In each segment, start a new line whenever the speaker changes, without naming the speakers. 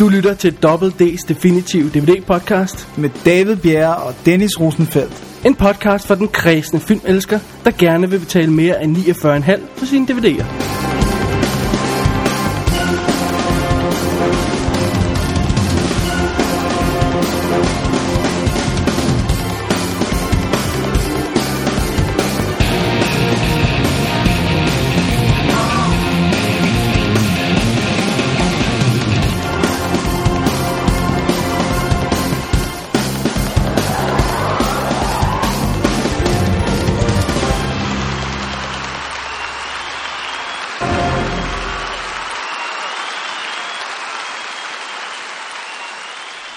Du lytter til Double D's Definitive DVD-podcast.
med David Bjerre og Dennis Rosenfeldt.
En podcast for den kredsende filmelsker, der gerne vil betale mere end 49,5 for sine DVD'er.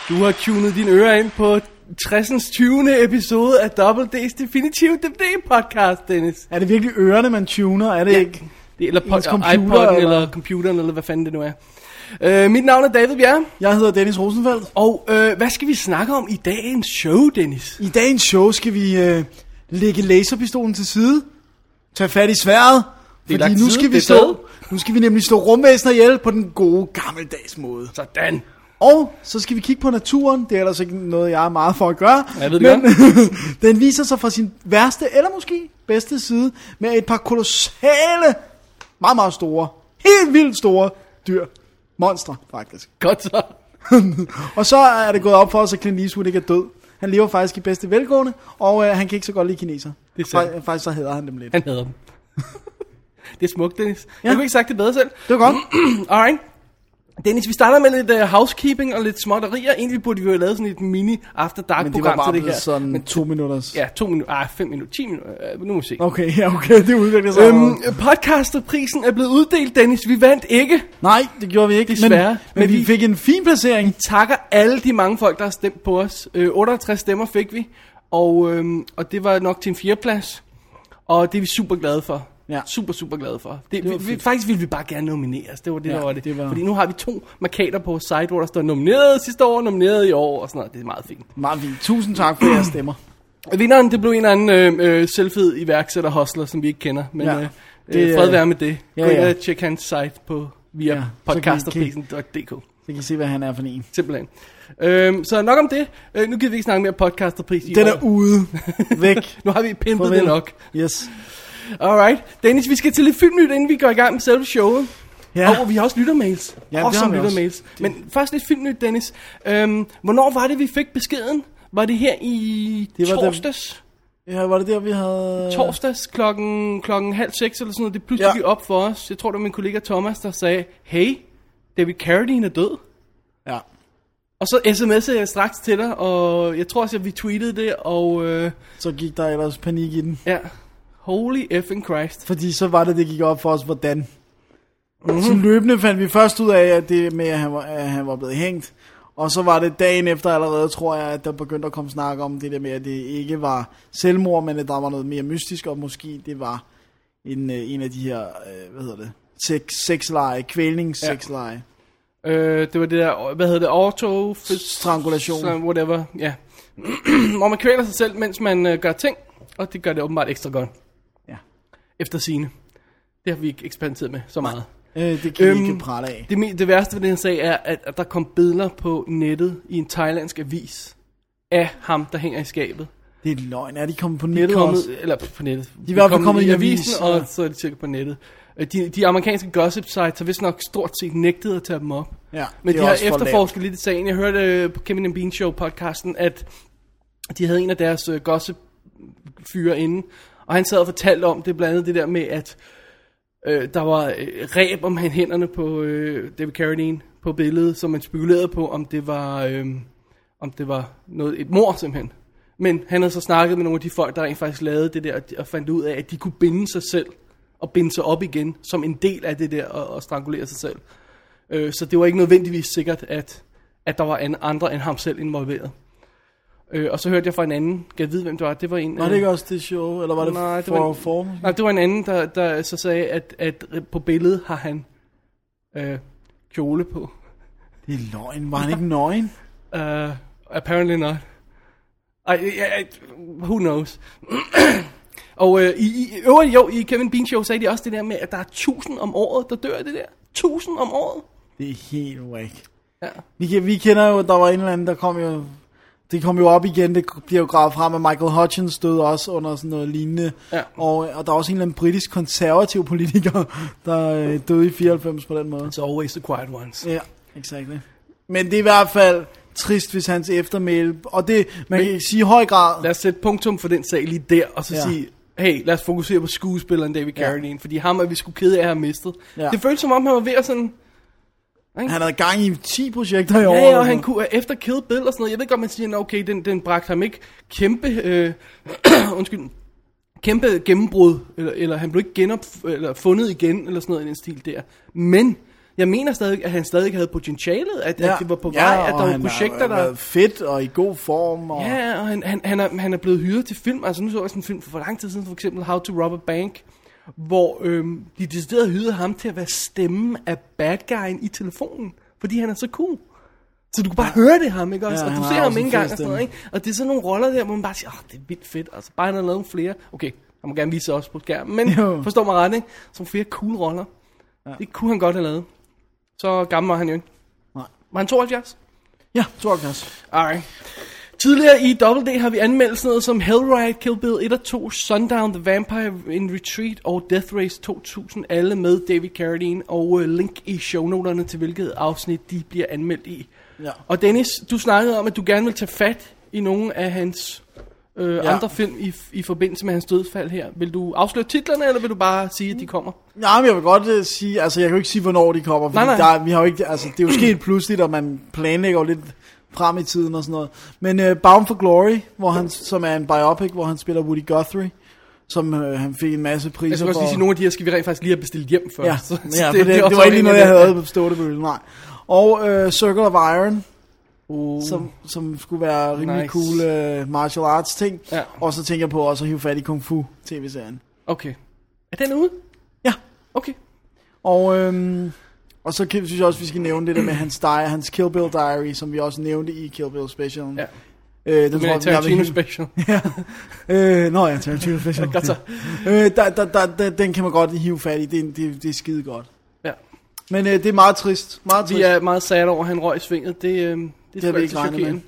Du har tunet dine ører ind på 60. 20. episode af Double D's Definitive DVD-podcast, Dennis.
Er det virkelig ørerne, man tuner? Er det ja. ikke?
Det, eller po-
Ens computer,
iPod'en, eller?
eller?
eller computeren, eller hvad fanden det nu er. Øh, mit navn er David Bjerre,
Jeg hedder Dennis Rosenfeldt.
og øh, hvad skal vi snakke om i dagens show, Dennis?
I dagens show skal vi øh, lægge laserpistolen til side. Tage fat i sværet.
Det er
Fordi
lagt
nu
til side,
skal,
det
vi
er
slå, nu skal vi nemlig slå rumvæsener ihjel på den gode gammeldags måde.
Sådan.
Og så skal vi kigge på naturen. Det er ellers ikke noget, jeg er meget for at gøre.
Jeg ved det
den viser sig fra sin værste, eller måske bedste side, med et par kolossale, meget, meget store, helt vildt store dyr. Monstre, faktisk.
Godt så.
Og så er det gået op for os, at Clint Eastwood ikke er død. Han lever faktisk i bedste velgående, og øh, han kan ikke så godt lide kineser.
Det er sandt.
Fa- Faktisk så hedder han dem lidt.
Han hader dem. det er smukt, Dennis. Ja. Jeg kunne ikke sagt det bedre selv.
Det var godt.
Alright. Dennis, vi starter med lidt uh, housekeeping og lidt småtterier. Egentlig burde vi jo have lavet sådan et mini after dark
Men det var
program
bare
til det her.
blevet sådan
Men,
to minutters.
ja, to minutter, ah, fem minutter, ti minutter, uh, nu må vi se.
Okay, ja, okay, det udvikler sig.
Øhm,
Øhm,
podcasterprisen er blevet uddelt, Dennis. Vi vandt ikke.
nej, det gjorde vi ikke.
desværre.
Men, men,
Men
vi
vi-
fik en fin placering.
Takker alle de mange folk, der har stemt på os. Øh, 68 stemmer fik vi, og, øhm, og det var nok til en fjerdeplads. Og det er vi super glade for.
Ja.
Super, super glade for. Det,
var
det vi, vi,
fedt.
faktisk ville vi bare gerne nomineres. Det var det,
Ja,
der var det.
det
det
var-
var... Fordi nu har vi to markater på vores site, hvor der står nomineret sidste år, nomineret i år og sådan noget. Det er meget fint.
Meget fint. Tusind tak for jeres stemmer.
Vinderen, det blev en eller anden øh, øh, selvfed iværksætter hostler, som vi ikke kender. Men
Ja.
ja. øh,
Det,
det, fred være med det.
ja,
Ja, Gå ind
ja.
og tjek hans site på via
Ja,
ja,
så kan I- kan I-
podcasterprisen.dk.
Så kan I se, hvad han er for en.
Simpelthen. Øhm, så nok om det. Øh, nu gider vi ikke snakke mere podcasterpris i
Den
år.
er ude. Væk.
Nu har vi pimpet
Farvel.
det nok.
Yes.
Alright. Dennis, vi skal til lidt filmnyt, inden vi går i gang med selve showet.
Ja.
Og vi har også lyttermails.
det
også
har vi også.
lyttermails. Men først lidt filmnyt, Dennis. Øhm, hvornår var det, vi fik beskeden? Var det her i
Det
det
var
var
den-
torsdags?
Ja, var det der, vi havde...
Torsdags klokken, klokken halv seks eller sådan noget. Det pludselig
Ja.
gik op for os. Jeg tror, det var min kollega Thomas, der sagde, Hey, David Carradine er død.
Ja.
Og så sms'ede jeg straks til dig, og jeg tror også, at vi tweetede det, og... Øh,
Så gik der ellers panik i den.
Ja. Holy effing Christ.
Fordi så var det, det gik op for os, hvordan.
Mhm.
Mm-hmm. Så løbende fandt vi først ud af, at det med, at han var, at han var blevet hængt. Og så var det dagen efter allerede, tror jeg, at der begyndte at komme snak om det der med, at det ikke var selvmord, men at der var noget mere mystisk, og måske det var en, øh, en af de her, øh, hvad hedder det, sex, sexleje, kvælningssexleje. Ja.
Øh, det var det der, hvad hedder det, auto...
Strangulation.
Så whatever, ja. Hvor man kvæler sig selv, mens man øh, gør ting, og det gør det åbenbart ekstra godt.
Ja.
Efter sine. Det har vi ikke eksperimenteret med så meget.
Øh, det kan øhm, vi
Øhm,
ikke prale af.
Det, me- det værste ved den her sag er, at, at der kom billeder på nettet i en thailandsk avis af ham, der hænger i skabet.
Det er løgn. Er de kommet på
De er
nettet
kommet,
kommet, også?
også. eller pff, på nettet. De
i hvert fald kommet i avisen,
avisen,
ja.
og så er de cirka på nettet. Øh, De, de amerikanske gossip sites har vist nok stort set nægtet at tage dem op.
Ja,
Men
det
de
er
har
også for lavt.
efterforsket lidt i sagen. Jeg hørte øh, på Kevin and Bean Show podcasten, at de havde en af deres øh, gossip fyre inde, og han sad og fortalte om det, blandt andet det der med, at øh, der var øh, ræb om han- hænderne på øh, David Carradine på billedet, som man spekulerede på, om det var, øh, om det var noget, et mor simpelthen. Men han havde så snakket med nogle af de folk, der rent faktisk lavede det der, og- og fandt ud af, at de kunne binde sig selv og binde sig op igen, som en del af det der, og, og strangulere sig selv. Øh, så det var ikke nødvendigvis sikkert, at, at der var an, andre end ham selv involveret. Øh, og så hørte jeg fra en anden, kan jeg vide, hvem det var? Det var en...
Var det
øh,
ikke også det show, eller var det
Nej, det var
for
en-
for?
Nej, det var en anden, der, der så sagde, at, at på billedet har han øh, kjole på.
Det er løgn. Var han ikke nøgen?
Uh, apparently not. I, I, I, who knows? Og øh, i, i i øvrigt, jo, i Kevin Bean Show sagde de også det der med, at der er tusind om året, der dør af det der. Tusind om året.
Det er helt whack.
Ja.
Vi, ke- vi kender jo, der var en eller anden, der kom jo... Det kom jo op igen, det bliver jo gravet frem, at Michael Hutchins døde også under sådan noget lignende.
Ja.
Og, og der er også en eller anden britisk konservativ politiker, der øh, døde i 94 på den måde.
It's always the quiet ones.
Ja, exactly. Men det er i hvert fald trist, hvis hans eftermæle... Og det, man kan sige i høj grad...
Lad os sætte punktum for den sag lige der, og så
Ja.
ja. sige, hey, lad os fokusere på skuespilleren David
Ja.
Carradine, fordi ham er vi sgu kede af at have mistet.
Ja.
Ja. Det føltes som om, han var ved at sådan,
Han havde gang i 10 projekter i år.
Ja, og han kunne, efter Kill Bill og sådan noget, jeg ved godt, man siger, "Nå, okay, den, den bragte ham ikke kæmpe, øh, undskyld, kæmpe gennembrud, eller, eller han blev ikke genop, eller fundet igen, eller sådan noget i den stil der. Men, jeg mener stadig, at han stadig havde potentialet, at, ja. at det var på vej, at
og
der var
han
projekter,
har,
der...
været fedt og i god form. Og,
Ja, og han, han, han, er, han er blevet hyret til film. Altså nu så jeg sådan en film for lang tid siden, for eksempel How to Rob a Bank, hvor øhm, de decideret hyrede ham til at være stemmen af bad guyen i telefonen, fordi han er så cool. Så du kan bare høre det ham, ikke også? Ja,
Ja,
og
han
du
har
ser ham
også en
ikke
fed
engang og sådan noget,
stemme.
ikke? Og det er sådan nogle roller der, hvor man bare siger, åh, det er vildt fedt. Altså, bare han har lavet flere. Okay, han må gerne vise sig også på skærmen, men
Jo.
jo. forstår mig ret, ikke? Som flere cool roller. Ja. Det kunne han godt have lavet. Så gammel var han jo ikke.
Nej.
Var han 72?
ja 72.
Alright. Tidligere i Double D har vi anmeldt sådan noget som Hellride, Kill Bill 1 og 2, Sundown, The Vampire in Retreat og Death Race 2000, alle med David Carradine, og øh, link i shownoterne til hvilket afsnit de bliver anmeldt i.
Ja.
Og Dennis, du snakkede om, at du gerne vil tage fat i nogle af hans øh,
Ja.
ja. andre film i, i forbindelse med hans dødsfald her. Vil du afsløre titlerne, eller vil du bare sige, at de kommer?
Nej, men Mm. jeg vil godt uh, sige, altså jeg kan jo ikke sige, hvornår de kommer, fordi
Nej, nej.
Der, er- vi har jo ikke, altså det er jo sket pludseligt, og man planlægger jo lidt frem i tiden og sådan noget. Men uh, Bound for Glory, hvor han, som er en biopic, hvor han spiller Woody Guthrie, som uh, han fik en masse priser
Jeg skal også
for.
lige sige, at nogle af de her skal vi rent faktisk lige have bestilt hjem først.
Ja,
Så- så
ja det, det, det,
også
det, var ikke lige
en
noget,
af
jeg
dem.
havde på stående nej. Og uh, Circle of Iron,
Uh.
som, som skulle være rimelig nice.
Nice.
cool uh, martial arts ting.
Ja.
Og så tænker jeg på også at hive fat i Kung Fu tv-serien.
Okay. Er den ude?
Ja.
Okay.
Og, øhm, og så kan- synes jeg også, vi skal nævne det der med hans, di- hans Kill Bill Diary, som vi også nævnte i Kill Bill Specialen.
Ja.
Øh,
Men
den tror
en
jeg, jeg
Tarantino
vil hive-
special.
øh, Nå ja, Tarantino Special.
Godt så.
øh, der, der, der, der, den kan man godt hive fat i, det, er- det, det er skide godt.
Ja.
Men øh, det er meget trist. Meget trist.
Vi er meget sad over, at han røg i svinget. Det, øh, det, det
havde
er
vi
sgu
ikke
ikke
regnet med.
chokerende.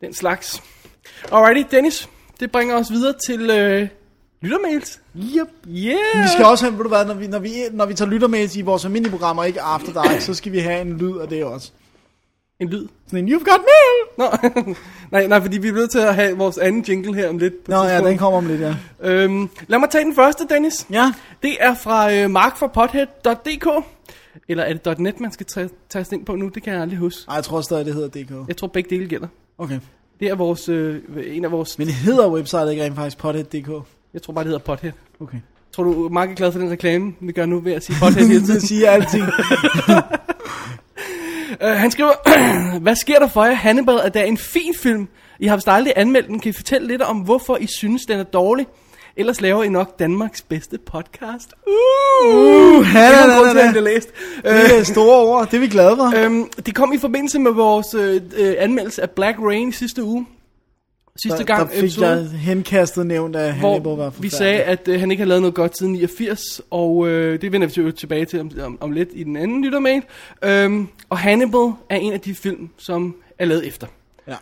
Den slags. Alrighty, Dennis. Det bringer os videre til øh, lyttermails.
Yep.
Yeah!
Vi skal også have, ved du hvad, når vi, når vi, når vi tager lyttermails i vores almindelige programmer, ikke After Dark, så skal vi have en lyd af det også.
En lyd.
Sådan en, you've got mail!
Nå, nej, nej, fordi vi er nødt til at have vores anden jingle her om lidt. På
Nå ja,
tidspunkt.
den kommer om lidt, ja.
Øhm, lad mig tage den første, Dennis.
Ja,
Det er fra øh, mark fra pothead.dk. Eller er det .net, man skal tage, taste ind på nu? Det kan jeg aldrig huske.
Ej, jeg tror stadig, det hedder DK.
Jeg tror begge dele gælder.
Okay.
Det er vores, øh, en af vores...
Men det hedder website ikke rent faktisk pothead.dk.
Jeg tror bare, det hedder Pothead.
Okay.
Tror du, Mark er glad for den reklame, vi gør nu ved at sige Pothead hele
Det
tiden?
siger alting.
uh, han skriver, hvad sker der for jer? Hannibal er da en fin film. I har vist aldrig anmeldt den. Kan I fortælle lidt om, hvorfor I synes, den er dårlig? Ellers laver I nok Danmarks bedste podcast. Uh! uh
ha,
det
da, da,
er grund til,
da.
at han bliver læst. Øh,
Det er store ord, det er vi glade for.
Øhm, det kom i forbindelse med vores øh, øh, anmeldelse af Black Rain sidste uge. Sidste
Der,
gang
der fik
episoden.
jeg henkastet nævnt, at Hannibal var
hvor vi sagde, at øh, han ikke havde lavet noget godt siden 89, og øh, det vender vi til- tilbage til om, om, om lidt i den anden lyttermail. Øhm, og Hannibal er en af de film, som er lavet efter.
Ja.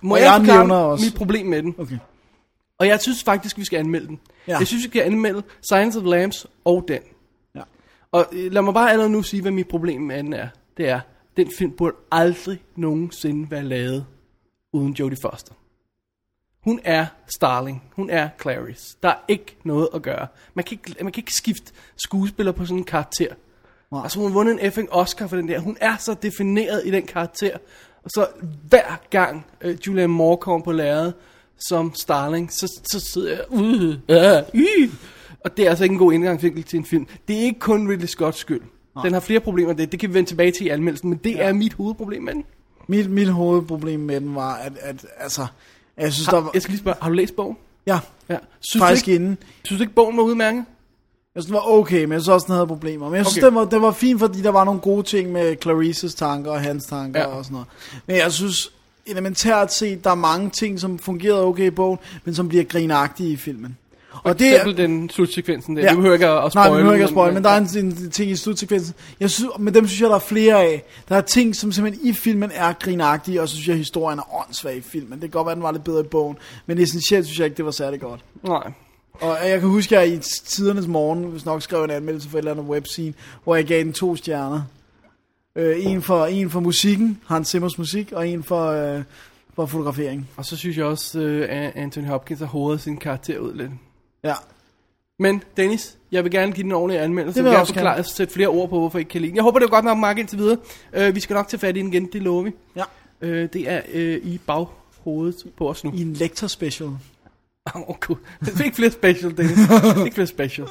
Må
Og
jeg
jeg nævner
forklare
også-
mit problem med den?
Okay.
Og jeg synes faktisk, vi skal anmelde den.
Ja.
Ja. Jeg synes, vi skal anmelde Science of the Lambs og den.
Ja.
Og øh, lad mig bare allerede nu sige, hvad mit problem med den er. Det er, den film burde aldrig nogensinde være lavet uden Jodie Foster. Hun er Starling. Hun er Clarice. Der er ikke noget at gøre. Man kan ikke, man kan ikke skifte skuespiller på sådan en karakter.
Nej.
Nej. Altså hun har vundet en effing Oscar for den der. Hun er så defineret i den karakter. Og så hver gang øh, Julianne Moore kommer på lærredet som Starling, så, så sidder jeg ude. Øh, øh. Og det er altså ikke en god indgangsvinkel til en film. Det er ikke kun Ridley Scotts skyld. Nej. Den har flere problemer end det. Det kan vi vende tilbage til i anmeldelsen, men det ja. er mit hovedproblem med den.
Mit, mit hovedproblem med den var, at, at altså, jeg synes, der
Har,
var...
jeg skal lige spørge, har du læst bogen?
Ja,
Ja. Synes,
faktisk
du ikke,
inden.
synes du ikke, bogen var udmærket?
Jeg synes, den var okay, men jeg synes også, den havde problemer. Men jeg synes, okay.
Okay.
den, var, den var fin, fordi der var nogle gode ting med Clarices tanker og hans tanker ja.
Ja.
og sådan noget. Men jeg synes, elementært set, der er mange ting, som fungerede okay i bogen, men som bliver grinagtige i filmen. Og
Det
det er...
er den slutsekvensen der. Ja. Vi behøver ikke at, at
Nej,
spoil.
vi behøver ikke at spoil, men der er en, en, en ting i slutsekvensen. Jeg synes, men dem synes jeg, der er flere af. Der er ting, som simpelthen i filmen er grinagtige, og så synes jeg, historien er åndssvag i filmen. Det kan godt være, den var lidt bedre i bogen, men essentielt synes jeg ikke, det var særlig godt.
Nej.
Og jeg kan huske, at jeg i tidernes morgen, hvis nok skrev en anmeldelse for et eller andet webscene, hvor jeg gav den to stjerner. Øh, en, for, en for musikken, Hans Simmers musik, og en for, øh, for fotografering.
Og så synes jeg også, øh, at Anthony Hopkins har hovedet sin karakter ud lidt.
Ja,
Men Dennis, jeg vil gerne give den ordentlige anmeldelse.
Det
Det
vil
vil
jeg
jeg
også
forklare, sætte flere ord på, hvorfor jeg ikke kan lide den. Jeg håber, det er godt nok, Mark, indtil videre. Øh, vi skal nok tage fat i den igen, det lover vi.
ja.
Øh, det er øh, i baghovedet på os nu.
I en lektor special.
Åh, oh, cool. Det er ikke flere special, Dennis. ikke flere special.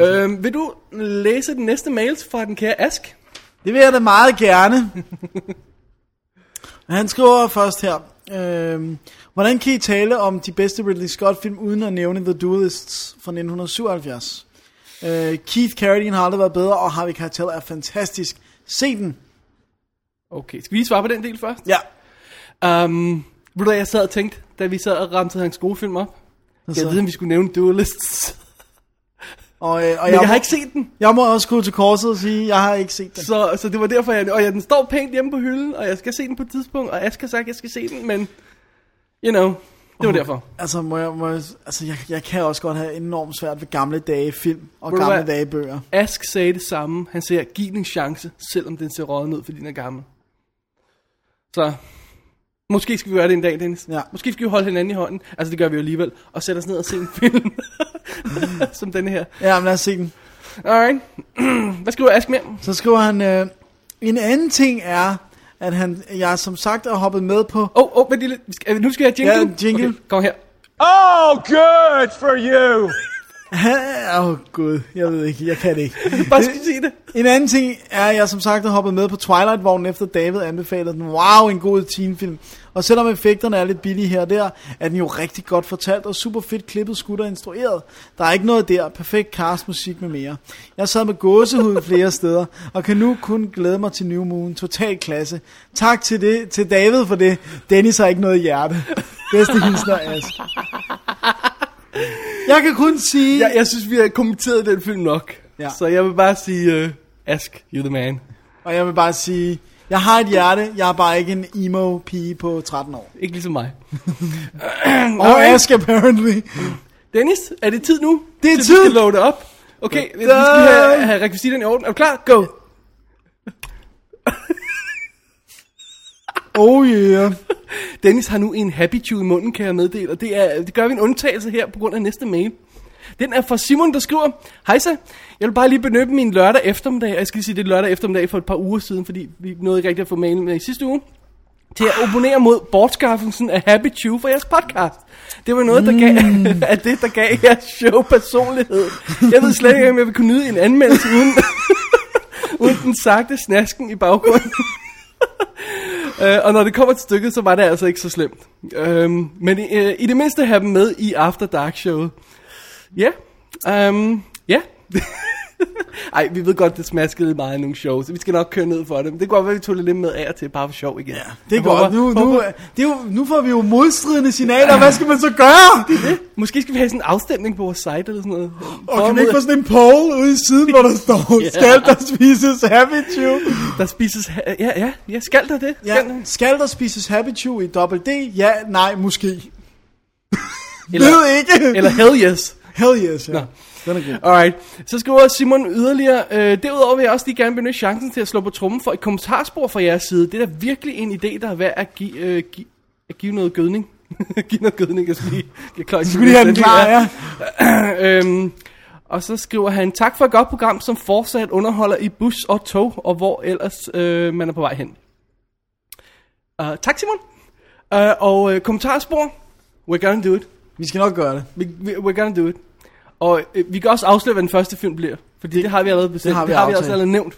øhm, vil du læse den næste mails fra den kære Ask?
Det vil jeg da meget gerne. Han skriver først her, øh, hvordan kan I tale om de bedste Ridley Scott film uden at nævne The Duelists fra 1977? Øh, Keith Carradine har aldrig været bedre, og Harvey Keitel er fantastisk. Se den.
Okay, skal vi lige svare på den del først?
Ja.
Um, ved du hvad, jeg sad og tænkte, da vi sad og ramte hans gode film op?
så?
Jeg ved, om vi skulle nævne Duelists.
Og, øh, og
Men jeg
jeg,
har ikke set den,
jeg må også gå til korset og sige, jeg har ikke set den.
så, så det var derfor, jeg... Og ja, den står pænt hjemme på hylden, og jeg skal se den på et tidspunkt, og Ask har sagt, at jeg skal se den, men... You know, det var derfor.
Altså, må jeg, må jeg, altså jeg, jeg kan også godt have enormt svært ved gamle dage film og
Ved du
gamle
hvad?
dage bøger.
Ask sagde det samme. Han siger, giv den en chance, selvom den ser råden ud, fordi den er gammel. Så måske skal vi gøre det en dag, Dennis.
Ja.
Måske skal vi holde hinanden i hånden. Altså, det gør vi jo alligevel. Og sætte os ned og se en film.
Mm.
Som den her.
Ja, men lad os se den.
Alright. Hvad skriver Ask mere?
Så skriver han, øh, en anden ting er, at han, jeg som sagt er hoppet med på...
Åh, oh, oh, vent lige lidt. Vi skal- Nu skal jeg have jingle.
Ja, jingle.
Okay, kom her.
Oh, good for you.
Åh, oh, gud, jeg ved ikke, jeg kan det ikke.
Bare skal sige det.
En anden ting er, at jeg som sagt har hoppet med på Twilight-vognen, efter David anbefalede den. Wow, en god teenfilm. Og selvom effekterne er lidt billige her og der, er den jo rigtig godt fortalt og super fedt klippet, skudt og instrueret. Der er ikke noget der. Perfekt cast, musik med mere. Jeg sad med gåsehud flere steder, og kan nu kun glæde mig til New Moon. Total klasse. Tak til, det, til David for det. Dennis har ikke noget hjerte. Bedste hilsner, Ask. Jeg kan kun sige...
Jeg, jeg synes, vi har kommenteret den film nok.
Ja.
Så jeg vil bare sige, uh, Ask, you're the man.
Og jeg vil bare sige, jeg har et hjerte, jeg er bare ikke en emo pige på 13 år.
Ikke ligesom mig.
Og Ask apparently.
Dennis, er det tid nu?
Det er
Til vi
tid.
skal load det op. Okay, vi skal have, have rekvisitterne i orden. Er du klar? Go!
Oh yeah.
Dennis har nu en happy chew i munden, kan jeg meddele, og det, er, det gør vi en undtagelse her på grund af næste mail. Den er fra Simon, der skriver, Hejsa, jeg vil bare lige benytte min lørdag eftermiddag, og jeg skal lige sige, det er lørdag eftermiddag for et par uger siden, fordi vi nåede ikke rigtig at få mailen med i sidste uge, til at opponere mod bortskaffelsen af Happy Chew for jeres podcast. Det var noget, der gav, af det, der gav jeres show personlighed. Jeg ved slet ikke, om jeg vil kunne nyde en anmeldelse uden, uden den sagte snasken i baggrunden. Øh, og når det kommer til stykket, så var det altså ikke så slemt. Øhm, men øh, i det mindste have dem med i After Dark showet. Ja. Øhm, ja. Ej, vi ved godt, det smaskede meget i nogle shows, så vi skal nok køre ned for det. Men det kunne godt være, vi tog det lidt med af og til, bare for sjov igen. Ja,
Det er godt. Nu, nu, det er jo, nu får vi jo modstridende signaler. Hvad skal man så gøre?
Måske skal vi have sådan en afstemning på vores site eller sådan noget.
Og kan vi ikke få sådan en poll ude i siden, hvor der står, skal der spises Happy Chew?
Der spises... ha- Ja, ja, ja, skal der det? Skal
Ja,
der?
skal der spises Happy Chew i dobbelt D? Ja, nej, måske.
Eller,
Ved ikke.
eller hell yes.
Hell yes, ja.
Nå.
Den er god.
Alright, så skriver Simon yderligere, øh, derudover vil jeg også lige gerne benytte chancen til at slå på trummen for et kommentarspor fra jeres side. Det er da virkelig en idé, der er værd at give, øh, give, at give noget gødning. give noget gødning, jeg skal lige... Jeg klarer ikke
Skulle lige have den
sætning
klar,
her.
ja.
øhm, og så skriver han, tak for et godt program, som fortsat underholder i bus og tog, og hvor ellers øh, man er på vej hen. Uh, tak Simon. Uh, og øh, kommentarspor, we're gonna do it.
Vi skal nok gøre det.
Vi, vi, we're gonna do it. Og øh, vi kan også afsløre, hvad den første film bliver. Fordi det, det har vi allerede bestemt.
har vi
det har vi
aftalt.
også allerede nævnt.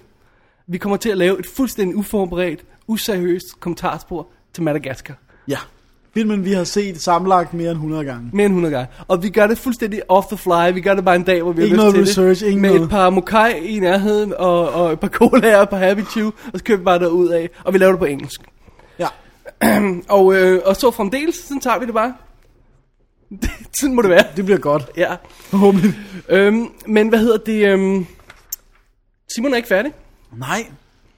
Vi kommer til at lave et fuldstændig uforberedt, useriøst kommentarspor til Madagaskar.
Ja. Filmen, vi har set sammenlagt mere end 100 gange.
Mere end 100 gange. Og vi gør det fuldstændig off the fly. Vi gør det bare en dag, hvor vi
Ikke
har lyst
noget
til
research,
det.
ikke
Med
noget.
et par mokai i nærheden, og, og et par colaer på Happy Chew. Og så køber vi bare derud af. Og vi laver det på engelsk.
Ja.
Og, øh, og så fremdeles, sådan tager vi det bare. Sådan må det være.
Det bliver godt.
Ja.
Forhåbentlig.
Øhm, men hvad hedder det? Øhm, Simon er ikke færdig.
Nej,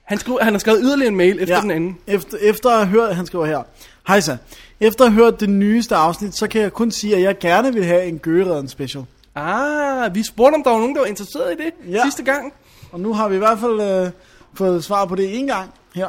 Han, skrev, han har skrevet yderligere en mail efter ja. den anden.
Efter, efter at have hørt, han skriver her, Hejsa, efter at have hørt det nyeste afsnit, så kan jeg kun sige, at jeg gerne vil have en Gøgeredden special.
Ah, vi spurgte, om der var nogen, der var interesseret i det
Ja.
ja. sidste gang.
Og nu har vi i hvert fald øh, fået svar på det en gang her.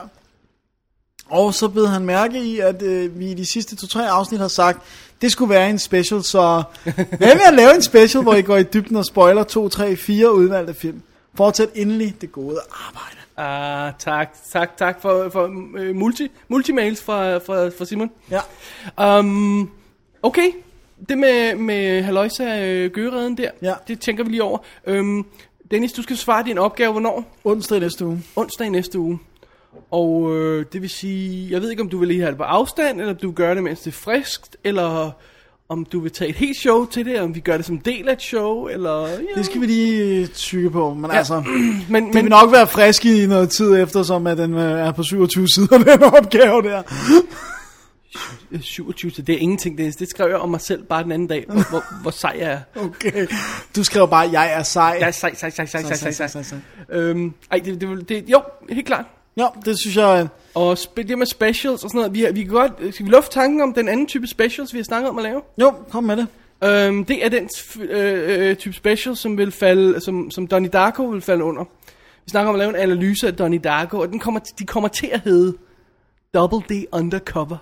Og så bed han mærke i, at øh, vi i de sidste to-tre afsnit har sagt, det skulle være en special, så hvad med at lave en special, hvor I går i dybden og spoiler 2, 3, 4 udvalgte film? Fortsæt endelig det gode arbejde.
Ah, tak, tak, tak for, for øh, multi, multimails fra, fra, fra Simon.
Ja,
Um, okay, det med, med Haloisa øh, Gøreden der,
Ja.
det tænker vi lige over. Øhm, Dennis, du skal svare din opgave, hvornår?
onsdag i næste uge.
Onsdag i næste uge. Og øh, det vil sige, jeg ved ikke, om du vil lige have det på afstand, eller om du gør det, mens det er friskt, eller om du vil tage et helt show til det, om vi gør det som del af et show, eller... Ja.
Det skal vi lige tykke på, men ja. altså...
men,
Det
men,
vil nok være frisk i noget tid efter, som at den øh, er på 27 sider, den opgave der.
27, det er ingenting, Dennis. Det skrev jeg om mig selv bare den anden dag, hvor, hvor, hvor sej jeg er.
Okay. Du skrev bare, jeg er sej.
Jeg er sej, sej, sej, sej, sej, sej, sej.
sej.
Øhm, ej, det, det, det, jo, helt klart.
Ja, det synes jeg... øh,
Og spe- det med specials og sådan noget, vi, har- vi kan godt, skal vi lufte tanken om den anden type specials, vi har snakket om at lave?
Jo, kom med det.
Øhm, det er den f- øh, øh, type special, som, vil falde, som, som Donnie Darko vil falde under. Vi snakker om at lave en analyse af Donnie Darko, og den kommer, de kommer til at hedde Double D Undercover.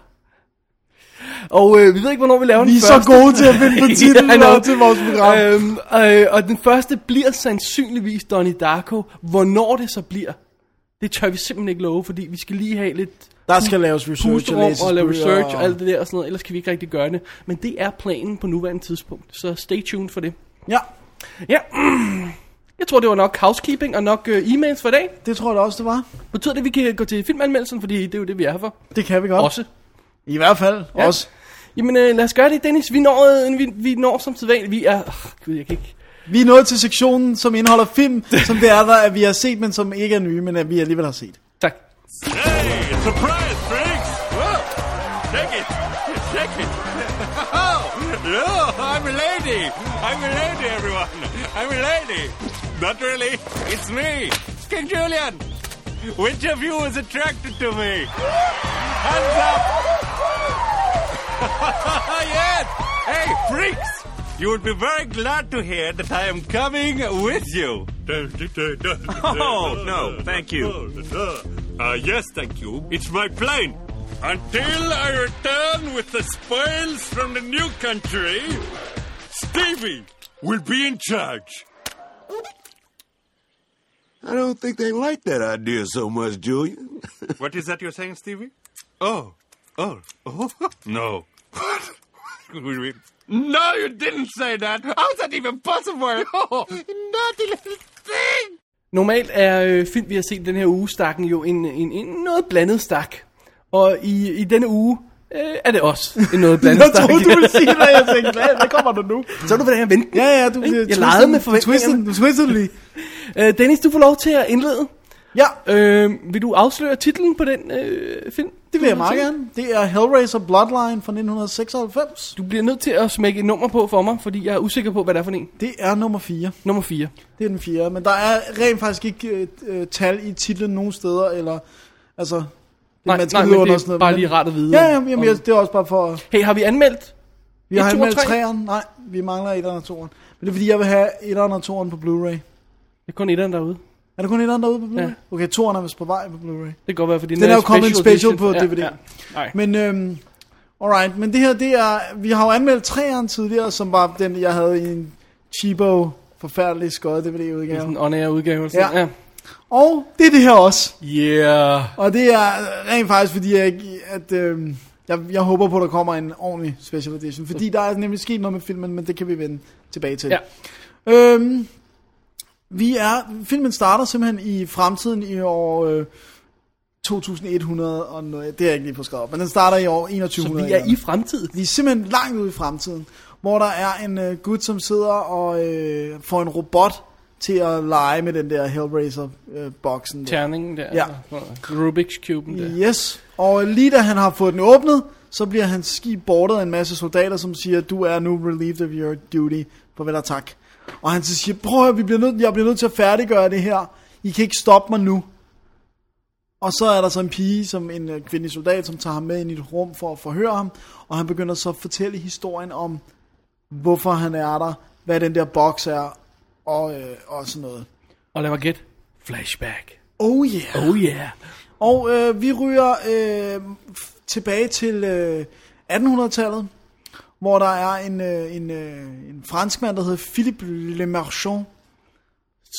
Og øh, vi ved ikke, hvornår vi laver
Vi
den
er så
første.
gode til at finde på titlen
I know.
yeah, til vores program. Uh,
Øhm, øh, og den første bliver sandsynligvis Donnie Darko. Hvornår det så bliver, det tør vi simpelthen ikke love, fordi vi skal lige have lidt
der skal laves research
pusterum og lave
bøger
research og alt det der og sådan noget, ellers kan vi ikke rigtig gøre det. Men det er planen på nuværende tidspunkt, så stay tuned for det.
Ja,
Ja, jeg tror det var nok housekeeping og nok øh, e-mails for i dag.
det tror jeg da også, det var.
Betyder det, at vi kan gå til filmanmeldelsen, fordi det er jo det, vi er her for.
Det kan vi godt.
Også.
I hvert fald. Ja.
Ja.
Også.
Jamen øh, lad os gøre det, Dennis. Vi når, øh, vi, vi når som sædvanligt. Vi er... Oh, Gud, jeg kan ikke...
Vi er nået til sektionen, som indeholder film, som det er der, at vi har set, men som ikke er nye, men at vi alligevel har set.
Tak.
Hey, it's a prize, Briggs! Whoa! Shake it! Shake it! no, I'm a lady! I'm a lady, everyone! I'm a lady! Not really, it's me, King Julian! Which of you is attracted to me? Hands up! yes! Hey, freaks! You would be very glad to hear that I am coming with you.
oh,
no, thank you.
Uh, yes, thank you. It's my plane. Until I return with the spoils from the new country, Stevie will be in charge.
I don't think they like that idea so much, Julian.
What is that you're saying, Stevie? Oh, oh, oh.
No.
No, you didn't say that. How's that even possible? Oh, naughty little thing.
Normalt er øh, film, vi har set den her uge, stakken jo en, en, en noget blandet stak. Og i, i denne uge øh, er det også en noget blandet
Jeg
stak.
troede, du ville sige det, og jeg tænkte, hvad, hvad kommer der nu?
Så er du på den her venten.
Ja, ja, du
Jeg
øh,
legede
twistede-
med forventningerne.
Du twistede, du twistede lige.
Øh, Dennis, du får lov til at indlede.
Ja,
Øh, vil du afsløre titlen på den øh, film?
det vil jeg meget gerne. Det er Hellraiser Bloodline fra 1996.
Du bliver nødt til at smække et nummer på for mig, fordi jeg er usikker på, hvad det er for en.
Det er nummer 4.
Nummer 4.
Det er den fjerde, men der er rent faktisk ikke øh, øh, tal i titlen nogen steder, eller altså... Det
Nej,
man skal
nej,
vide
men
under
det
sådan
er
noget,
bare
men-
lige rart at vide.
Ja, ja jamen, jeg, det er også bare for...
Hey, har vi anmeldt?
Vi har
Et, to og
anmeldt
tre?
træeren. Nej, vi mangler etteren og toeren. Men det er fordi, jeg vil have etteren og toeren på Blu-ray.
Det er kun etteren derude.
Er der kun etteren derude på Blu-ray?
Ja.
Okay, toeren er vist på vej på Blu-ray.
Det kan godt være, fordi
Den er jo kommet en special på
øh, edition.
DVD.
Ja, ja. Nej.
Men øhm, alright, men det her, det er, vi har jo anmeldt træeren tidligere, som var den, jeg havde i en cheapo, forfærdelig skøjet
Det er sådan
DVD-udgave.
en on-air udgave. Eller sådan.
Ja.
Ja.
Og det er det her også.
Yeah.
Og det er rent faktisk, fordi jeg, ikke- at, øh, jeg, jeg håber på, at der kommer en ordentlig special edition. Fordi der er nemlig sket noget med filmen, men det kan vi vende tilbage til.
Ja.
Øhm, vi er, filmen starter simpelthen i fremtiden i år øh, 2100 og noget. Det er jeg ikke lige på skrevet op, men den starter i år 2100.
Så vi er i fremtiden.
Vi er simpelthen langt ude i fremtiden, hvor der er en øh, gut, som sidder og øh, får en robot til at lege med den der Hellraiser-boksen. der.
Terningen der.
Ja.
Rubik's Cube'en der.
Yes, og lige da han har fået den åbnet, Så bliver hans skib bordet af en masse soldater, som siger, du er nu relieved of your duty. Farvel og tak. Og han så siger, prøv at høre, vi bliver nødt, jeg bliver nødt til at færdiggøre det her. I kan ikke stoppe mig nu. Og så er der så en pige, som en øh, kvindelig soldat, som tager ham med ind i et rum for at forhøre ham. Og han begynder så at fortælle historien om, hvorfor han er der, hvad den der boks er, og, øh, og sådan noget.
Og lad mig gætte. Flashback.
Oh yeah.
Oh yeah.
Og øh, vi ryger øh, f- tilbage til øh, 1800-tallet, hvor der er en, øh, en, øh, en franskmand, der hedder Philippe Le Marchand,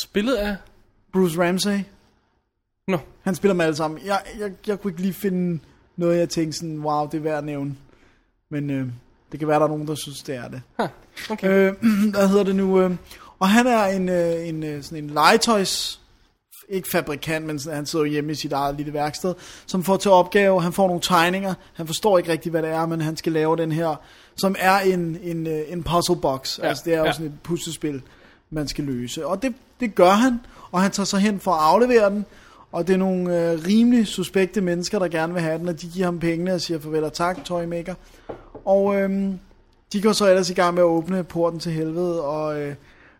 Spillet af...
Bruce Ramsey.
Nå.
Han spiller med alle sammen. Jeg, jeg, jeg kunne ikke lige finde noget, jeg tænkte sådan, wow, det er værd at nævne. Men øh, det kan være, der er nogen, der synes, det er det.
Huh. Okay. Øh.
Øh, hvad hedder det nu? Øh, og han er en, øh, en, øh, sådan en legetøjs, ikke fabrikant, men sådan- han sidder jo hjemme i sit eget lille værksted, som får til opgave, han får nogle tegninger, han forstår ikke rigtig, hvad det er, men han skal lave den her, som er en, en, øh, en puzzle box, ja, altså det er jo
ja.
sådan et puslespil, man skal løse, og det, det gør han, og han tager sig hen for at aflevere den, og det er nogle øh, rimelig suspekte mennesker, der gerne vil have den, og de giver ham pengene og siger farvel og tak, toymaker, og øhm, de går så ellers i gang med at åbne porten til helvede og øh,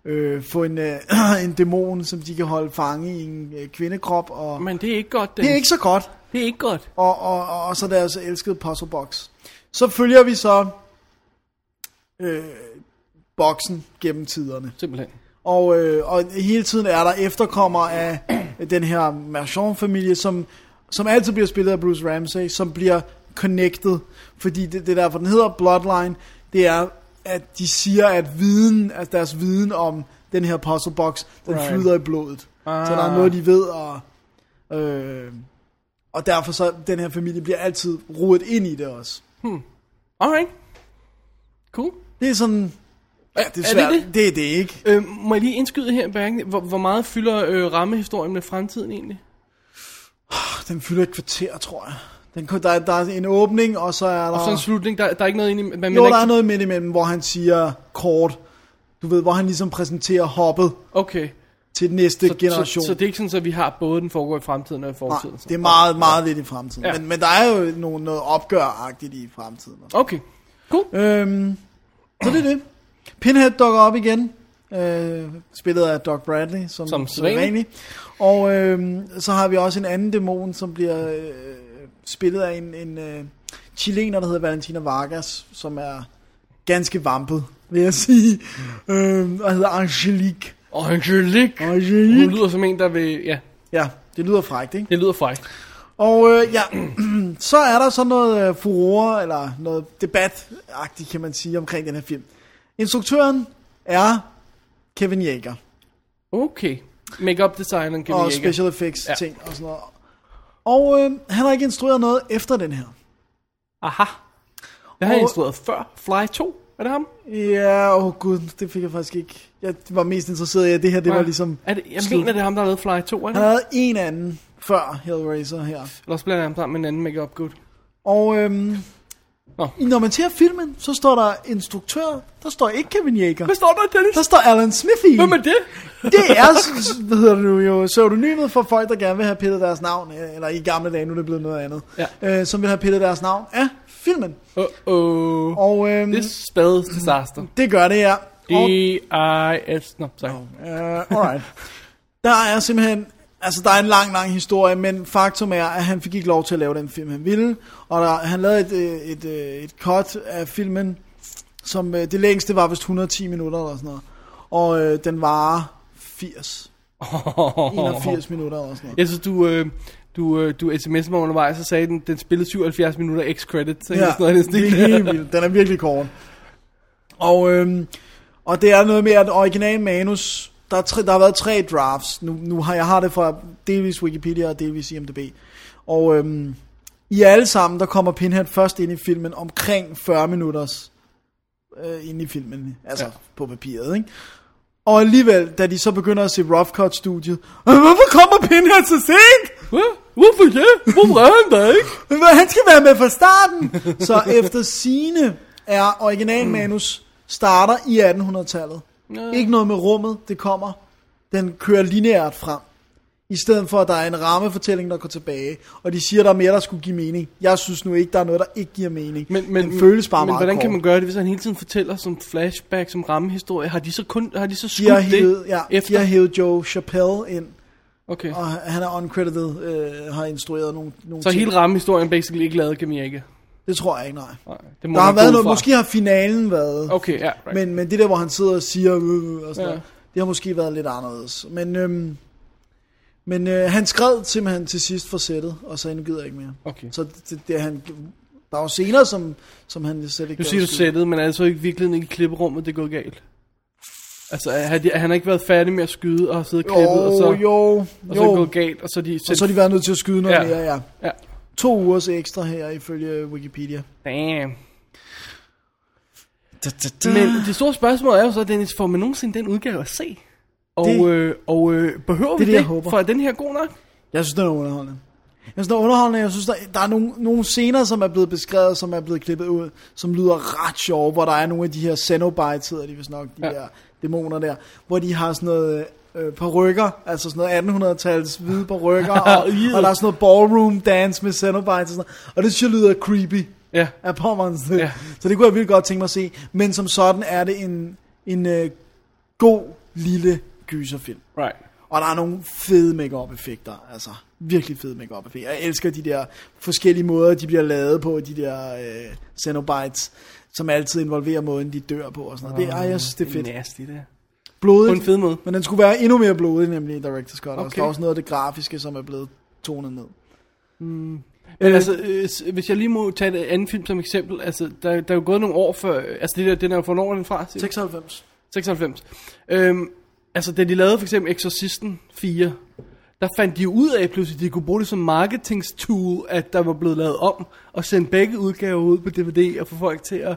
øh, få en, øh, en dæmon, som de kan holde fange i en øh, kvindekrop. Og
Men det er ikke godt,
det er ikke så godt.
det er ikke godt.
Og, og, og, og så deres elskede puzzlebox. Så følger vi så øh, boksen gennem tiderne.
Simpelthen.
Og, øh, og hele tiden er der efterkommer af den her Merchant-familie, som, som altid bliver spillet af Bruce Ramsey, som bliver connected, fordi det, det er derfor, den hedder Bloodline, det er, at de siger, at viden, at deres viden om den her puzzle box, den right.
Right.
flyder i blodet. Ah. Så der er noget, de ved, og, øh, og derfor så, den her familie bliver altid rodet ind i det også.
Alright. Cool.
Det er sådan, ja, det er,
er det
svært.
det?
det er det ikke.
Øh, må jeg lige indskyde her, Bergen, hvor, hvor meget fylder øh, rammehistorien med fremtiden egentlig?
Den fylder et kvarter, tror jeg. Den, kun- der, er- der er en åbning, og så er der...
Og så en slutning, der, der er ikke noget inde i... Man
Ah. jo,
mener
der er
ikke,
noget midt imellem, hvor han siger kort. Du ved, hvor han ligesom præsenterer hoppet
Okay.
til den næste
Så,
generation.
Så, så, det er ikke sådan, at vi har både den foregår i fremtiden og i fortiden?
Nej,
så.
det er meget, meget lidt i fremtiden.
Ja.
Ja. Men, men der er jo nogle, noget opgøragtigt i fremtiden. Også.
Okay. Cool.
Øhm, så det er det. Pinhead dukker op igen. Øh, spillet af Doc Bradley, som,
Som
sædvanlig. Og øh, så har vi også en anden dæmon, som bliver øh, spillet af en, en øh, chilener, der hedder Valentina Vargas, som er ganske vampet, vil jeg sige. Øh, og hedder Angelique.
Og Angelique. Hun
Angelique.
lyder som en, der vil... Ja,
Ja, det lyder frækt, ikke?
det lyder frækt.
Og øh, ja, så er der så noget øh, furore, eller noget debatagtigt, kan man sige, omkring den her film. Instruktøren er Kevin Yeager,
Okay. Make-up designen kan
og
vi ikke.
special effects
Ja.
ja. ting og sådan noget. Og øh, han har ikke instrueret noget efter den her.
Aha. Det har jeg
Og-
instrueret før. Fly 2. Er det ham?
Ja, åh oh gud, det fik jeg faktisk ikke. Jeg var mest interesseret i, at det her, det var ligesom...
Er det, jeg
slut.
mener, det er ham, der har lavet Fly 2, er
Han
det?
havde en anden før Hellraiser her.
Eller også blander jeg ham sammen med en anden make-up gut.
Og øhm,
Nå.
når man ser filmen, så står der instruktør, der står ikke Kevin Yeager.
Hvad står der, Dennis?
Der står Alan Smithy.
Hvem er det?
Det er, s- hvad hedder det nu jo, pseudonymet for folk, der gerne vil have pillet deres navn, øh, eller i gamle dage, nu er det blevet noget andet,
Ja.
øh, som vil have pillet deres navn af filmen.
Uh-oh.
Og øh,
This spells disaster.
det gør det, ja. Og,
D-I-S... Nå, sorry.
øh, alright. Der er simpelthen, altså der er en lang, lang historie, men faktum er, at han fik ikke lov til at lave den film, han ville, og der, han lavede et, øh, et, øh, et cut af filmen, som øh, det længste var vist 110 minutter eller sådan noget, og øh, den varer 80, 81 minutter eller sådan noget.
Jeg synes, du, øh, du, øh, du sms'ede mig undervejs og sagde, at den, den spillede 77 minutter x-credit. Så ja, sådan noget, det,
det er helt vildt. Den er virkelig kort. Og, øhm, og det er noget med, at original manus, der, er tre, der har været tre drafts. Nu, nu har jeg har det fra delvis Wikipedia og delvis IMDb. Og øhm, i alle sammen, der kommer Pinhead først ind i filmen omkring 40 minutters øh, ind i filmen. Altså ja. på papiret, ikke? Og alligevel, da de så begynder at se Rough Cut-studiet, "Øh, hvorfor kommer Pinhead så sent?
Hvad? Hvorfor det? Hvorfor er han der ikke?
Men Han skal være med fra starten. Så efter sine er originalmanus starter i 1800-tallet. Ikke noget med rummet, det kommer. Den kører lineært frem. I stedet for, at der er en rammefortælling, der går tilbage. Og de siger, der er mere, der skulle give mening. Jeg synes nu ikke, der er noget, der ikke giver mening.
Men, men,
Den føles
men,
bare meget
hvordan
kort.
kan man gøre det, hvis han hele tiden fortæller som flashback, som rammehistorie? Har de så kun har de så skudt
de har,
det
hævet, ja, de
efter?
har hævet Joe Chappelle ind,
okay.
og han er uncredited, øh, har instrueret nogle, nogle
Så
ting.
hele rammehistorien basically ikke lavet Gamirka.
Det tror jeg ikke, nej.
Nej, det må
Der har
man gå
været
ud
noget,
fra.
måske har finalen været,
Okay, ja. Right. Men,
men, men det der, hvor han sidder og siger, øh, øh, og sådan
Ja.
ja. noget, det har måske været lidt anderledes. Men, øhm, men øh, han skred simpelthen til sidst for sættet, og så nu gider jeg ikke mere.
okay.
Så det, det, det han, der er jo scener, som, som han slet ikke
Nu
gad
siger du
skyde.
sættet, men er det så ikke virkelig ikke i klipperummet, det er gået galt? Altså, er, har de- har han ikke været færdig med at skyde og har siddet og klippet, og så,
Jo, jo,
og så er det
jo.
gået galt, og så er de...
Og så har de været nødt til at skyde noget
Ja.
ja. mere, ja.
Ja.
To ugers ekstra her, ifølge Wikipedia.
Damn.
Da, da, da.
Men det store spørgsmål er jo så, Dennis, får man nogensinde den udgave at se? Og,
Det-
øh, og øh, behøver vi
det,
det,
jeg håber.
for er den her god nok?
Jeg synes, den er underholdende. Jeg synes, den er underholdende. Jeg synes, der, der er nogle, nogle scener, som er blevet beskrevet, som er blevet klippet ud, som lyder ret sjove, hvor der er nogle af de her Cenobites, hedder de vist nok, de
Ja.
ja. der dæmoner der, hvor de har sådan noget øh, perukker, altså sådan noget 1800-tals hvide perukker, og, og der er sådan noget ballroom dance med Cenobites og sådan noget. Og det synes jeg lyder creepy
Ja.
af Pommerens.
Ja.
Ja. Så det kunne jeg virkelig godt tænke mig at se. Men som sådan er det en, en øh, god lille gyserfilm.
Right.
Og der er nogle fede makeup effekter altså virkelig fede makeup effekter. Jeg elsker de der forskellige måder, de bliver lavet på, de der øh, Cenobites, som altid involverer måden, de dør på og sådan noget. Det, ej, jeg synes, det er fedt.
Nasty, det.
Blodigt.
Ah, På en fed måde.
Men den skulle være endnu mere blodig, nemlig i Director Scott. Okay. Og
Okay.
der er også noget af det grafiske, som er blevet tonet ned.
Men altså, øh, s- hvis jeg lige må tage et andet film som eksempel, altså, der, der er jo gået nogle år før, øh, altså det der, den er jo for når er den fra? siger du?
96.
96. Øhm, altså, da de lavede for eksempel Exorcisten 4, der fandt de jo ud af pludselig, at de kunne bruge det som marketingstool, at der var blevet lavet om, og sende begge udgaver ud på DVD og få folk til at...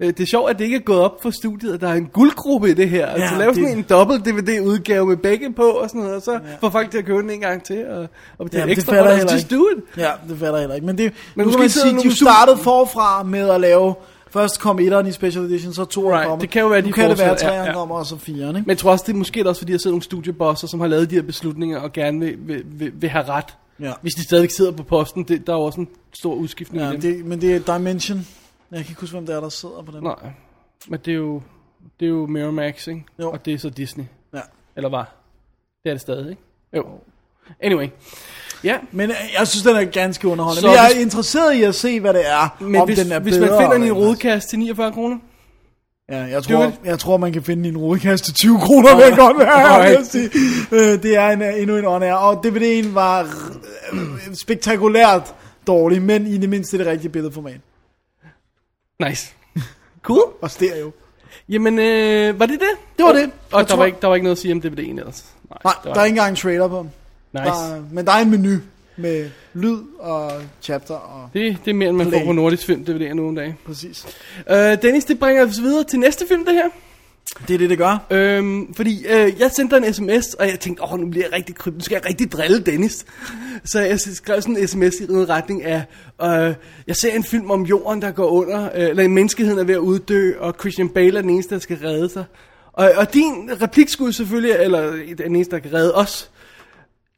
Øh, det er sjovt, at det ikke er gået op for studiet, at der er en guldgruppe i det her. Ja, altså, lave
det-
sådan en dobbelt DVD-udgave med begge på og sådan noget, og så ja. får folk til at købe den en gang til, og, og det er
Jamen, det
ekstra,
fatter
for
jeg heller
just do it.
Ja, det fatter jeg heller ikke. Men, det,
Men
men nu
måske
kan man
sidder
sige, de
nogle
jo
stu-
startede forfra med at lave... Først kom etteren i Special Edition, så toeren
Right,
kommer.
det kan jo være,
nu
de
kan det være, at
fortsætter, ja,
træerne
ja.
kommer, og så firen, ikke?
Men jeg tror også, det er måske også, fordi der sidder nogle studiebosser, som har lavet de her beslutninger og gerne vil, vil, vil, vil have ret.
Ja.
Hvis de stadigvæk sidder på posten, det, der er jo også en stor udskiftning i
Ja,
dem.
det, men det er Dimension. Jeg kan ikke huske, hvem det er, der sidder på den.
Nej, men det er jo, det er jo Miramax, ikke?
Jo.
Og det er så Disney.
Ja.
Eller var. Det er det stadig, ikke? Jo. Anyway. Ja,
Men øh, jeg synes, den er ganske underholdende.
Så
Men jeg
hvis-
er interesseret i at se, hvad det er,
men
om
hvis,
den er
hvis man
bedre.
finder den i en
eller-
rodekasse til 49 kroner.
Ja, jeg
Do
tror,
it.
jeg tror, man kan finde en rodekasse til 20 kroner, vil jeg godt være ærlig at sige. Øh, Det er en, øh, endnu en on air. Og DVD'en var øh, spektakulært dårlig, men i det mindste det rigtige billedformat.
Nice. Cool.
Og stereo.
Jamen, øh, var det det?
Det var det.
Og der,
Jeg tror-
var ikke, der var ikke noget at sige om DVD'en ellers.
Nej,
det var
der er ikke engang en trailer på.
Nice.
Der, er- men der er en menu med lyd og chapter og
Det, det er mere, end man
Play.
får på nordisk film DVD'er nu om dagen.
præcis.
Øh, Dennis, det bringer os videre til næste film, det her.
Det er det, det gør.
Øhm, fordi øh, jeg sendte dig en sms, og jeg tænkte, åh, nu bliver jeg rigtig kryb, nu skal jeg rigtig drille Dennis. Så jeg skrev sådan en sms i den retning af, øh, jeg ser en film om jorden, der går under, øh, eller menneskeheden er ved at uddø, og Christian Bale er den eneste, der skal redde sig. Og, og din replik skulle selvfølgelig, eller den eneste, der kan redde os,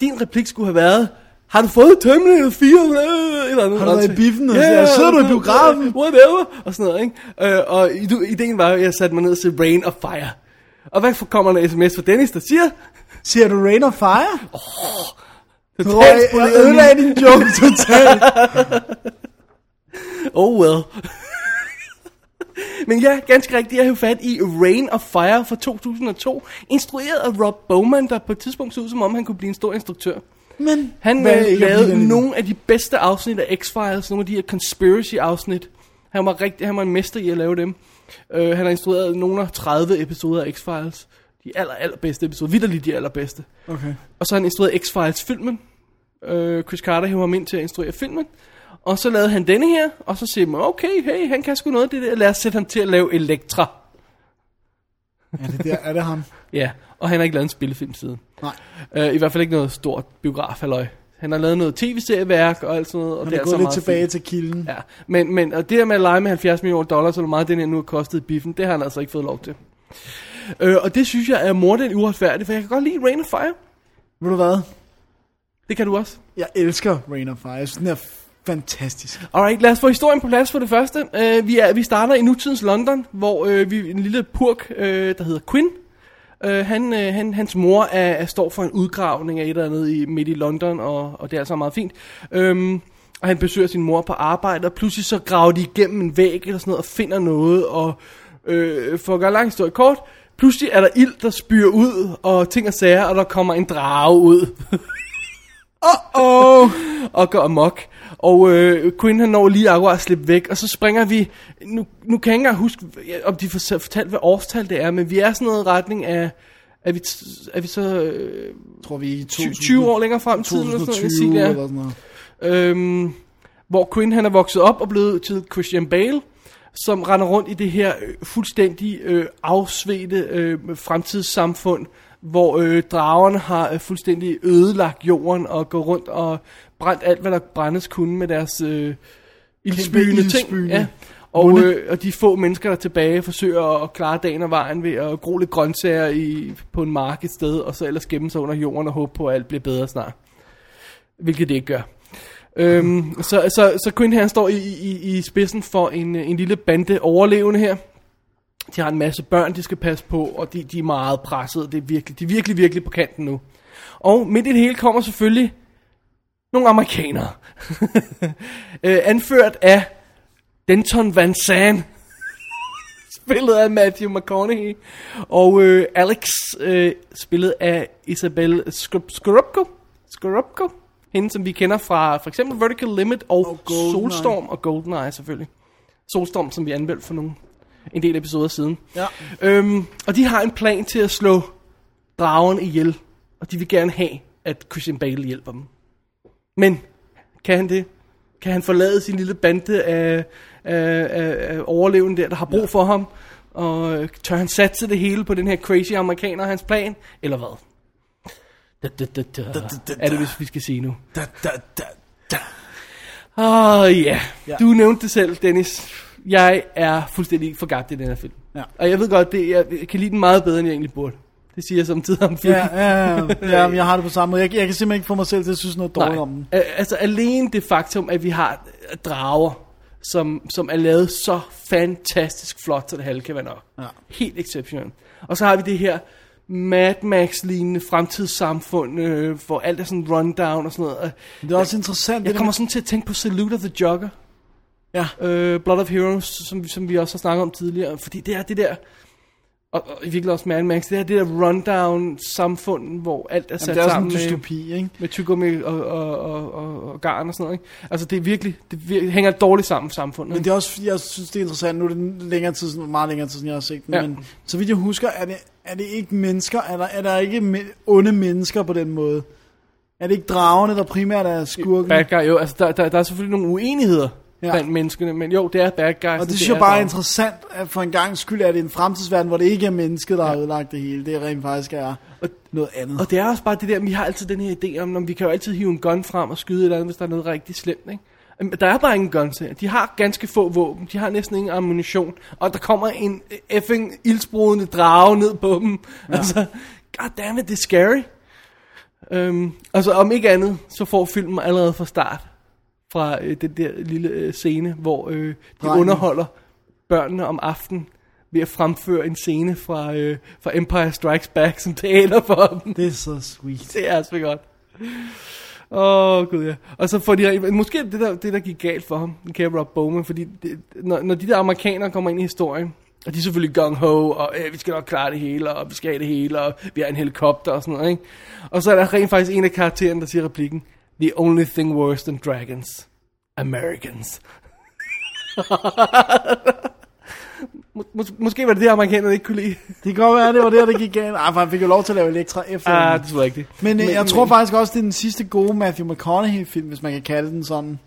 din replik skulle have været, har du fået Terminator 4? Øh, Eller noget,
Har du været i
åndssvagt.
biffen? Altså, sidder du i biografen?
Whatever. Og sådan noget, ikke? Øh, og idu- ideen var, at jeg satte mig ned og se Rain of Fire. Og hvad for- kommer der en sms fra Dennis, der siger?
Ser du Rain of Fire?
Totalt
Tror jeg, jeg
spoleret
ødelagde din joke totalt.
min- Oh well. Men ja, ganske rigtigt, jeg har fat i Rain of Fire fra 2002, instrueret af Rob Bowman, der på et tidspunkt så ud, som om han kunne blive en stor instruktør.
Men
Han
valgte
øh,
ikke at blive
lavede
den
nogle af de bedste afsnit af X-Files, nogle af de her conspiracy-afsnit. Han var, rigtig, han var en mester i at lave dem. Øh, han har instrueret nogle af 30 episoder af X-Files. De aller, allerbedste episoder. Vitterligt de allerbedste.
Okay.
Og så har han instrueret X-Files-filmen. Øh, Chris Carter hævde ham ind til at instruere filmen. Og så lavede han denne her, og så siger man, okay, hey, han kan sgu noget af det der. Lad os sætte ham til at lave Elektra.
Er det, der, er det ham?
Ja, og han har ikke lavet en spillefilm siden.
Nej.
Øh, I hvert fald ikke noget stort biograf halløj. Han har lavet noget tv-serieværk og alt sådan noget. Og
Han
det
er,
er
gået
altså
lidt
meget
tilbage
fint.
til kilden.
Ja, men, men og det der med at lege med 70 millioner dollars, eller hvor meget den her nu har kostet i biffen, det har han altså ikke fået lov til. Øh, og det synes jeg er morden uretfærdigt, for jeg kan godt lide Rain of Fire.
Ved du hvad?
Det kan du også.
Jeg elsker Rain of Fire. Jeg synes, den er fantastisk.
Alright, lad os få historien på plads for det første. Uh, vi, er, vi starter i nutidens London, hvor uh, vi en lille purk, uh, der hedder Quinn, uh, han, uh, han, hans mor er, er, står for en udgravning af et eller andet i, midt i London, og, og det er altså meget fint. Um, og han besøger sin mor på arbejde, og pludselig så graver de igennem en væg eller sådan noget, og finder noget, og øh, for at gøre lang historie kort, pludselig er der ild, der spyr ud, og ting og sager, og der kommer en drage ud. oh, og går amok. Og øh, Quinn han når lige akkurat at slippe væk, og så springer vi, nu, nu kan jeg ikke engang huske, om de får fortalt, hvad årstal det er, men vi er sådan noget i retning af, er vi, t- er vi så øh,
Jeg tror, vi er i
20, 20 år længere frem i tiden, eller sådan noget, jeg siger,
2020
det er.
eller sådan noget.
Øhm, hvor Quinn han er vokset op og blevet til Christian Bale, som render rundt i det her øh, fuldstændig øh, afsvedte øh, fremtidssamfund, hvor øh, dragerne har øh, fuldstændig ødelagt jorden og går rundt og brændt alt, hvad der brændes kunne med deres øh, ildsbyende ting.
ildsbyende
Ja. Og,
munde.
øh, og de få mennesker, der er tilbage, forsøger at- at klare dagen og vejen ved at gro lidt grøntsager i, på en mark et sted, og så ellers gemme sig under jorden og håbe på, at alt bliver bedre snart. Hvilket det ikke gør. Øhm, så, så, så Quinn her står i, i, i spidsen for en, øh, en lille bande overlevende her. De har en masse børn, de skal passe på, og de, de er meget pressede. Det er virkelig, de er virkelig, virkelig på kanten nu. Og midt i det hele kommer selvfølgelig nogle amerikanere. øh, anført af Denton Van Zandt. spillet af Matthew McConaughey. Og øh, Alex, øh, spillet af Isabel Skrub- Skrupko. Skrupko. Hende, som vi kender fra for eksempel Vertical Limit og, og
Goldeneye.
Solstorm og GoldenEye selvfølgelig. Solstorm, som vi anmeldte for nogle, en del episoder siden.
Ja.
Øhm, og de har en plan til at slå dragen ihjel. Og de vil gerne have, at Christian Bale hjælper dem. Men kan han det? Kan han forlade sin lille bande af, af, af, af overlevende der, der har brug for ham? Og øh, tør han satse det hele på den her crazy amerikaner og hans plan? Eller hvad? Da, da, da, da.
da,
Er det, hvis vi skal sige nu?
Da, da, da, da.
Åh oh, ja,
Ja.
yeah. du nævnte det selv, Dennis. Jeg er fuldstændig forgabt i den her film.
Ja.
Og jeg ved godt, det, jeg, jeg kan lide den meget bedre, end jeg egentlig burde. Det siger jeg samtidig om filmen.
Ja, ja, ja, ja, men jeg har det på samme måde. Jeg, jeg kan simpelthen ikke få mig selv til at synes noget dårligt om den.
Nej. Al- Altså alene det faktum, at vi har øh, drager, som, som er lavet så fantastisk flot, så det halve kan være nok.
Ja.
Helt exceptionelt. Og så har vi det her Mad Max-lignende fremtidssamfund, øh, hvor alt er sådan rundown og sådan noget.
Det er også interessant.
Jeg
det
kommer
der-
sådan til at tænke på Salute of the Jogger.
Ja.
øh, Blood of Heroes, som, som vi også har snakket om tidligere, fordi det er det der, og, og i virkeligheden også Mad Max, det er det der rundown samfund, hvor alt er sat
Jamen, det er sådan
sammen
en
med,
dystopi, ikke?
med tyggegummi og, og, og, og, og garn og sådan noget. Ikke? Altså det er virkelig, det vir- hænger dårligt sammen med samfundet.
Men
Ikke?
det er også, fordi jeg synes, det er interessant. Nu er det længere tid siden, meget længere tid siden, jeg har set den.
Ja.
Ja. Men så vidt jeg husker, er det, er det ikke mennesker, er der, er der ikke me- onde mennesker på den måde? Er det ikke dragerne, der primært er skurken?
Bad guy, jo, altså der, der, der er selvfølgelig nogle uenigheder ja.
Ja.
blandt menneskene, men jo, det er bad guy.
Og det synes jeg
er
bare er
bare-
interessant, at for en gang skyld er det en fremtidsverden, hvor det ikke er mennesket, der har ødelagt det hele. Det er rent faktisk er noget andet.
Og det er også bare det der, vi har altid den her idé om, om vi kan jo altid hive en gun frem og skyde et eller andet, hvis der er noget rigtig slemt, ikke? Men Der er bare ingen guns her. De har ganske få våben. De har næsten ingen ammunition. Og der kommer en øh, effing ildsprudende drage ned på dem. Ja. Altså, goddammit, det er scary. Øhm, altså, om ikke andet, så får filmen allerede fra start. Fra øh, den der lille øh, scene, hvor øh, de
Drengen.
underholder børnene om aftenen ved at fremføre en scene fra, øh, fra Empire Strikes Back som teater for dem.
Det er så sweet.
Det er altså godt. Åh, oh, gud ja. Og så får de... Måske er det, der, det, der gik galt for ham, kan Rob Bowman, fordi det, når, når de der amerikanere kommer ind i historien, og de er selvfølgelig gung-ho, og øh, vi skal nok klare det hele, og vi skal have det hele, og vi har en helikopter og sådan noget, ikke? Og så er der rent faktisk en af karaktererne, der siger replikken, The only thing worse than dragons. Americans. Mås- mås- måske var det det, amerikanerne ikke kunne lide.
Det kan godt være, det var der, det gik galt. Ah, Ej, for han fik jo lov til at lave Elektra efter.
Ah, det tror jeg ikke det.
Men, men jeg tror faktisk også, det er den sidste gode Matthew McConaughey-film, hvis man kan kalde den sådan.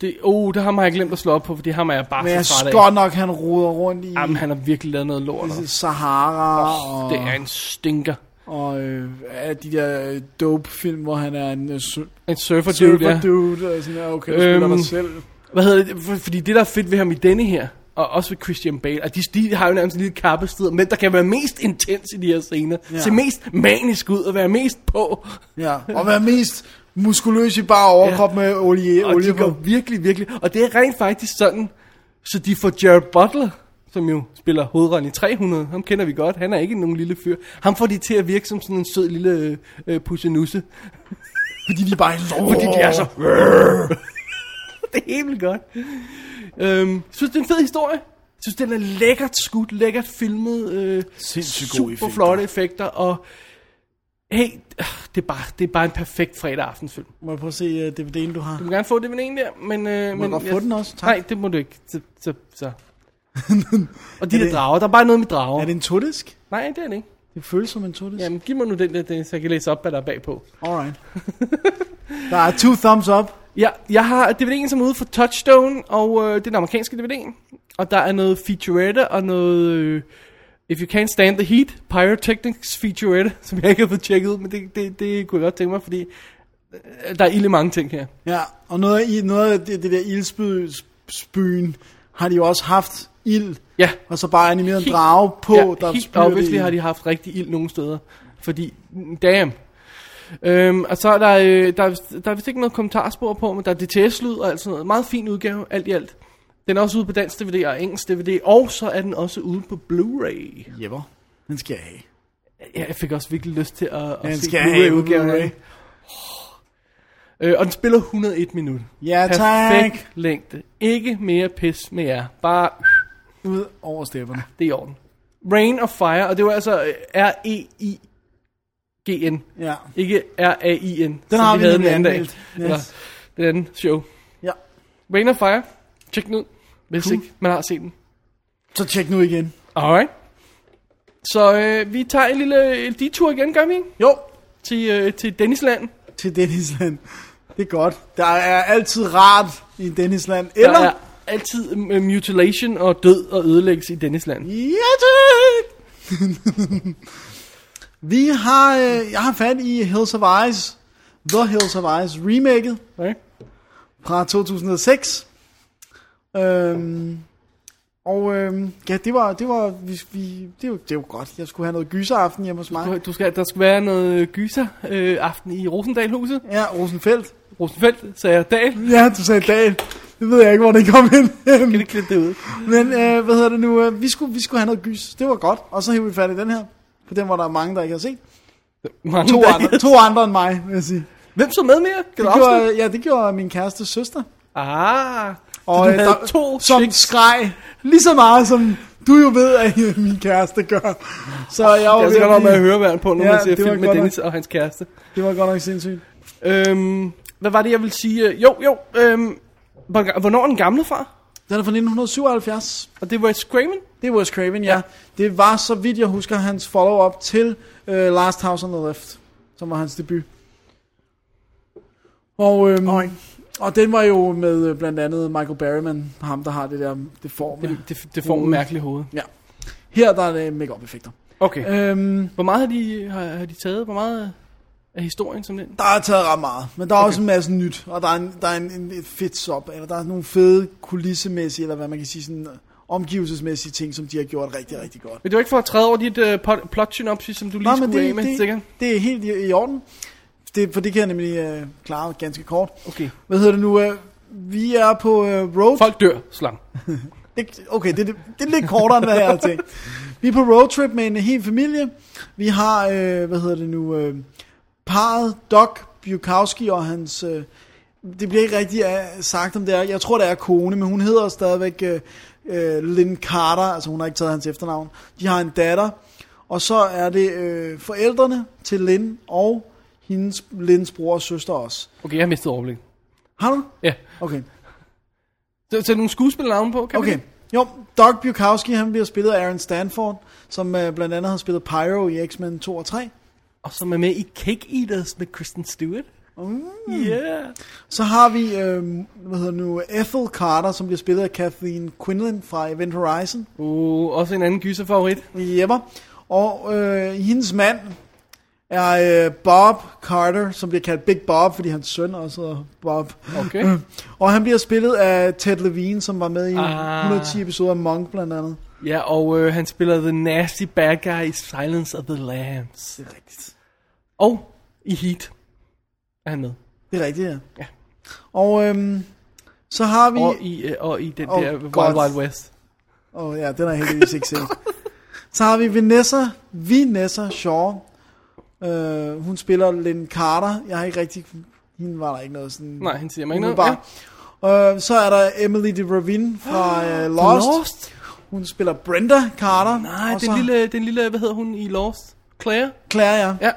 Det, oh, det har jeg glemt at slå op på, fordi ham er jeg bare
Men jeg
så træt
synes
af.
godt nok, han roder rundt i
Jamen, han har virkelig lavet noget lort. altså.
Sahara og,
Det er en stinker.
og øh, alle de der øh, dope-film, hvor han er en øh, sur-
En surfer,
surfer
dude, ja.
dude, og sådan der, okay, du spiller
Øhm.
dig selv.
Hvad hedder det? For- Fordi det, der er fedt ved ham i denne her, og også ved Christian Bale. Og de, de har jo nærmest en lille kappestrid, men der kan være mest intens i de her scener.
Ja.
Ja. Se mest manisk ud og være mest på.
Ja, og være mest muskuløs i bare overkrop ja. med olie,
Og
olie
de går
på.
virkelig, virkelig... Og det er rent faktisk sådan, så de får Jared Butler, som jo spiller hovedrollen i 300, ham kender vi godt, han er ikke nogen lille fyr. Ham får de til at virke som sådan en sød lille øh, øh, pussenusse.
Fordi de bare
Fordi de er så... det er helt vildt godt. Øhm, synes, det er en fed historie. synes, den er lækkert skudt, lækkert filmet. Øh,
Sindssygt
super
gode effekter.
flotte effekter. Og hey, øh, det er bare, det er bare en perfekt fredag aftensfilm.
Må jeg prøve at se uh, DVD'en, du har?
Du må gerne få det med en der, men... Øh,
Må jeg
men
godt få den også? Tak.
Nej, det må du ikke. Så, så, så. og de
Er
der
det-
drager, der er bare noget med drager.
Er det en todisk?
Nej, det er det ikke.
Det føles som en todisk.
Jamen, giv mig nu den der, Dennis, så jeg kan læse op, hvad der er bagpå.
Alright. der er two thumbs up.
Ja, jeg har DVD'en som er ude for Touchstone, og øh, det er den amerikanske DVD. Og der er noget featurette og noget... Øh, If You Can't Stand The Heat, Pyrotechnics featurette, som jeg ikke har fået tjekket ud, men det, det, det kunne jeg godt tænke mig, fordi øh, der er ille mange ting her.
Ja, og noget af, i- noget af det, det der ildspyen har de jo også haft ild.
Ja.
Og så bare animeret en
Helt-
drage på,
ja,
der
helt
spyr det
obviously
ild.
har de haft rigtig ild nogle steder. Fordi, mm, damn. Øhm, og så er der, øh, der, er vist- der er vist ikke noget kommentarspor på, men der er DTS-lyd og alt sådan noget. Meget fin udgave, alt i alt. Den er også ude på dansk DVD og engelsk DVD, og så er den også ude på Blu-ray.
Jepper. Den skal jeg have.
Ja, jeg fik også virkelig lyst til at, at
Den
se
skal jeg have
Blu-ray-udgaven. af
Blu-ray.
den. Øh, og den spiller 101 minut.
Ja, tak.
Perfekt længde. Ikke mere pis med jer. Bare
Ud over stepperne.
Det er i orden. Rain of Fire, og det var altså øh, R-E-I-G-N.
Ja.
Ikke R-A-I-N.
Den
som
har vi
havde den
nemlig
anden dag.
anmeldt. Yes.
Eller den anden show.
Ja.
Rain of Fire. Tjek den ud, hvis
Cool.
cool. ikke man har set den.
Så tjek nu igen.
Alright. Så øh, vi tager en lille øh, detur igen, gør vi ikke?
Jo,
Til, øh, til Dennisland.
til Dennisland. Det er godt. Der er altid rart i Dennisland. Eller?
Der er altid øh, mutilation og død og ødelæggelse i Dennisland.
Ja, tak! Vi har, øh, jeg har fat i Hills of Eyes, The Hills of Eyes remaket
Right?
fra 2006. Øhm, og øhm, ja, det var, det var, vi, vi, det var, det var godt. Jeg skulle have noget gyseraften hjemme hos mig.
Du, du skal, der skal være noget gyser øh, aften i Rosendalhuset.
Ja, Rosenfeldt.
Rosenfeldt, sagde jeg. Dal. Kan
Ja, du sagde dag. Det ved jeg ikke, hvor det kom ind.
du ikke klippe det ud?
Men øh, hvad hedder det nu? øh, Vi skulle, vi skulle have noget gys. Det var godt. Og så hævde vi fat i den her. For den var der mange, der ikke har set.
Mange
To
dage.
andre, to andre end mig, vil jeg sige.
Hvem så med mere? Kan
Det
du afsløre?
gjorde, ja, det gjorde min kærestes søster.
Ah,
Og
og du
øh,
havde der, to
som
chicks.
skreg lige så meget, som du jo ved, at øh, min kæreste gør. Så jeg var
Det er
ved
så godt nok
at
med at
blive-
høre, hvad han på, når
Ja,
ja, man ser
det var
film med
godt nok.
Dennis og hans kæreste.
Det var godt nok sindssygt.
Øhm, hvad var det, jeg ville sige? Øh, Jo, jo, øhm, hvor- hvornår er den gamle fra?
Den er fra 1977.
Og det var et Screamin'?
Det er Wes Craven, ja. ja. Det var, så vidt jeg husker, hans follow-up til uh, Last House on the Left, som var hans debut. Og, øhm, og den var jo med øh, blandt andet Michael Berryman, ham der har det der det form.
Det, det, det får en mærkelig hoved.
Ja. Her der er det make effekter
Okay. Øh,
Øhm,
hvor meget har de, har, har de taget? Hvor meget af historien som den?
der er taget ret meget, men der er okay. også en masse nyt, og der er, en, der er en, en, et fedt sop, eller der er nogle fede kulissemæssige, eller hvad man kan sige, sådan øh, omgivelsesmæssige ting, som de har gjort rigtig, rigtig godt.
Men det var ikke for at træde over dit uh, plot, plot synopsis, som du lige
Nej, men
skulle af
det,
med, sikkert?
det, det er helt i, i orden. Det, for det kan jeg nemlig øh, klare ganske kort.
Okay.
Hvad hedder det nu? Øh, vi er på øh, road...
Folk dør, slam.
Det, okay, det, det, det er lidt kortere, end hvad jeg havde tænkt. Vi er på roadtrip med en hel familie. Vi har, øh, hvad hedder det nu, øh, parret Doc Bukowski og hans... Øh, det bliver ikke rigtig øh, sagt, om det er... Jeg tror, det er kone, men hun hedder stadigvæk øh, øh, Lynn Carter. Altså, hun har ikke taget hans efternavn. De har en datter. Og så er det øh, forældrene til Lynn og hendes, Lynns bror og søster også.
Okay, jeg har mistet overblik.
Har du?
Ja.
Okay.
Så, så er der nogle skuespillernavne på, kan vi
Okay.
det?
Jo, Doc Bukowski, han bliver spillet af Aaron Stanford, som øh, blandt andet har spillet Pyro i X-Men 2 og 3.
Og som er med i Cake Eaters med Kristen Stewart. Mm. Yeah.
Så har vi, øh, hvad hedder det nu, Ethel Carter, som bliver spillet af Kathleen Quinlan fra Event Horizon.
Uh, også en anden gyserfavorit.
Jepper. Og øh, hendes mand er øh, Bob Carter, som bliver kaldt Big Bob, fordi hans søn også hedder Bob.
Okay.
Og han bliver spillet af Ted Levine, som var med i
Ah.
110 episoder af Monk blandt andet.
Ja, og øh, han spiller The Nasty Bad Guy i Silence of the Lambs.
Det er rigtigt.
Og i Heat er han med.
Det er rigtigt, ja.
Ja.
Og øhm, så har vi...
Og i, øh, og i den
Åh,
der Wild
godt.
Wild West.
Åh oh, ja, den har jeg heldigvis ikke set. Så har vi Vanessa, Vanessa Shaw. Uh, hun spiller Lynn Carter. Jeg har ikke rigtig... Hende var der ikke noget sådan...
Nej, hende siger mig ikke
umiddelbart. Øh, så er der Emily de Ravine fra uh, Lost.
Ah, Lost?
Hun spiller Brenda Carter.
Nej,
og
den
så
lille, den lille, hvad hedder hun i Lost? Claire?
Claire, ja.
Ja.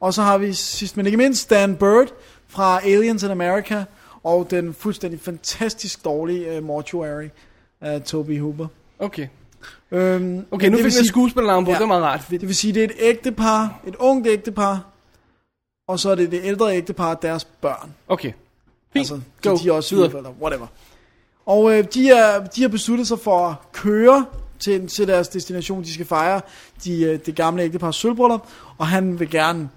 Og så har vi sidst men ikke mindst Dan Bird fra Aliens in America. Og den fuldstændig fantastisk dårlige uh, Mortuary af Toby Hooper.
Okay.
Øhm,
Okay,
men
nu
det vil
fik vi
sige-
skuespillernavn på,
Ja.
det var meget rart.
Det vil sige, det er et ægtepar, et ungt ægtepar, og så er det det ældre ægtepar og deres børn.
Okay. Fint,
Altså,
go,
de er også
videre.
videre. whatever. Og øh, de, er, de har besluttet sig for at køre til, til deres destination. De skal fejre de, øh, det gamle ægtepars sølvbryllup, og han vil gerne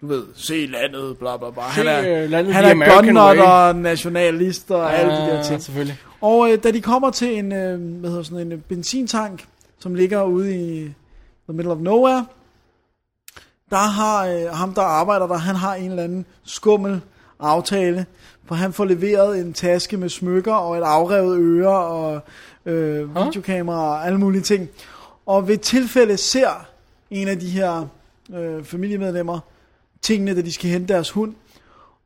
du ved, se landet, bla bla bla. Han er,
øh, landet
han
the
er
American
gunnut
way.
og nationalist og alle de der
Ah,
ting.
Selvfølgelig.
Og øh, da de kommer til en, øh, hvad hedder sådan en øh, benzintank, som ligger ude i the middle of nowhere, der har øh, ham, der arbejder der, han har en eller anden skummel aftale, for han får leveret en taske med smykker og et afrevet øre og øh, videokamera og alle mulige ting. Og ved et tilfælde ser en af de her øh, familiemedlemmer tingene, da de skal hente deres hund,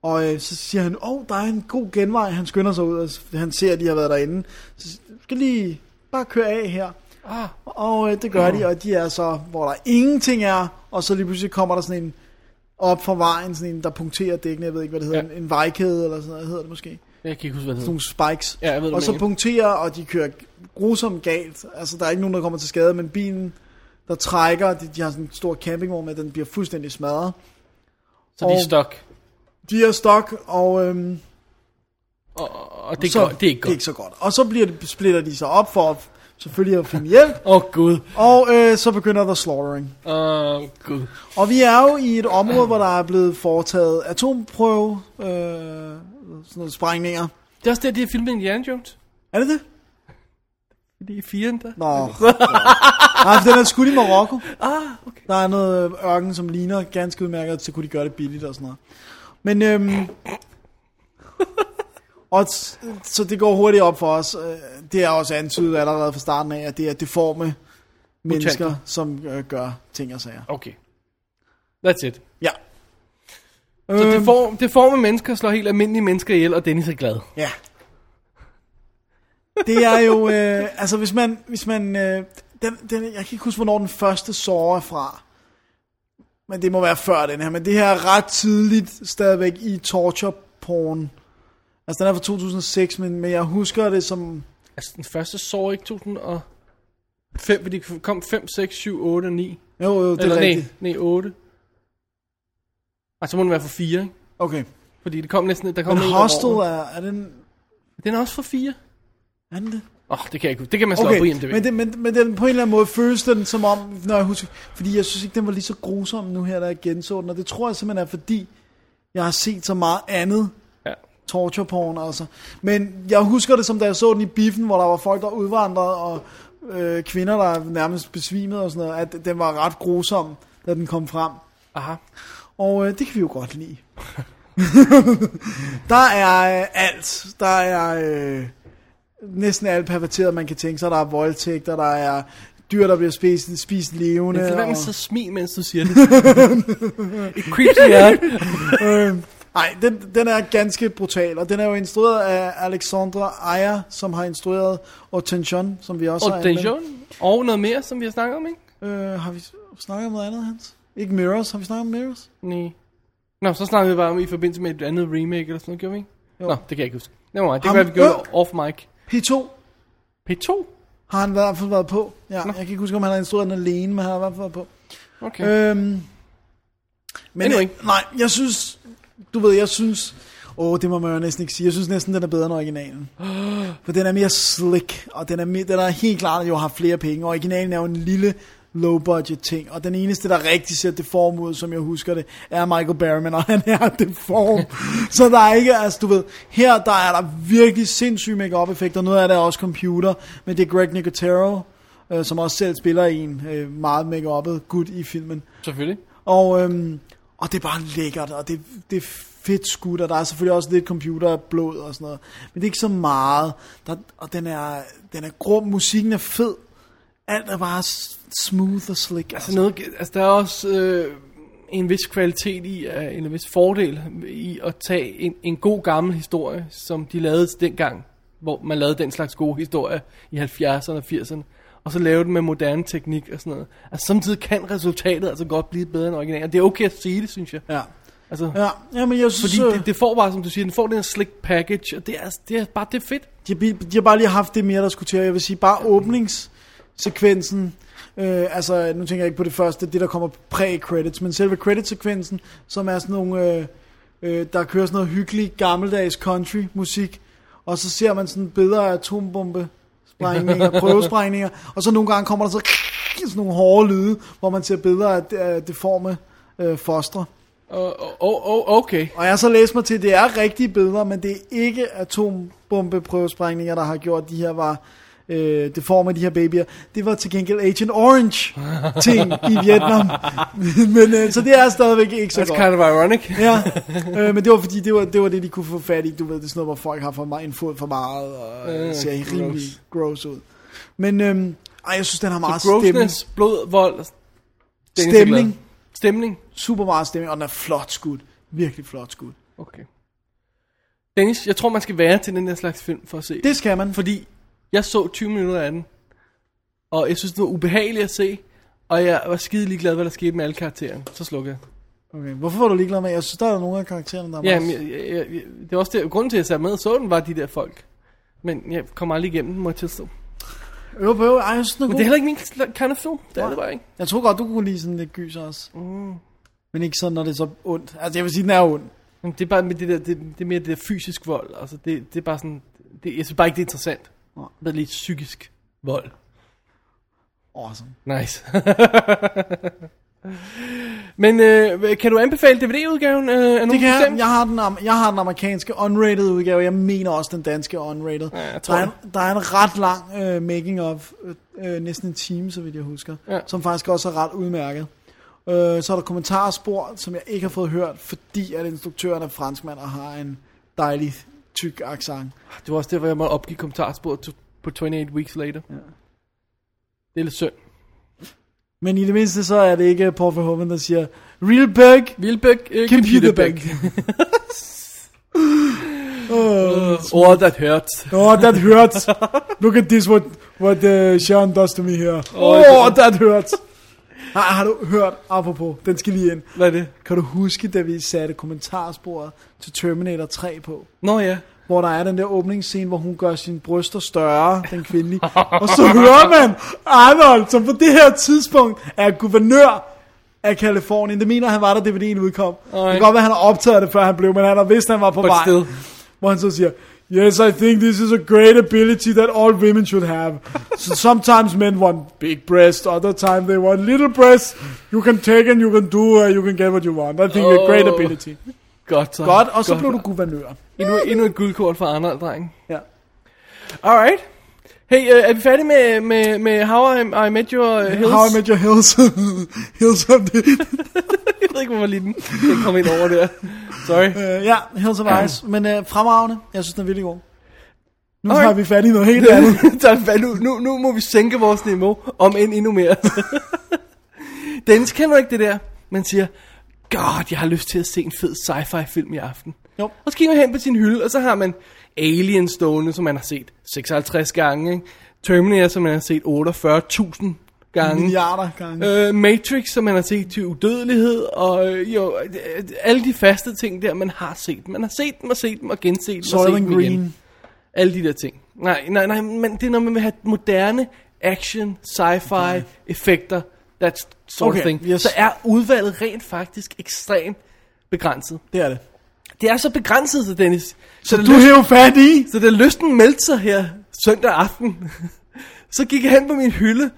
og øh, så siger han, åh, oh, der er en god genvej. Han skynder sig ud, og s- han ser, at de har været derinde. Så s- du skal lige bare køre af her.
Ah.
Og øh, det gør de, og de er så, hvor der ingenting er. Og så lige pludselig kommer der sådan en op fra vejen, sådan en, der punkterer dækkene. Jeg ved ikke, hvad det hedder.
Ja.
Ja. En vejkæde eller sådan noget hedder det måske.
Jeg kan ikke huske, hvad det
Sådan
hedder.
nogle spikes.
Ja, jeg ved, hvad
og
du
så
mener.
punkterer, og de kører grusomt galt. Altså, der er ikke nogen, der kommer til skade, men bilen, der trækker, de, de har sådan en stor campingvogn med, den bliver fuldstændig smadret.
Så de er
og-
stok.
De er stok, og... Øhm,
Og, og det, er
så,
godt, det er ikke
Det er
godt.
ikke så godt. Og så bliver det, splitter de sig op for at- selvfølgelig at finde hjælp,
Åh, oh, Gud.
og øh, så begynder der slaughtering.
Åh, oh, Gud.
Og vi er jo i et område, hvor der er blevet foretaget atomprøve, øh, sådan nogle sprængninger.
Det er også der, de har filmet Indiana Jones.
Er det det?
Det er firen der.
Nå. Nej, for den er skudt i Marokko.
Ah, okay.
Der er noget øh, ørken, som ligner ganske udmærket, så kunne de gøre det billigt og sådan noget. Men, øhm, og s- så det går hurtigt op for os. Øh, Det er også antydet allerede fra starten af, at det er deforme mennesker,
Mutanter.
som øh, gør ting og sager.
Okay. That's it.
Ja.
Så det form, det form af mennesker slår helt almindelige mennesker ihjel, og Dennis er glad.
Ja. Det er jo, øh, altså hvis man, hvis man øh, den, den, jeg kan ikke huske, hvornår den første Saw er fra. Men det må være før den her, men det her er ret tidligt stadigvæk i torture porn. Altså den er fra 2006, men, men jeg husker det som,
Altså, den første så ikke 2005, for de kom 5, 6, 7, 8 og 9.
jo jo, det er
Eller, nej,
rigtigt.
nej, 8. Ej, så må den være for 4, ikke?
Okay,
Fordi det kom næsten... Der kom
men
en om
Hostel
året.
er, er den,
Den er også for 4.
er den det?
Åh, oh, det kan jeg ikke Det kan man slå okay,
Okay,
op på IMDb.
men, det, men, men den, på en eller anden måde føles den som om, når jeg husker, fordi jeg synes ikke, den var lige så grusom nu her, da jeg genså den, og det tror jeg simpelthen er, fordi jeg har set så meget andet
Ja.
torture porn altså. Men jeg husker det som, da jeg så den i biffen, hvor der var folk, der udvandrede, og øh, kvinder, der nærmest besvimede og sådan noget, at den var ret grusom, da den kom frem.
Aha.
Og øh, det kan vi jo godt lide. der er øh, alt. Der er øh, næsten alt perverteret, man kan tænke sig. Der er voldtægter, der er dyr, der bliver spist, spist levende.
Men det er være
og-
med så smil, mens du siger det. It creeps me out.
øh, Nej, den, den er ganske brutal, og den er jo instrueret af Alexandra Ayer, som har instrueret Otension, som vi også
Og
har
den
anmeldt.
Og noget mere, som vi har snakket om, ikke?
Øh, har vi snakket om noget andet, Hans? Ikke Mirrors? Har vi snakket om Mirrors?
Nej. Nå, så snakkede vi bare om i forbindelse med et andet remake eller sådan noget, gjorde vi ikke? Jo.
Jo.
Nå, det kan jeg ikke huske. Det var mig. Det kan
Ham-
være, vi gjorde
Øh.
off mic.
P2
P2?
har han i hvert fald været på. Ja, jeg kan ikke huske, om han har instrueret den alene, men han har i hvert fald været på.
Okay. Øh.
Øhm, men
Anyway.
anyway. nej, jeg synes, du ved, jeg synes, åh, det må man jo næsten ikke sige, jeg synes næsten, den er bedre end originalen. For den er mere slick, og den er, mere, den er helt klart, at jeg har flere penge. Originalen er jo en lille low budget ting. Og den eneste, der rigtig ser det form ud, som jeg husker det, er Michael Berryman, og han er det form. så der er ikke, altså du ved, her der er der virkelig sindssyge make-up effekter. Noget af det er også computer, men det er Greg Nicotero, øh, som også selv spiller en øh, meget make-uppet gut i filmen.
Selvfølgelig.
Og, øhm, og det er bare lækkert, og det, det er fedt skudt, og der er selvfølgelig også lidt computerblod og sådan noget. Men det er ikke så meget. Der, og den er, den er grum, musikken er fed. Alt er bare s- smooth og slick.
Altså, noget, altså der er også øh, en vis kvalitet i, øh, en vis fordel i at tage en, en god gammel historie, som de lavede dengang, hvor man lavede den slags gode historier i 70'erne og 80'erne, og så lave den med moderne teknik og sådan noget. Altså samtidig kan resultatet altså godt blive bedre end originalen. Det er okay at sige det, synes jeg.
ja.
Altså,
Ja, ja, men jeg synes, øh,
Fordi
Fordi
det, det, får bare, som du siger, den får den her slick package, og det er, altså- det er bare det er fedt.
de, har bi- de har bare lige haft det mere, der skulle til. Jeg vil sige, bare åbningssekvensen, øh, altså nu tænker jeg ikke på det første, det der kommer præ-credits, men selve creditsekvensen, som er sådan nogle, øh, øh, der kører sådan noget hyggelig gammeldags country musik, og så ser man sådan billeder af atombombe sprængninger, prøvesprængninger, og så nogle gange kommer der så sådan nogle hårde lyde, hvor man ser billeder af, af deforme øh, fostre.
Og, og, og, og okay.
Og jeg har så læst mig til, at det er rigtige billeder, men det er ikke atombombeprøvesprængninger, der har gjort de her var øh, det form af de her babyer. Det var til gengæld Agent Orange ting i Vietnam. men, øh, så det er stadigvæk ikke så
That's
godt.
kind of ironic.
Ja, øh, men det var fordi, det var, det var det, de kunne få fat i. Du ved, det er sådan noget, hvor folk har for meget, en fod for meget, og øh,
Øh,
ser
gross.
rimelig gross ud. Men øhm, ej, jeg synes, den har meget stemning.
Grossness, blod, vold. og- Dennis er
Stemning.
glad. Stemning.
Super meget stemning, og den er flot skudt. Virkelig flot skudt.
Okay. Dennis, jeg tror, man skal være til den der slags film for at se. Det...
Det skal man.
Fordi jeg så 20 minutter af den, og jeg synes, det var ubehageligt at se, og jeg var skide ligeglad, hvad der skete med alle karaktererne. Så slukkede jeg.
Okay. Hvorfor var du ligeglad med? Jeg synes, der er nogle af karaktererne, der er
Ja,
meget-
men jeg, jeg, jeg, jeg- det er også det, grunden til, at jeg satte med og så den, var de der folk. Men jeg kom aldrig igennem den, må jeg tilstå. Men
Øv på øv, ej, jeg synes, den er
det er
god.
heller ikke min sl- kind of film. Det er det bare ikke.
Jeg tror godt, du kunne lide sådan lidt gys også. Mm. Men ikke sådan, når det er så ondt. Altså, jeg vil sige, den er ond.
Men det er bare med det der, det, det er mere det der fysisk vold. Altså, det, det er bare sådan, det, jeg synes bare ikke, det er interessant.
Nej.
Det er lidt psykisk vold.
Awesome.
Nice. Men øh, kan du anbefale DVD-udgaven øh, af nogen
Det kan jeg.
bestemt?
Jeg har, den, am- jeg har den amerikanske unrated udgave. Jeg mener også den danske unrated.
Ja, jeg tror
der, er en, der er en ret lang øh, making of. Øh, øh, næsten en time, så vidt jeg husker.
Ja.
Som faktisk også er ret udmærket. Øh, så er der kommentarspor, som jeg ikke har fået hørt, fordi at instruktøren er franskmand og har en dejlig tyk accent.
Det var også derfor, jeg måtte opgive kommentarsporet to- på 28 Weeks Later. Ja. Det er lidt synd.
Men i det mindste, så er det ikke Paul Verhoeven, der siger, Real big,
Vilbæk, øh,
Computerbæk. oh,
Ord, der hørt.
oh, that hurts. Look at this, what, what uh, Sean does to me here. Oh, that hurts. Har, har du hørt, apropos, den skal lige ind.
Hvad er det?
Kan du huske, da vi satte kommentarsporet til Terminator 3 på?
Nå ja.
Hvor der er den der åbningsscene, hvor hun gør sine bryster større, den kvindelige. Og så hører man Arnold, som på det her tidspunkt er guvernør af Kalifornien. Det mener han var der, DVD'en udkom. Ej. Det kan godt være, han har optaget det, før han blev, men han har vidst, han var på
But
vej.
still.
Hvor han så siger, Yes, I think this is a great ability that all women should have. So sometimes men want big breasts, other time they want little breasts. You can take and you can do, uh, you can get what you want. I think oh. a great
Åh.
ability.
Godt så.
Godt, og så blev du guvernør.
Endnu, endnu et guldkort for Arnold, dreng.
Ja.
Alright. Hey, øh, er vi færdige med, med, med How I, I Met Your uh, Hills?
How I Met Your Hills. Hills of the...
Jeg ved ikke, hvor man lige den den kom ind over der. Sorry.
Øh, ja, Hills of Ice. Men øh, fremragende. Jeg synes, den er virkelig god. Nu
Alright.
har vi fat i noget helt andet.
Så hvad nu, nu, nu må vi sænke vores niveau, om end endnu mere. Dennis kender ikke det der. Man siger, God, jeg har lyst til at se en fed sci-fi film i aften.
Jo.
Og så kigger man hen på sin hylde, og så har man Alien stående, som man har set 56 gange. Ikke? Terminator, som man har set 48.000 gange.
Milliarder gange.
Øh, Matrix, som man har set til udødelighed, og øh, jo, øh, alle de faste ting der, man har set. Man har set dem og set dem og genset dem og
Soil
set
and
dem igen.
Green.
Alle de der ting. Nej, nej, nej, men det er når man vil have moderne action, sci-fi, okay. effekter, that sort okay,
Okay,
of thing.
yes.
Yes. Så er udvalget rent faktisk ekstremt begrænset.
Det er det.
Det er så begrænset, så Dennis. Så,
Så
da
du
lyst-
er jo fat i.
så da lysten meldte sig her søndag aften, så gik jeg hen på min hylde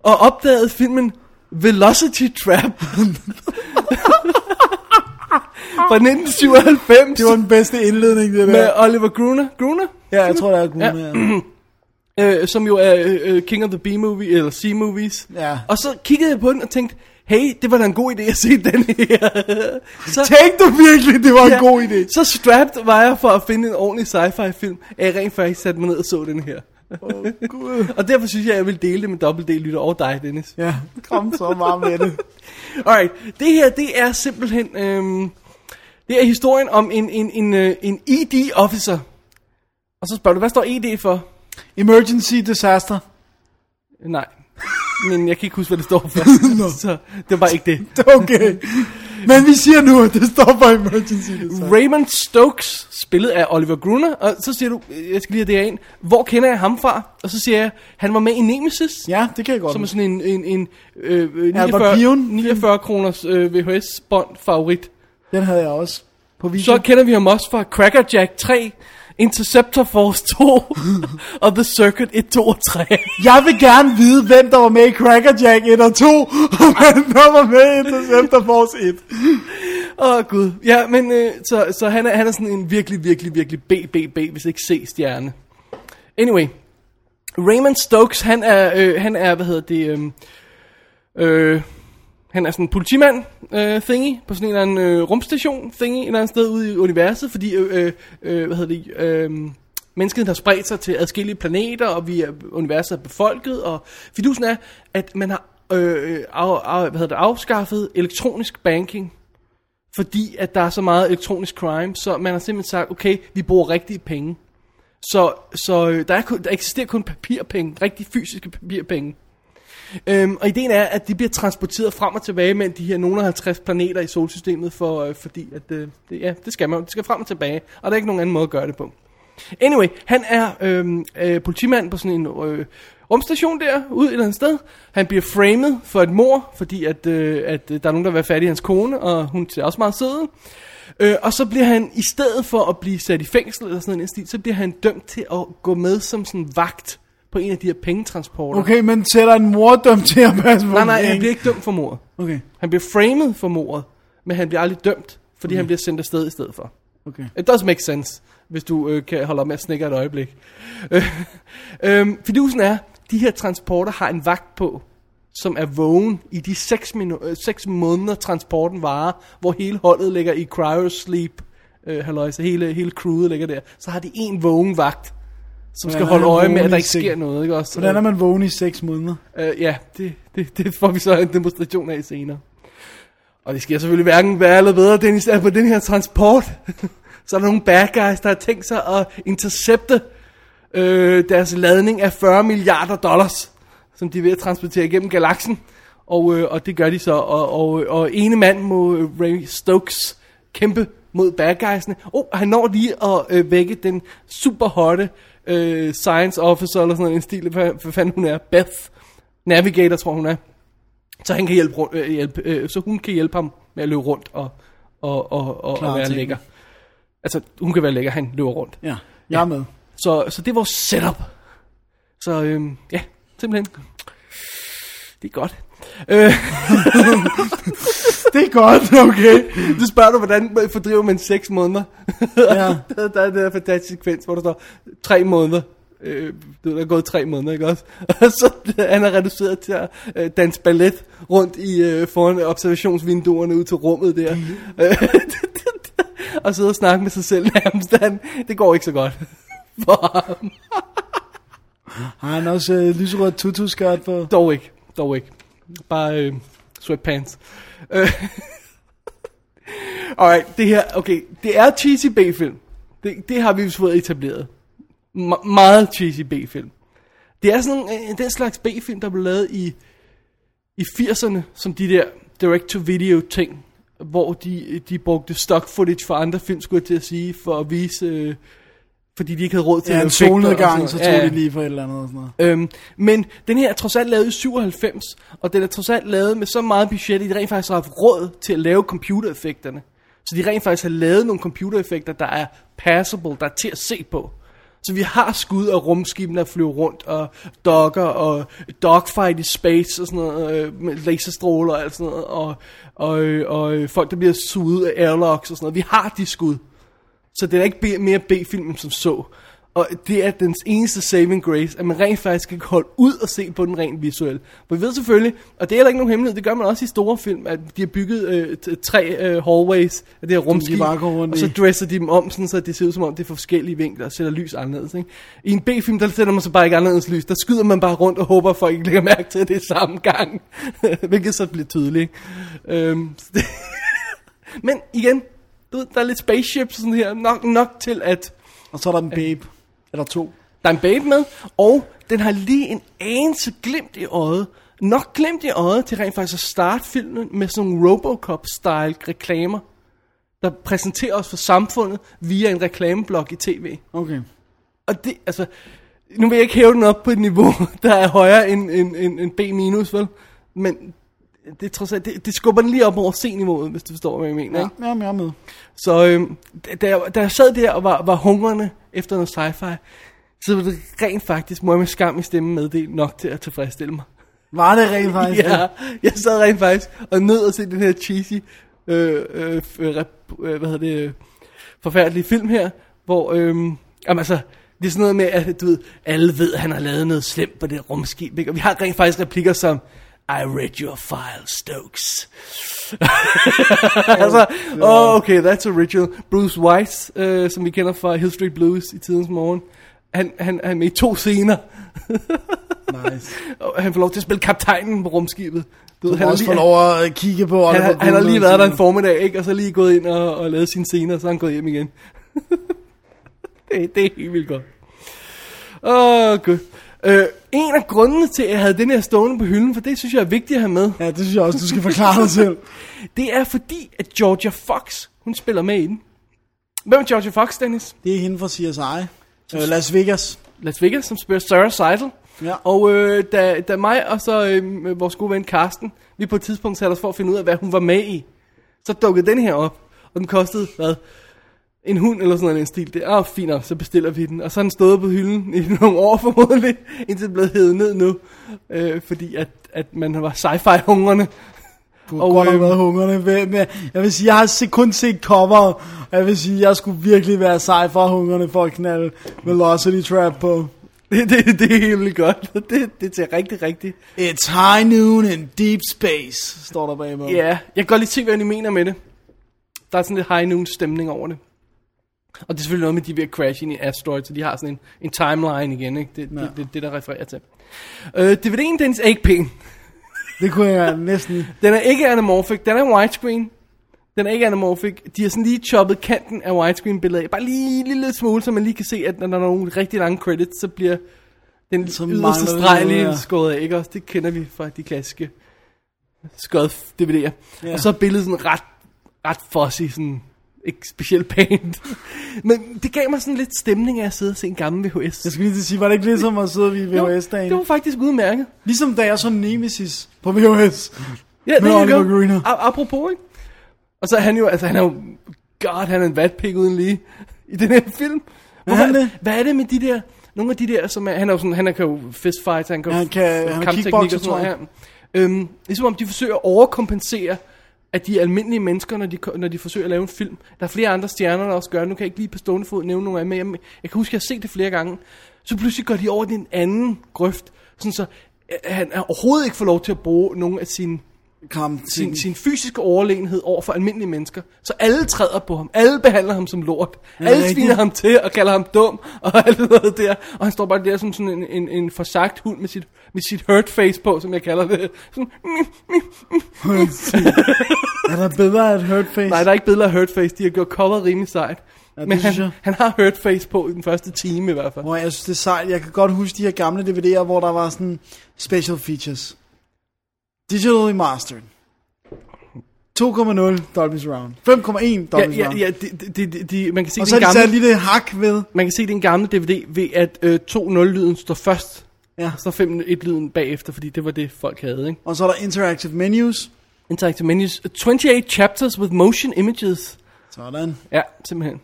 og opdagede filmen Velocity Trap. Fra 1997.
Det var den bedste indledning, det
med
der.
Oliver Gruner. Gruner?
Ja, jeg tror, der er Gruner. Ja.
øh, som jo er øh, øh, King of the B-movie, eller C-movies.
Ja.
Og så kiggede jeg på den og tænkte, hey, det var da en god idé at se den her. så,
Tænkte du virkelig, det var en god idé?
så strapped var jeg for at finde en ordentlig sci-fi film, at jeg rent faktisk satte mig ned og så den her.
Gud.
Og derfor synes jeg, at jeg vil dele det med dobbelt D lytter og dig, Dennis.
Ja, kom så meget med det.
Alright, det her, det er simpelthen, øhm, det er historien om en, en, en, øh, en ED-officer. Og så spørger du, hvad står ED for?
Emergency disaster.
Nej. Men jeg kan ikke huske, hvad det står for. Så det var ikke det.
Okay. Men vi siger nu, at det står for emergency disaster.
Raymond Stokes, spillet af Oliver Gruner, og så siger du, øh, jeg skal lige have det her ind, hvor kender jeg ham fra? Og så siger jeg, han var med i Nemesis,
Ja, det kan jeg godt.
som er sådan en, en, en øh, øh,
Albert
49,
Pion.
49 kroners øh, VHS-bånd favorit.
Den havde jeg også. På video.
Så kender vi ham også fra Cracker Jack 3, Interceptor Force 2 og The Circuit 1, 2 og 3.
Jeg vil gerne vide, hvem der var med i Cracker Jack 1 og 2, og hvem der var med i Interceptor Force 1.
Åh oh, gud. Ja, men øh, så, så han, er, han er sådan en virkelig, virkelig, virkelig BBB, hvis ikke C-stjerne. Anyway. Raymond Stokes, han er, øh, han er hvad hedder det, øh, øh, han er sådan en politimand øh, thingy, på sådan en eller anden øh, rumstation thingy, et eller andet sted ude i universet, fordi, øh, øh, hvad hedder det, øh, mennesket har spredt sig til adskillige planeter, og vi er, universet er befolket, og fidusen er, at man har øh, øh, af, af, hvad hedder det, afskaffet elektronisk banking fordi at der er så meget elektronisk crime, så man har simpelthen sagt, okay, vi bruger rigtige penge. Så, så øh, der, er kun, der eksisterer kun papirpenge, rigtig fysiske papirpenge. Øhm, og ideen er, at de bliver transporteret frem og tilbage mellem de her nogle af 50 planeter i solsystemet, for, øh, fordi at, øh, det, ja, det skal man jo. Det skal frem og tilbage, og der er ikke nogen anden måde at gøre det på. Anyway, han er øhm, øh, politimand på sådan en øh, rumstation der, ude et eller andet sted. Han bliver framed for et mor, fordi at, øh, at øh, der er nogen, der vil være fat i hans kone, og hun ser også meget sød. ud. Øh, og så bliver han, i stedet for at blive sat i fængsel eller sådan en stil, så bliver han dømt til at gå med som sådan vagt på en af de her pengetransporter.
Okay, men sætter en mordøm til at passe på
Nej, nej, han
den,
bliver ikke dømt for mordet.
Okay,
Han bliver framed for mordet, men han bliver aldrig dømt, fordi okay.
Mm.
han bliver sendt afsted i stedet for.
okay.
It does make sense, hvis du øh, kan holde op med at snikke et øjeblik. Øh, øhm, fidusen er, de her transporter har en vagt på, som er vågen i de 6, minu- øh, 6 måneder, transporten varer, hvor hele holdet ligger i cryosleep, øh, halløjse, hele, hele crewet ligger der. Så har de en vågen vagt, som skal
Hvordan er
holde
han
øje med,
vågen
at der
i
ikke
seng?
sker noget. Ikke? Også,
Hvordan er man vågen i 6 måneder?
Øh, ja, det, det, det får vi så en demonstration af senere. Og det sker selvfølgelig hverken værre eller bedre, Dennis, at på den her transport, så er der nogle bad guys, der har tænkt sig at intercepte øh, deres ladning af 40 milliarder dollars, som de er ved at transportere igennem galaksen. Og, øh, og det gør de så, og, og, og ene mand må øh, Ray Stokes kæmpe mod bad guysene. Oh, han når lige at øh, vække den super hotte øh, science officer, eller sådan en stil, hvad, hvad fanden hun er, Beth Navigator, tror hun er. Så han kan hjælpe, rundt, øh, hjælpe øh, så hun kan hjælpe ham med at løbe rundt og, og, og, og, og
Klare
være
tingene.
lækker. Altså, hun kan være lækker, han løber rundt.
Ja, jeg er med.
Så, så det er vores setup. Så øhm, ja, simpelthen. Det er godt. Øh,
Det er godt, okay.
du spørger du, hvordan man fordriver man 6 måneder?
Ja.
der, der er den her fantastiske sekvens, hvor der står 3 måneder. Øh, du ved, der er gået 3 måneder, ikke også? Og så øh, han er reduceret til at øh, danse ballet rundt i øh, foran observationsvinduerne ud til rummet der. Øh, og sidde og snakke med sig selv nærmest. Han, det går ikke så godt. For ham.
Har han også øh, lyserød tutu-skørt på?
Dog ikke. Dog ikke. Bare øh, sweatpants. Øh. Alright, det her, okay, det er cheesy B-film. Det, det har vi jo fået etableret. Me- meget cheesy B-film. Det er sådan øh, den slags B-film, der blev lavet i, i 80'erne, som de der direct-to-video ting, hvor de, de brugte stock footage fra andre film, skulle jeg til at sige, for at vise, øh, fordi de ikke havde råd til
Ja, en
effekter og sådan
solnedgang,
noget.
så tog
Ja, ja.
de lige for et eller andet og sådan noget.
Øhm, men den her er trods alt lavet i 97, og den er trods alt lavet med så meget budget, at de rent faktisk har haft råd til at lave computereffekterne. Så de rent faktisk har lavet nogle computereffekter, der er passable, der er til at se på. Så vi har skud af rumskibene at flyve rundt, og dokker, og dogfight i space, og sådan noget, øh, med laserstråler og alt sådan noget, og, og, øh, og øh, folk, der bliver suget af airlocks og sådan noget. Vi har de skud. Så det er ikke B- mere B-film som så. Og det er dens eneste saving grace, at man rent faktisk kan holde ud og se på den rent visuelle. For vi ved selvfølgelig, og det er heller ikke nogen hemmelighed, det gør man også i store film, at de har bygget øh, t- tre øh, hallways af det her rumskib,
bare går rundt
og så
i.
dresser de dem om, sådan, så det ser ud som om, det er fra forskellige vinkler og sætter lys anderledes. Ikke? I en B-film, der sætter man så bare ikke anderledes lys. Der skyder man bare rundt og håber, at folk ikke lægger mærke til, at det er samme gang. Hvilket så bliver tydeligt. ikke? Øhm, så det, men igen, du ved, der er lidt spaceships sådan her, nok, nok til at
Og så er der en babe. Eller to.
der er en babe med, og den har lige en anelse glimt i øjet, nok glimt i øjet til rent faktisk at starte filmen med sådan nogle Robocop-style reklamer, der præsenterer os for samfundet via en reklameblok i tv.
Okay.
Og det, altså, nu vil jeg ikke hæve den op på et niveau, der er højere end, end, end, end B-, vel? Men det, er trods alt, det, det skubber den lige op over C-niveauet, hvis du forstår, hvad jeg mener.
Ja,
ikke?
ja jeg er med.
Så øhm, da- da, jeg, da jeg sad der og var, var hungrende efter noget sci-fi, så var det rent faktisk, må jeg med skam i stemmen meddele nok til at tilfredsstille mig.
Var det rent faktisk?
Ja, jeg sad rent faktisk og nød at se den her cheesy, øh, øh, f- øh, rep- øh, hvad hedder det, øh, forfærdelige film her, hvor, øh, jamen altså, det er sådan noget med, at du ved, alle ved, at han har lavet noget slemt på det rumskib, ikke? og vi har rent faktisk replikker som, I read your file, Stokes. altså, oh, okay, that's a ritual. Bruce Weiss, øh, som vi kender fra Hill Street Blues i tidens morgen, han, han, han er med i to scener,
Nice.
og han får lov til at spille kaptajnen på rumskibet. Du ved,
Du må også få lov at øh, kigge
han,
på Oliver
har, han har lige
Goldman
været der en
sådan.
formiddag, ikke? Og så lige gået ind og, og lavet sine scener, og så er han gået hjem igen. det, det er helt vildt godt. Åh, oh, gud. Øh, en af grundene til, at jeg havde den her stående på hylden, for det synes jeg er vigtigt at have med,
Ja, det synes jeg også, du skal forklare dig selv.
det er fordi, at Georgia Fox, hun spiller med i den. Hvem er Georgia Fox, Dennis?
Det er hende fra CSI. Øh, Las Vegas.
Las Vegas, som spiller Sarah Seidel.
Ja.
Og øh, da, da mig og så øh, vores gode ven Karsten, vi på et tidspunkt satte os for at finde ud af, hvad hun var med i, så dukkede den her op, og den kostede, hvad, en hund eller sådan noget i den stil. Det er oh, fint, nok, så bestiller vi den. Og så har den stået på hylden i nogle år formodentlig, indtil den blev hævet ned nu, øh, fordi at, at man var sci-fi hungrende.
Du har
Og,
godt nok
øhm,
været hungrende. Med, med, jeg vil sige, jeg har se- kun set cover. Jeg vil sige, jeg skulle virkelig være sej for hungrende for at knalde Velocity Trap på.
Det, det, det er helt vildt godt. Det, det ser rigtig, rigtig
It's high noon in deep space, står der bagpå.
Ja, jeg kan godt lige se, hvad de mener med det. Der er sådan lidt high noon stemning over det. Og det er selvfølgelig noget med, at de er ved at crash ind i asteroids, så de har sådan en, en timeline igen, ikke? Det er det, det, det, der refererer til. Øh, DVD'en, den er ikke pæn.
Det kunne jeg næsten...
Den er ikke anamorphic, den er widescreen. Den er ikke anamorphic. De har sådan lige choppet kanten af widescreen billedet. Bare lige en lille smule, så man lige kan se, at når der er nogle rigtig lange credits, så bliver den
Så
så
mangler
yderste
der
streg
noget,
lige
ja.
skåret af, ikke også? Det kender vi fra de klassiske skåret DVD'er. Og så er billedet sådan ret, ret fuzzy, sådan ikke specielt pænt. Men det gav mig sådan lidt stemning af at sidde og se en gammel VHS.
Jeg skulle lige til at sige, var det ikke ligesom at sidde i
Jo,
VHS-dagen?
det var faktisk udmærket.
Ligesom da jeg så Nemesis på VHS.
Ja, det
Med
er
Oliver Greener.
A- apropos, ikke? Og så er han jo, altså han er jo, god, han er en vatpik uden lige i den her film. Hvad,
han det?
hvad er det med de der, nogle af de der, som er, han er jo sådan, han kan jo fistfight, han kan,
Ja, han kan- han er kickboxer, tror jeg.
Ja. Øhm, ligesom om de forsøger at overkompensere, at de almindelige mennesker, når de, ko- når de forsøger at lave en film. Der er flere andre stjerner, der også gør det. Nu kan jeg ikke lige på stående fod nævne nogle af dem, men jeg, jeg kan huske, at jeg har set det flere gange. Så pludselig går de over i den anden grøft, sådan så øh, han er overhovedet ikke får lov til at bruge nogen af sine
Kom til
sin, sin fysiske overlegenhed over for almindelige mennesker. Så alle træder på ham. Alle behandler ham som lort.
det
Alle
rigtigt?
sviner ham til og kalder ham dum og alt noget der. Og han står bare der som sådan en, en, en forsagt hund med sit, med sit hurt face på, som jeg kalder det. Sådan, mm,
Er der bedre at Hurt Face?
nej, der er ikke billeder af hurt face. De har gjort coveret rimelig sejt. Ja,
det
Men
synes jeg.
han, han har hurt face på i den første time i hvert fald.
Hvor jeg synes, det er sejt. Jeg kan godt huske de her gamle DVD'er, hvor der var sådan special features. Digital Remastered. 2,0 Dolby Surround. 5,1
Ja,
Dolby
ja,
Surround.
ja de, de, de, de, de, man kan se
Og
den
så er de
gamle,
sat lige det hak ved.
man kan se den gamle DVD ved at øh, 2.0-lyden står først.
Ja.
Og så 5.1-lyden bagefter, fordi det var det, folk havde, ikke?
Og så er der interactive menus.
Interactive menus. 28 chapters with motion images.
Sådan.
Ja, simpelthen.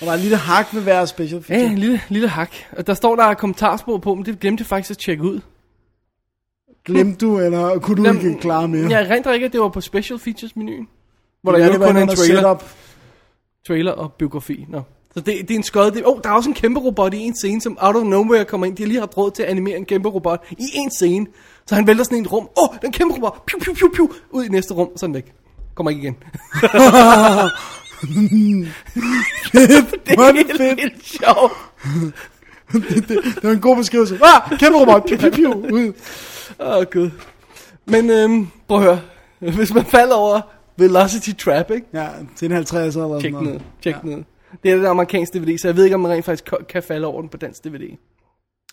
Og der er et lille hak ved hver special feature.
Ja, en lille, lille hak. Og der står, der er kommentarspor på, men det glemte jeg faktisk at tjekke ud.
Glemte du, eller kunne du ikke klare mere?
Jeg rent ikke, at det var på special features menuen. Hvor
Hvor
der
der
jo
det var
kun er en
en
trailer.
setup. Trailer.
trailer og biografi. Nå. Så det, det er en skød. Det, oh, der er også en kæmpe robot i en scene, som out of nowhere kommer ind. De har lige haft råd til at animere en kæmpe robot i en scene. Så han vælter sådan en rum. Åh, oh, den kæmpe robot. Piu, piu, piu, piu. Ud i næste rum. Sådan væk. Kommer ikke igen.
Det var det fedt.
Helt sjovt.
Det var en god beskrivelse. Ah, kæmpe robot. Piu, piu, piu. Ud.
Åh, oh, gud. Men øhm, prøv at høre. Hvis man falder over Velocity Trap, ikke?
Ja, til en 50 eller
Tjek
sådan
ned.
noget.
Tjek ja. ned. Det er det amerikanske DVD, så jeg ved ikke, om man rent faktisk kan falde over den på dansk DVD.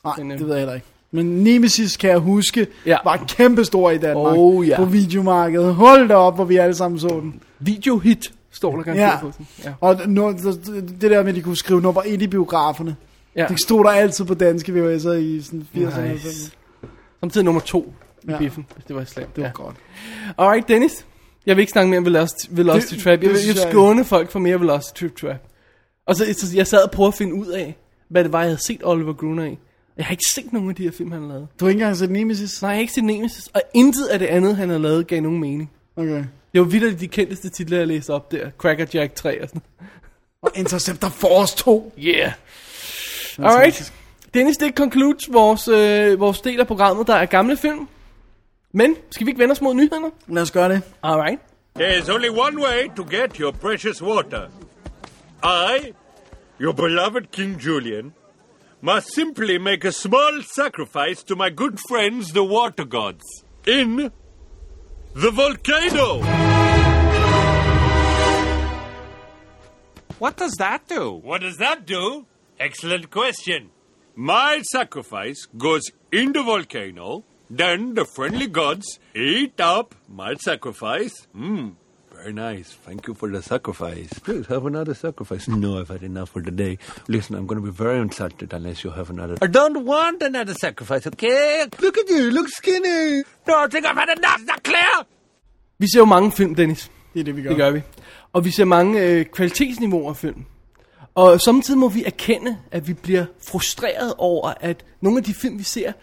Nej,
Men, øh,
det ved jeg heller ikke. Men Nemesis, kan jeg huske,
Ja.
var kæmpestor i Danmark
Oh, ja.
på videomarkedet. Hold da op, hvor vi alle sammen så den.
Videohit står der garanteret
Ja.
på den. Ja.
Og nu, det der med, at de kunne skrive nummer 1 i biograferne.
ja.
Det stod der altid på danske VHS'er i sådan 80'erne.
Nice. Samtidig nummer to i
Ja.
biffen, hvis det var slemt.
Det var
ja.
godt.
Alright, Dennis. Jeg vil ikke snakke mere om Velocity, Velocity
Det-
Trap. Jeg vil,
det
jeg
synes
vil
jeg
skåne folk for mere Velocity Trap. Og så, så jeg sad og prøvede at finde ud af, hvad det var, jeg havde set Oliver Gruner i. Jeg har ikke set nogen af de her film, han har lavet.
Du har ikke engang set Nemesis?
Nej, jeg har ikke set Nemesis, og intet af det andet, han har lavet, gav nogen mening.
Okay.
Det var vildt de kendteste titler, jeg læste op der. Cracker Jack 3 og sådan
Og Interceptor Force 2.
Yeah. Alright. Dennis, det concludes vores, øh, vores del af programmet, der er gamle film. Men skal vi ikke vende os mod nyhederne?
Lad os gøre det.
Alright.
There is only one way to get your precious water. I, your beloved King Julian, must simply make a small sacrifice to my good friends, the water gods, in the volcano.
What does that do?
What does that do? Excellent question. My sacrifice goes in the volcano, then the friendly gods eat up my sacrifice. Mmm. Very nice. Thank you for the sacrifice. Please have another sacrifice. No, I've had enough for the day. Listen, I'm going to be very insulted unless you have another. I don't want another sacrifice, okay? Look at you. Look skinny. No, I think I've had enough. Is that clear?
Vi ser jo mange film, Dennis.
Det er det, vi gør.
Det gør vi. Og vi ser mange øh, kvalitetsniveauer af film. Og samtidig må vi erkende, at vi bliver frustreret over, at nogle af de film, vi ser,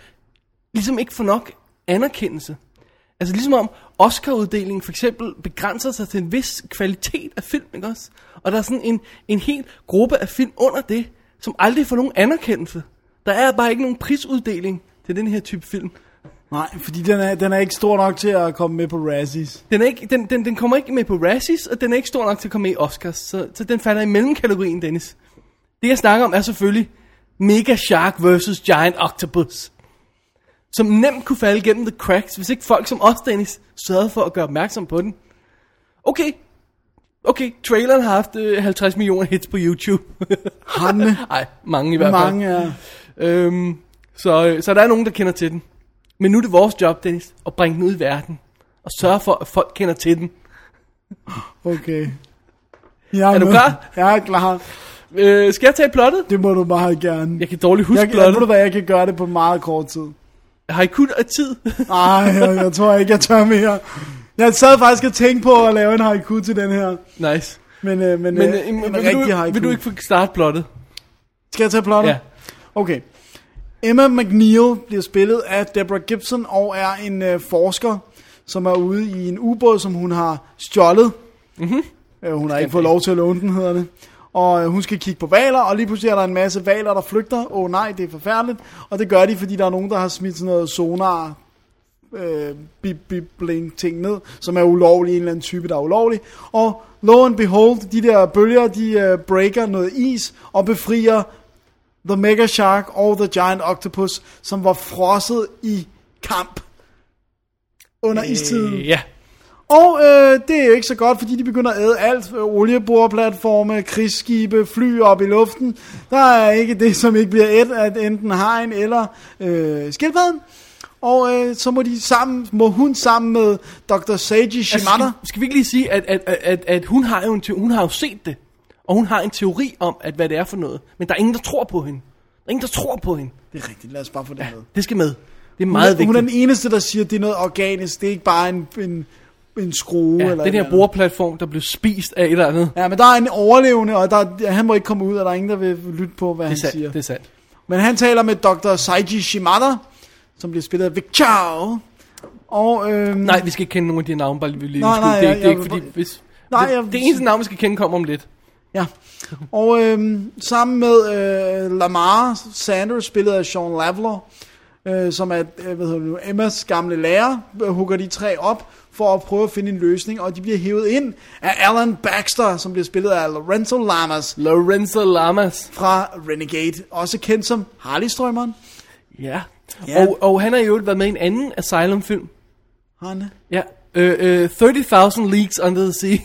ligesom ikke får nok anerkendelse. Altså ligesom om Oscar-uddelingen for eksempel begrænser sig til en vis kvalitet af film, ikke også? Og der er sådan en, en hel gruppe af film under det, som aldrig får nogen anerkendelse. Der er bare ikke nogen prisuddeling til den her type film.
Nej, fordi den er, den er ikke stor nok til at komme med på Razzies.
Den, er ikke, den, den, den kommer ikke med på Razzies, og den er ikke stor nok til at komme med i Oscars, så, så den falder i mellemkategorien, Dennis. Det jeg snakker om er selvfølgelig Mega Shark vs. Giant Octopus, som nemt kunne falde gennem the cracks, hvis ikke folk som os, Dennis, sørgede for at gøre opmærksom på den. Okay, okay, traileren har haft øh, 50 millioner hits på YouTube.
Har den det?
Nej, mange i hvert fald.
Mange er...
Øhm, så, øh, så der er nogen, der kender til den. Men nu er det vores job, Dennis, at bringe den ud i verden. Og sørge for, at folk kender til den.
Okay. Jeg
Er du
med.
klar?
Jeg er klar.
Øh, skal jeg tage plottet?
Det må du meget gerne.
Jeg kan dårligt huske
jeg,
jeg,
jeg, ved
plottet.
du hvad, jeg kan gøre det på meget kort tid.
Har I kun af tid?
Nej, jeg, jeg tror ikke, jeg tør mere. Jeg sad faktisk og tænkte på at lave en haiku til den her.
nice.
Men, øh, men,
Men,
øh,
øh,
en
men vil,
rigtig
du,
haiku.
vil du ikke få starte plottet?
Skal jeg tage plottet?
Ja.
Okay. Emma McNeil bliver spillet af Deborah Gibson og er en øh, forsker, som er ude i en ubåd, som hun har stjålet. Mm-hmm. Øh, hun har ikke fået lov til at låne den, hedder det. Og øh, hun skal kigge på valer, og lige pludselig er der en masse valer, der flygter. Åh oh, nej, det er forfærdeligt. Og det gør de, fordi der er nogen, der har smidt sådan noget sonar øh, bip, bip, bling ting ned, som er ulovlig, en eller anden type, der er ulovlig. Og lo and behold, de der bølger, de øh, breaker noget is og befrier The Mega Shark og The Giant Octopus, som var frosset i kamp under istiden.
Øh, Ja.
Og øh, det er jo ikke så godt, fordi de begynder at æde alt. Øh, Olieboreplatforme, krigsskibe, fly op i luften. Der er ikke det, som ikke bliver et af enten hegn eller øh, skildpadden. Og øh, så må de sammen, må hun sammen med Dr. Seiji Shimada.
skal, skal vi ikke lige sige, at, at, at, at, at hun, har jo en te- hun har jo set det. Og hun har en teori om, at hvad det er for noget. Men der er ingen, der tror på hende. Der er ingen, der tror på hende.
Det er rigtigt, lad os bare få det med.
Det skal med. Det er
Hun
meget
er, hun er
vigtigt.
den eneste, der siger, at det er noget organisk. Det er ikke bare en, en en skrue.
Ja,
eller
den
et
her
eller andet.
brugerplatform, der blev spist af et eller andet.
Ja, men der er en overlevende, og der, han må ikke komme ud, og der er ingen, der vil lytte på, hvad han
Det er
siger.
sandt, det er sandt.
Men han taler med Dr. Saiji Shimada, som bliver spillet af Vic Chao. Og, øhm,
Nej, vi skal ikke kende nogen af de navne, bare lige lige nej,
Nej,
nej,
nej,
det, er
jeg-
ikke- det er
jeg
ikke
vil
fordi,
bare-
hvis...
Nej,
det,
jeg-
det eneste navn, vi skal kende, kommer om lidt.
Ja. Og øhm, sammen med øh, Lamar Sanders, spillet af Sean Lavler, øh, som er øh, hvad hedder det nu, Emmas gamle lærer, øh, hugger de tre op for at prøve at finde en løsning, og de bliver hævet ind af Alan Baxter, som bliver spillet af Lorenzo Lamas
Lorenzo Lamas.
fra Renegade, også kendt som Harley-strømmeren.
Ja.
Ja.
Og, og han har jo været med i en anden Asylum-film.
Han,
Ja. Øh, øh, 30.000 Leagues Under the Sea.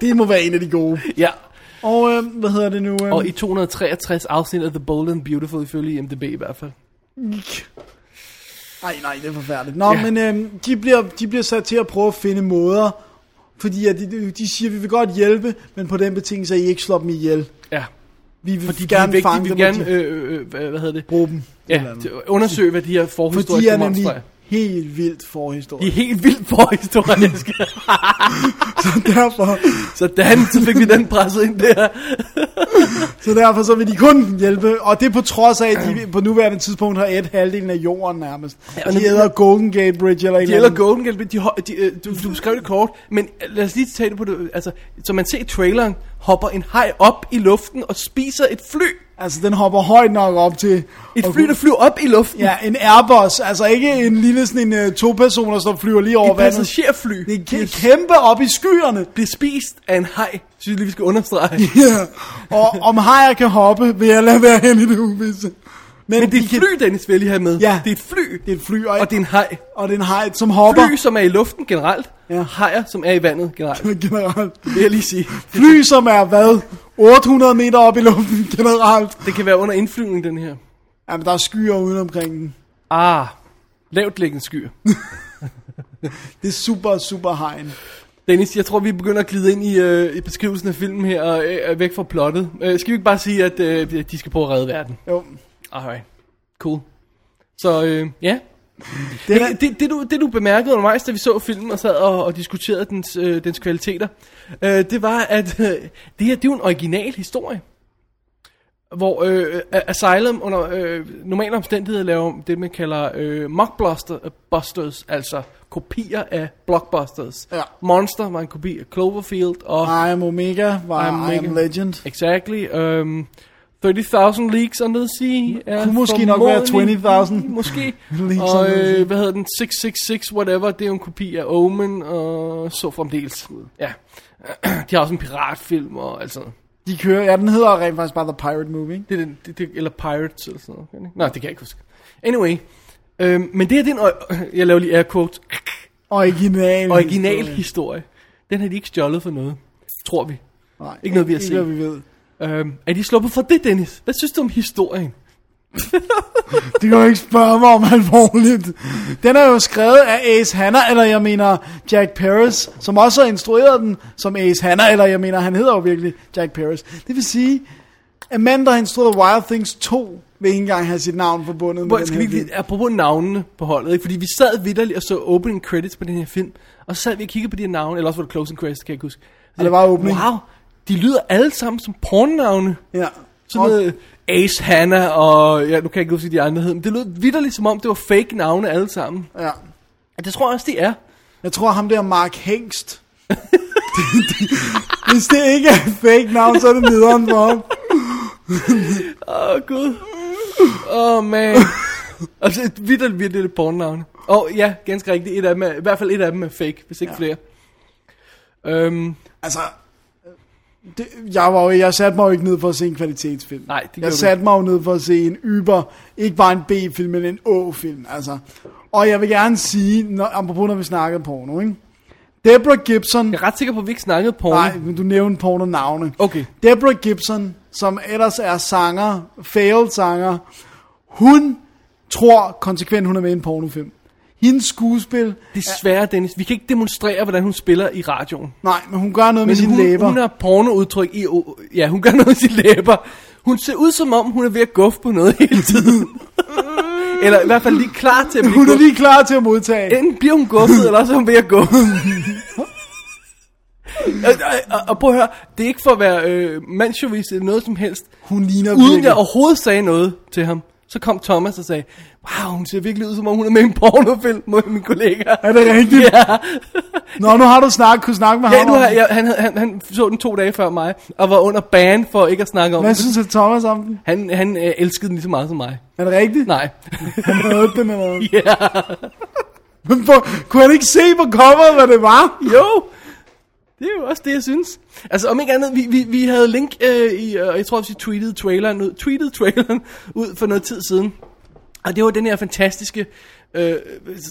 det må være en af de gode.
ja.
Og øh, hvad hedder det nu? Øh,
Og i 263 afsnit af The Bold and Beautiful, ifølge IMDb i hvert fald.
Nej, nej, det er forfærdeligt. Nå, ja. men øhm, de, bliver, de bliver sat til at prøve at finde måder, fordi at de, de siger, at vi vil godt hjælpe, men på den betingelse, at I ikke slår dem ihjel.
Ja.
Vi vil
Fordi
fordi
de er
gerne
vigtige,
fange
vi
dem,
vil
gerne,
gerne,
og de
øh, øh, hvad hvad hedder det?
bruge dem. eller
Ja,
andet.
til at undersøge, hvad de her
for de
forhistoriske
er
monstre
nemlig
er.
helt vildt forhistorisk.
De er helt vildt forhistoriske.
derfor,
Sådan, så fik vi den presset ind der.
så derfor så vil de kun hjælpe, og det er på trods af, at de på nuværende tidspunkt har et halvdelen af jorden nærmest.
Ja,
Ja,
og
de
nu-
hedder Golden Gate Bridge eller et
De
eller
eller
andet.
Golden Gate, de, ho- de, øh, du, du beskrev det kort, men øh, lad os lige tage det på det. Altså, som man ser i traileren, hopper en haj op i luften og spiser et fly.
Altså, den hopper højt nok op til...
Et
at
fly, der flyver op i luften.
Ja, en Airbus, altså ikke en lille sådan en uh, to personer, som flyver lige over
et
vandet.
passagerfly.
Det er kæ- kæmpe op i skyerne.
bliver spist af en haj, synes jeg lige, vi skal understrege.
Ja. Og om hajer kan hoppe, vil jeg lade være hen i det uvisse.
Men det er
de
et fly, Dennis vil lige have med.
Ja.
Det er et fly,
Det er et fly, og,
og det er en haj.
og det er en hej, som hopper.
Fly, som er i luften generelt,
Ja.
ja. hajer, som er i vandet generelt. Det
generelt.
vil jeg lige sige.
Fly, som er hvad? 800 meter op i luften generelt.
Det kan være under indflyvning, den her.
Jamen, der er skyer ude omkring den.
Ah, lavt liggende skyer.
Det er super, super hegn.
Dennis, jeg tror, vi begynder at glide ind i, øh, i beskrivelsen af filmen her, og øh, væk fra plottet. Øh, skal vi ikke bare sige, at øh, de skal prøve at redde verden?
Jo.
Alright. Cool. Så øh, ja.
Den er,
Det, det, det, du, det du bemærkede undervejs, da vi så filmen og sad og, og diskuterede dens, øh, dens kvaliteter, øh, det var, at øh, det her, det er jo en original historie. Hvor øh, Asylum under øh, normale omstændigheder laver det, man kalder øh, mockbusters, altså kopier af blockbusters.
Ja. Ah.
Monster var en kopi af Cloverfield, og
I am Omega, var I
I
am,
am
I am
Omega.
Legend.
Exactly. Um, 30.000 leagues under the sea. er
Kunne måske nok være
formodentlig-
20.000
Måske.
leagues
og
under the sea.
øh, hvad hedder den? 666, whatever. Det er jo en kopi af Omen og så fremdeles. Ja. De har også en piratfilm og alt sådan noget.
De kører, ja, den hedder rent faktisk bare The Pirate Movie. ikke?
det, er den- det, det, Eller Pirates eller sådan noget. gør den ikke? Nej, det kan jeg ikke huske. Anyway. Øhm, men det her, det er en, ø- jeg laver lige air quotes,
Original.
original historie. Den har de ikke stjålet for noget, tror vi.
Nej,
Ikke noget, vi har
ikke
set.
Noget, vi ved.
Øhm, er de sluppet for det, Dennis? Hvad synes du om historien?
Det kan jo ikke spørge mig om alvorligt. Den er jo skrevet af Ace Hanna, eller jeg mener Jack Paris, som også har instrueret den som Ace Hanna, eller jeg mener, han hedder jo virkelig Jack Paris. Det vil sige, at manden, der har instrueret Wild Things 2, vil ikke engang have sit navn forbundet med
Hvor,
den
skal
her
vi ikke
film.
lige, apropos navnene på holdet, ikke? fordi vi sad vidderligt og så opening credits på den her film, og så sad vi og kiggede på de her navne, eller også var det closing credits, det kan jeg ikke huske.
Og det var opening.
Wow, de lyder alle sammen som pornnavne.
Ja.
Sådan noget Ace Hanna og, ja, nu kan jeg ikke huske, hvad de andre hed, men det lød vidderligt som om, det var fake navne alle sammen.
Og, ja.
Og det tror jeg også, de er.
Jeg tror, ham der Mark Hengst. Hvis det ikke er et fake navn, så er det nederen for ham.
Åh, oh, gud. Åh, oh, man. altså, vidderligt, vidderligt pornnavne. Og ja, ganske rigtigt, et af dem er, i hvert fald et af dem er fake, hvis ikke
Ja.
ja. flere. Øhm,
Altså, det, jeg, var jo, jeg satte mig jo ikke ned for at se en kvalitetsfilm.
Nej, det gjorde
Jeg
du
satte mig jo ned for at se en yber, ikke bare en B-film, men en Å-film. Altså. Og jeg vil gerne sige, når, apropos når vi snakkede porno, ikke? Deborah Gibson...
jeg er ret sikker på, at vi ikke snakkede porno.
Nej, men du nævnte porno-navne.
Okay.
Deborah Gibson, som ellers er sanger, failed sanger, hun tror konsekvent, hun er med i en pornofilm. Hendes skuespil...
Desværre, Dennis. Vi kan ikke demonstrere, hvordan hun spiller i radioen.
Nej, men hun gør noget med
Men
sine
hun,
læber.
hun har pornoudtryk i... o- Ja, hun gør noget med sine læber. Hun ser ud som om, hun er ved at guffe på noget hele tiden. Eller i hvert fald lige klar til at blive
Hun er
guffet.
lige klar til at modtage.
Enten bliver hun guffet, eller også er hun ved at gå. og, og, og prøv at høre, det er ikke for at være øh, mandsjovis eller noget som helst.
Hun ligner
Uden
virkelig-
jeg overhovedet sagde noget til ham, så kom Thomas og sagde, wow, hun ser virkelig ud, som om hun er med i en pornofilm mod min kollega.
Er det rigtigt?
Ja,
Nå, nu har du snak, kunne snakke med
ja
ham.
nu
om
har
det.
jeg, han, havde- han, han så den to dage før mig, og var under ban for ikke at snakke om
Hvad
den.
synes jeg, Thomas om den?
Han, han øh, elskede den lige så meget som mig.
Er det rigtigt?
Nej.
Han havde den eller noget.
Ja.
Men for, kunne han ikke se på coveret, hvad det var?
Jo, det er jo også det, jeg synes. Altså om ikke andet, vi, vi, vi havde link øh, i, øh, jeg tror også, vi tweetede traileren ud, tweetede traileren ud for noget tid siden. Og det var den her fantastiske, øh,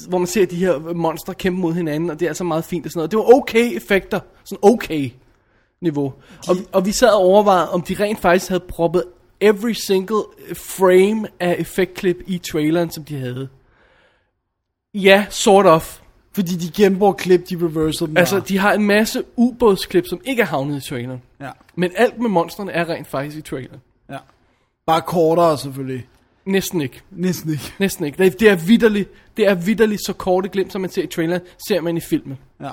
hvor man ser de her monstre kæmpe mod hinanden, og det er altså meget fint og sådan noget. Det var okay effekter, sådan okay niveau. Og, og vi sad og overvejede, om de rent faktisk havde proppet every single frame af effektklip i traileren, som de havde. Ja, sort of.
Fordi de genbruger klip, de reverser dem.
Altså,
bare.
de har en masse ubådsklip, som ikke er havnet i traileren.
Ja.
Men alt med monsterne er rent faktisk i traileren.
ja. Bare kortere, selvfølgelig.
Næsten ikke.
Næsten ikke.
Næsten ikke. Det er- Det er vidderligt. Det er vidderligt så korte glimt, som man ser i traileren, ser man i filmen.
Ja.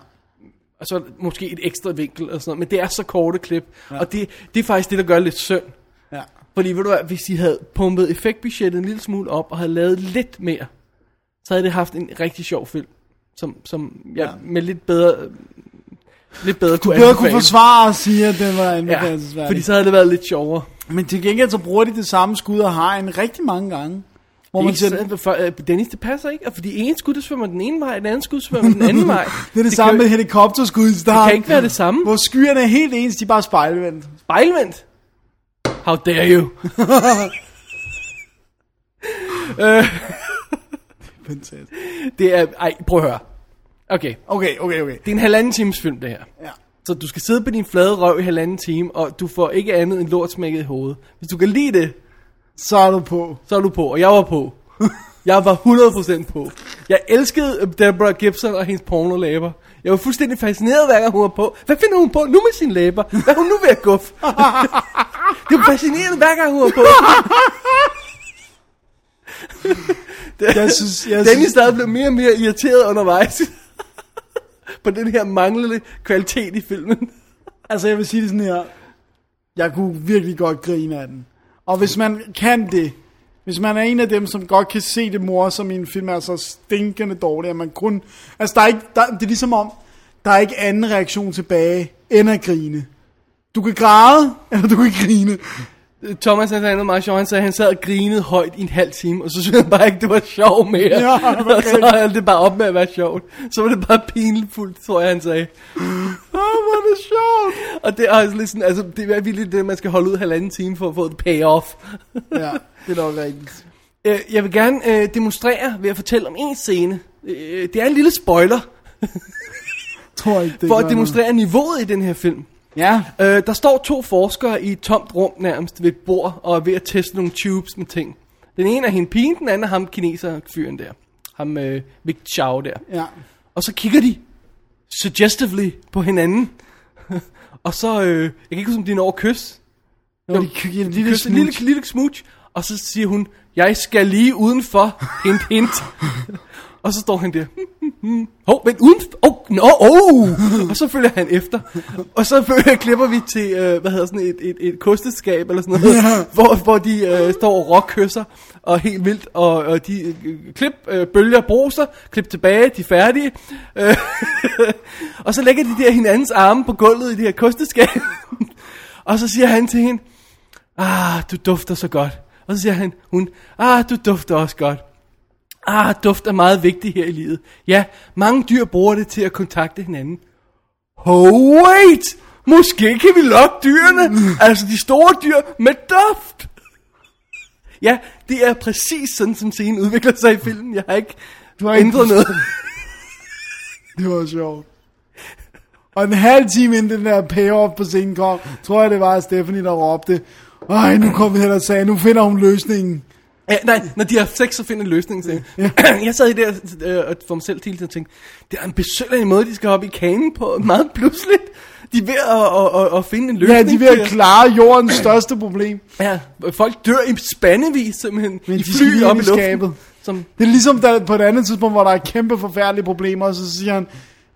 Og så måske et ekstra vinkel og sådan noget. Men det er så korte klip. Ja. Og det, det er faktisk det, der gør det lidt synd.
Ja.
Fordi ved du hvad, hvis de havde pumpet effektbudgettet en lille smule op, og havde lavet lidt mere, så havde det haft en rigtig sjov film. Som, som jeg ja.
Ja.
med lidt bedre... Lidt bedre kunne
Bedre
anbefale.
kunne forsvare og sige, at den var anbefalesværdig.
Ja, fordi så havde det været lidt sjovere.
Men til gengæld så bruger de det samme skud og har en rigtig mange gange. Hvor man
Ikke
siger,
sådan, for, øh, Dennis, det passer ikke, og fordi en skud, der svømmer den ene vej, den anden skud svømmer den anden vej.
det er det, samme
kan,
med helikopterskud i starten.
Det kan ikke være det samme.
Hvor skyerne er helt ens, de er bare spejlvendt.
Spejlvendt. How dare you?
Fantastisk.
Det er, ej, prøv at høre. Okay,
Okay, okay, okay.
det er en halvanden times film, det her.
Ja.
Så du skal sidde på din flade røv i halvanden time, og du får ikke andet end lort smækket i hovedet. Hvis du kan lide det,
Så er du på.
så er du på, og jeg var på. Jeg var 100% på. Jeg elskede øh, Deborah Gibson og hendes porno-læber. Jeg var fuldstændig fascineret, hver gang hun var på. Hvad finder hun på nu med sine læber? Hvad er hun nu ved at guffe? det var fascinerende, hver gang hun var på.
Jeg synes, jeg
Dennis
synes,
der blev mere og mere irriteret undervejs. på den her manglende kvalitet i filmen.
altså jeg vil sige det sådan her. Jeg kunne virkelig godt grine af den. Og hvis man kan det, hvis man er en af dem, som godt kan se det mor, som i en film er så stinkende dårlig, at man kun... Altså der er ikke, der, det er ligesom om, der er ikke anden reaktion tilbage, end at grine. Du kan græde, eller du kan grine.
Thomas han sagde noget meget sjovt. Han sagde, at han sad og grinede højt i en halv time, og så synes han bare ikke, det var sjovt mere.
Ja, okay.
og så holdt det bare op med at være sjovt. Så var det bare pinligt, tror jeg, han sagde. Åh, hvor er det sjovt. Og det er også lidt sådan, altså, det er virkelig det, man skal holde ud halvanden time for at få et payoff.
Ja, det er nok rigtigt.
Øh, jeg vil gerne øh, demonstrere ved at fortælle om en scene. Øh, det er en lille spoiler
Tror ikke, det
for
gør
at
noget.
demonstrere niveauet i den her film.
Ja.
Øh, der står to forskere i et tomt rum nærmest ved et bord og er ved at teste nogle tubes med ting. Den ene er hende pigen, den anden er ham kineser-fyren der. Ham øh, Vic Chao der.
Ja.
Og så kigger de suggestively på hinanden. og så, øh, jeg kan ikke huske, om de når at kysse.
Jo, de kigger en lille
Kysse en lille,
smule.
lille smooch. Og så siger hun, jeg skal lige udenfor. Hint, hint. og så står han der. Hov, vent, uden... Oh, no, oh. og så følger han efter. Og så følger, klipper vi til, øh, hvad hedder sådan et, et, et kosteskab eller sådan noget, yeah. hvor, hvor de øh, står og rockkysser, og helt vildt, og, og de øh, klip, øh, bølger, bruser, klip tilbage, de er færdige. Øh, og så lægger de der hinandens arme på gulvet i det her kosteskab. og så siger han til hende, ah, du dufter så godt. Og så siger han, hun, ah, du dufter også godt. Ah, duft er meget vigtigt her i livet. Ja, mange dyr bruger det til at kontakte hinanden. Oh, wait! Måske kan vi lokke dyrene,
Mm.
altså de store dyr, med duft! Ja, det er præcis sådan, som scenen udvikler sig i filmen. Jeg har ikke
Du har ikke-
ændret noget.
Det var sjovt. Og en halv time inden den der payoff på scenen kom, tror jeg det var Stephanie, der råbte, Ej, nu kom vi hen og sagde, nu finder hun løsningen.
Ja, nej, når de har sex, så finder en løsning til ja. Jeg sad i der øh, og for mig selv hele tiden og tænkte, det er en besøgelig måde, de skal hoppe i kanen på, meget pludseligt. De er ved at, at, at, at finde en løsning.
Ja, de er ved
til-
at klare jordens største problem.
Ja, folk dør i spandevis simpelthen.
Men
I
de skal
fly
lige
op i
ind i
luften.
skabet.
Som,
Det er ligesom der, på et andet tidspunkt, hvor der er kæmpe forfærdelige problemer, og så siger han,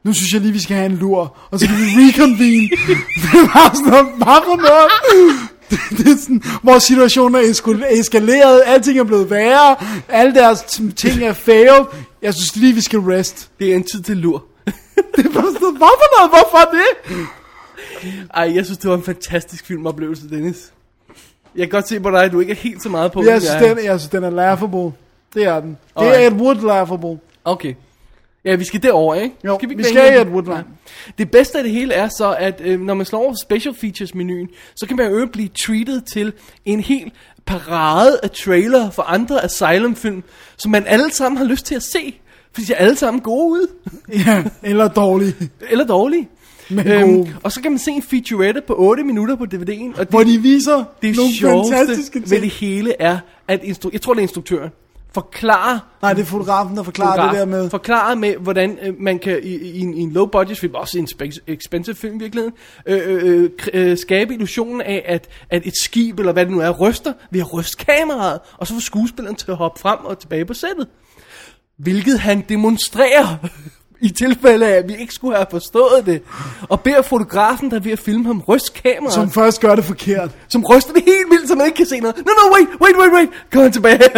nu synes jeg lige, vi skal have en lur, og så kan vi reconvene. det var sådan noget, hvad for noget? Det- det er sådan, hvor situationen er eskal- eskaleret, alting er blevet værre, alle deres t- ting er failed. Jeg synes lige, vi skal rest.
det er en tid til lur.
Det var sådan, noget, hvad for noget? Hvorfor det?
Ej, jeg synes, det var en fantastisk filmoplevelse, Dennis. Jeg kan godt se på dig, at du ikke er helt så meget på
Jeg
som
synes,
er.
den, jeg synes, den er laughable. Det er den. Det er
Alright.
et wood laughable.
Okay. Ja, vi skal derover, ikke?
Jo,
ikke
vi
vende
skal i
den?
et woodland.
Ja. Det bedste af det hele er så, at øh, når man slår over special features-menuen, så kan man jo blive treated til en hel parade af trailer for andre Asylum-film, som man alle sammen har lyst til at se, fordi de er alle sammen gode ud,
Ja, eller dårlig.
eller dårlige. Øhm,
Men gode.
og så kan man se en featurette på 8 minutter på DVD'en, og det,
Hvor de viser
det
nogle
sjoveste
fantastiske ting.
ved det hele er, at instru- jeg tror, det er instruktøren, forklarer
Nej, det er fotografen, der forklarer
forklarer
det der med.
Forklarer med, hvordan øh, man kan i, i, en- i en low-budget film, også i en spe- expensive film i virkeligheden, øh, øh, øh, kr- øh, skabe illusionen af, at, at et skib, eller hvad det nu er, ryster ved at ryste kameraet, og så får skuespilleren til at hoppe frem og tilbage på sættet. Hvilket han demonstrerer, i tilfælde af, at vi ikke skulle have forstået det, og beder fotografen, der er ved at filme ham, ryste kameraet
Som først gør det forkert.
som ryster det helt vildt, så man ikke kan se noget. No, no, wait, wait, wait, wait. Kom han tilbage.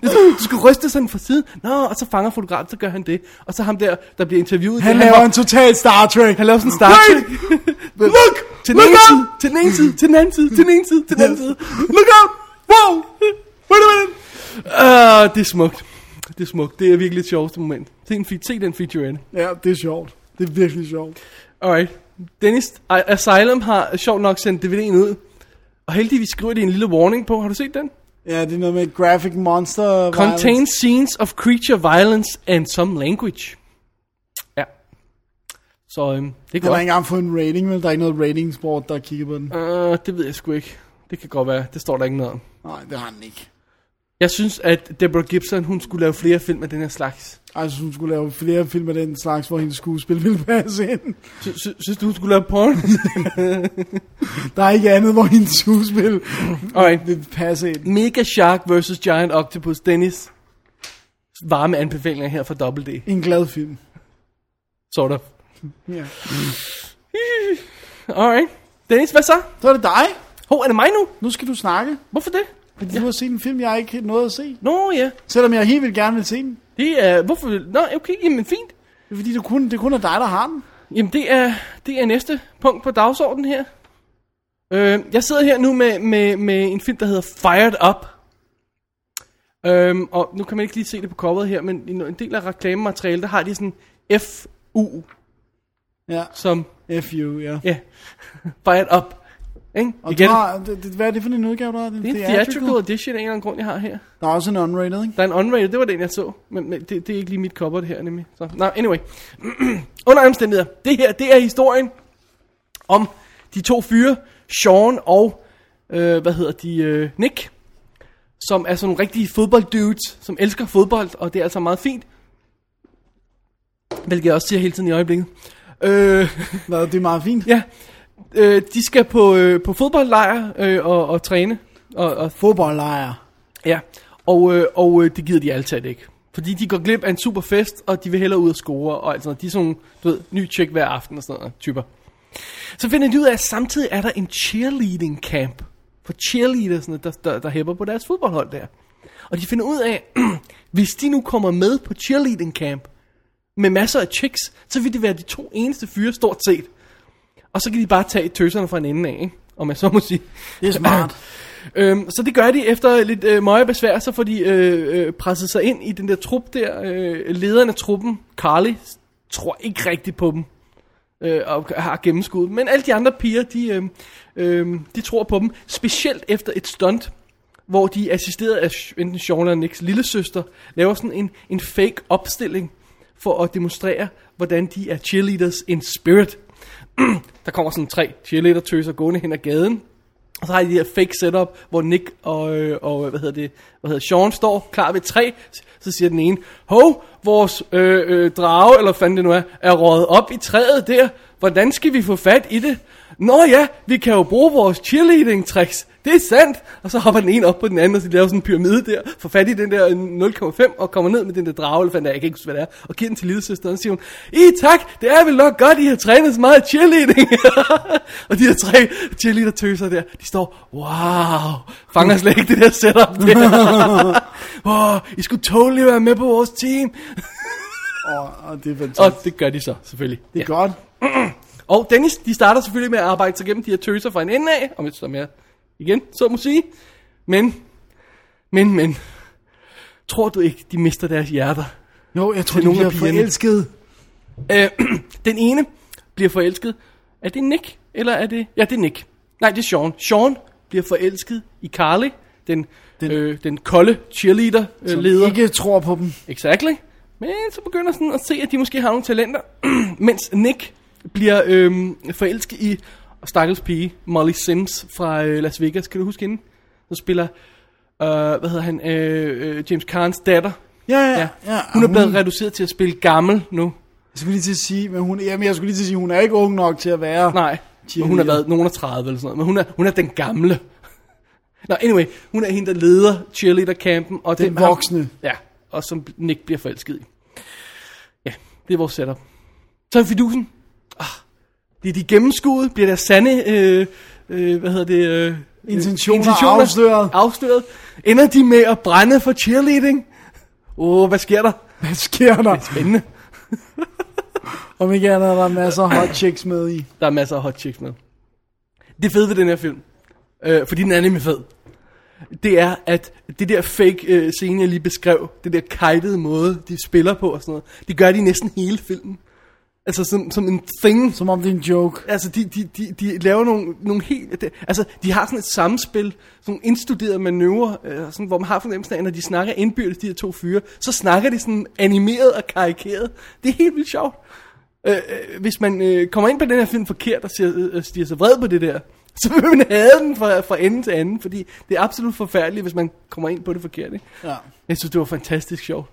Det er sådan, du skal ryste sådan fra siden. Nå, og så fanger fotografen, så gør han det. Og så ham der, der bliver interviewet.
Han
det,
laver
hop-
en total Star Trek.
han laver sådan en start.
Look!
Til den
Look
ene
up!
side, til den ene side, til den anden side, til den ene side, til den anden side. Look up! Wow! Wait a minute! Uh, det er smukt. Det er smukt. Det er virkelig et sjovt moment. Se, en, fe- se den feature ind.
Ja, det er sjovt. Det er virkelig sjovt.
Alright. Dennis, A- Asylum har sjovt nok sendt DVD'en ud. Og heldigvis skriver de en lille warning på. Har du set den?
Ja, det er noget med graphic monster violence.
Contains scenes of creature violence and some language. Ja. Så øhm, det
Det
kan
var
godt.
ikke engang fået en rating, men der er ikke noget ratingsboard, der kigger på den.
Uh, det ved jeg sgu ikke. Det kan godt være. Det står der ikke noget om.
Nej, det har den ikke.
Jeg synes, at Deborah Gibson, hun skulle lave flere film af den her slags.
Ej, Jeg synes, Altså, hun skulle lave flere film af den slags, hvor hendes skuespil ville passe ind.
Sy- sy- synes du, hun skulle lave porn?
Der er ikke andet, hvor hendes skuespil
Alright.
vil passe ind.
Mega Shark vs. Giant Octopus. Dennis. Varme anbefalinger her fra Double D.
En glad film.
Sort of.
Ja.
Alright. Dennis, hvad så?
Så er det dig.
Hov, er det mig nu?
Nu skal du snakke.
Hvorfor det?
Fordi du har set en film, jeg ikke nåede at se.
Nå ja.
Selvom jeg helt vildt gerne vil se den.
Det er... Hvorfor... Nå, okay. Jamen, fint.
Det er fordi, det kun, det kun er dig, der har den.
Jamen det er, det er næste punkt på dagsordenen her. Øh, jeg sidder her nu med, med, med en film, der hedder Fired Up. Øhm, og nu kan man ikke lige se det på coveret her, men i no- en del af reklamematerialet, der har de sådan FU,
Ja.
som,
F you, ja.
ja, Fired Up. Ikke?
Og
Igen,
du har, det, det, hvad er det for en udgave, du har?
det er en theatrical edition af en eller anden grund, jeg har her.
Der er også en unrated, ikke?
Der er en unrated, det var den, jeg så. Men, men det, det er ikke lige mit cover, det her nemlig. Så, nå, anyway. Under alle omstændigheder, det her, det er historien om de to fyre, Sean og, øh, hvad hedder de, øh, Nick, som er sådan nogle rigtige fodbolddudes, som elsker fodbold, og det er altså meget fint. Hvilket jeg også siger hele tiden i øjeblikket. Øh,
Hvad, det er meget fint.
ja, øh, de skal på, øh, på fodboldlejr øh, og, og træne, og, og
Fodboldlejr.
Ja, og, øh, og øh, det gider de altid ikke. Fordi de går glip af en super fest, og de vil hellere ud og score, og alt sådan noget. De er sådan, nogle, du ved, ny tjek hver aften og sådan noget, typer. Så finder de ud af, at samtidig er der en cheerleading camp for cheerleaders, der, der, der hæpper på deres fodboldhold der. Og de finder ud af, hvis de nu kommer med på cheerleading camp, med masser af chicks, så vil det være de to eneste fyre stort set. Og så kan de bare tage tøserne fra en ende af, ikke? Om jeg så må sige.
Det er smart.
Øhm, så det gør de efter lidt øh, møje besvær, så får de øh, øh, presset sig ind i den der trup der. Øh, lederen af truppen, Carly, tror ikke rigtigt på dem øh, og har gennemskud. Men alle de andre piger, de, øh, øh, de tror på dem. Specielt efter et stunt, hvor de assisteret af Sh- enten Sean eller Nicks lillesøster, laver sådan en, en fake opstilling for at demonstrere, hvordan de er cheerleaders in spirit. Der kommer sådan tre cheerleader-tøser gående hen ad gaden, og så har de det her fake setup, hvor Nick og, øh, og øh, hvad hedder det, hvad hedder Sean står klar ved tre, så siger den ene, hov, vores øh, øh, drage, eller hvad fanden det nu er, er røget op i træet der, Hvordan skal vi få fat i det? Nå ja, vi kan jo bruge vores cheerleading tricks. Det er sandt. Og så hopper den ene op på den anden, og så laver sådan en pyramide der. Får fat i den der øh, 0,5 og kommer ned med den der drage, eller fandt jeg kan ikke huske, hvad det er. Og giver den til lillesøsteren og siger hun, I tak, det er vel nok godt, I har trænet så meget cheerleading. og de der tre cheerleader tøser der, de står, wow, fanger slet ikke det der setup der. wow, I skulle totally være med på vores team.
Og, og det er fantastisk.
Og det gør de så, selvfølgelig.
det er ja. godt.
Og Dennis, de starter selvfølgelig med at arbejde sig gennem de her tøser fra en ende af, om et som jeg igen så må sige. Men, men, men, tror du ikke, de mister deres hjerter?
Jo, jeg tror,
Til
de
nogle af
bliver
pigerne.
forelsket.
Øh, den ene bliver forelsket. Er det Nick, eller er det... Ja, det er Nick. Nej, det er Sean. Sean bliver forelsket i Carly, den, den, øh, den kolde øh,
Som
cheerleader-leder.
ikke tror på dem.
Exactly. Men så begynder sådan at se, at de måske har nogle talenter, mens Nick bliver øhm, forelsket i stakkels pige, Molly Sims fra øh, Las Vegas. Kan du huske hende? Hun spiller, øh, hvad hedder han, øh, øh, James Carnes datter.
Ja, ja, ja.
Hun er blevet reduceret til at spille gammel nu.
Jeg skulle lige til at sige, men hun, jamen, jeg skulle lige til at sige, hun er ikke ung nok til at være.
Nej, men hun har været nogen af 30 eller sådan noget, men hun er, hun er den gamle. Nå, anyway, hun er hende, der leder cheerleader-campen. Og
Den
dem- ham-
voksne.
Ja, og som Nick bliver forelsket i. Ja, det er vores setup. Så er fidusen. Ah, bliver de gennemskuet? Bliver der sande, øh, øh, hvad hedder det? Øh,
Intentioner afsløret?
afsløret? Ender de med at brænde for cheerleading? Åh, oh, hvad sker der?
Hvad sker der?
Spændende.
Om ikke andet er der masser af hot chicks med i.
Der er masser af hot chicks med. Det fede ved den her film, øh, fordi den er nemlig fed, det er, at det der fake øh, scene, jeg lige beskrev, det der kajtede måde, de spiller på og sådan noget, det gør de i næsten hele filmen. Altså som, som en thing.
Som om det er en joke.
Altså, de, de, de, de laver nogle, nogle helt... det- Altså, de har sådan et samspil, sådan nogle indstuderede manøvrer, øh, sådan, hvor man har fornemmelsen af, at når de snakker indbyrdes, de her to fyre, så snakker de sådan animeret og karikeret. Det er helt vildt sjovt. Øh, øh, hvis man øh, kommer ind på den her film forkert og siger, øh, stiger sig vred på det der, så vil man have den fra, fra ende til anden, fordi det er absolut forfærdeligt, hvis man kommer ind på det forkert. Ikke?
Ja.
Jeg synes, det var fantastisk sjovt.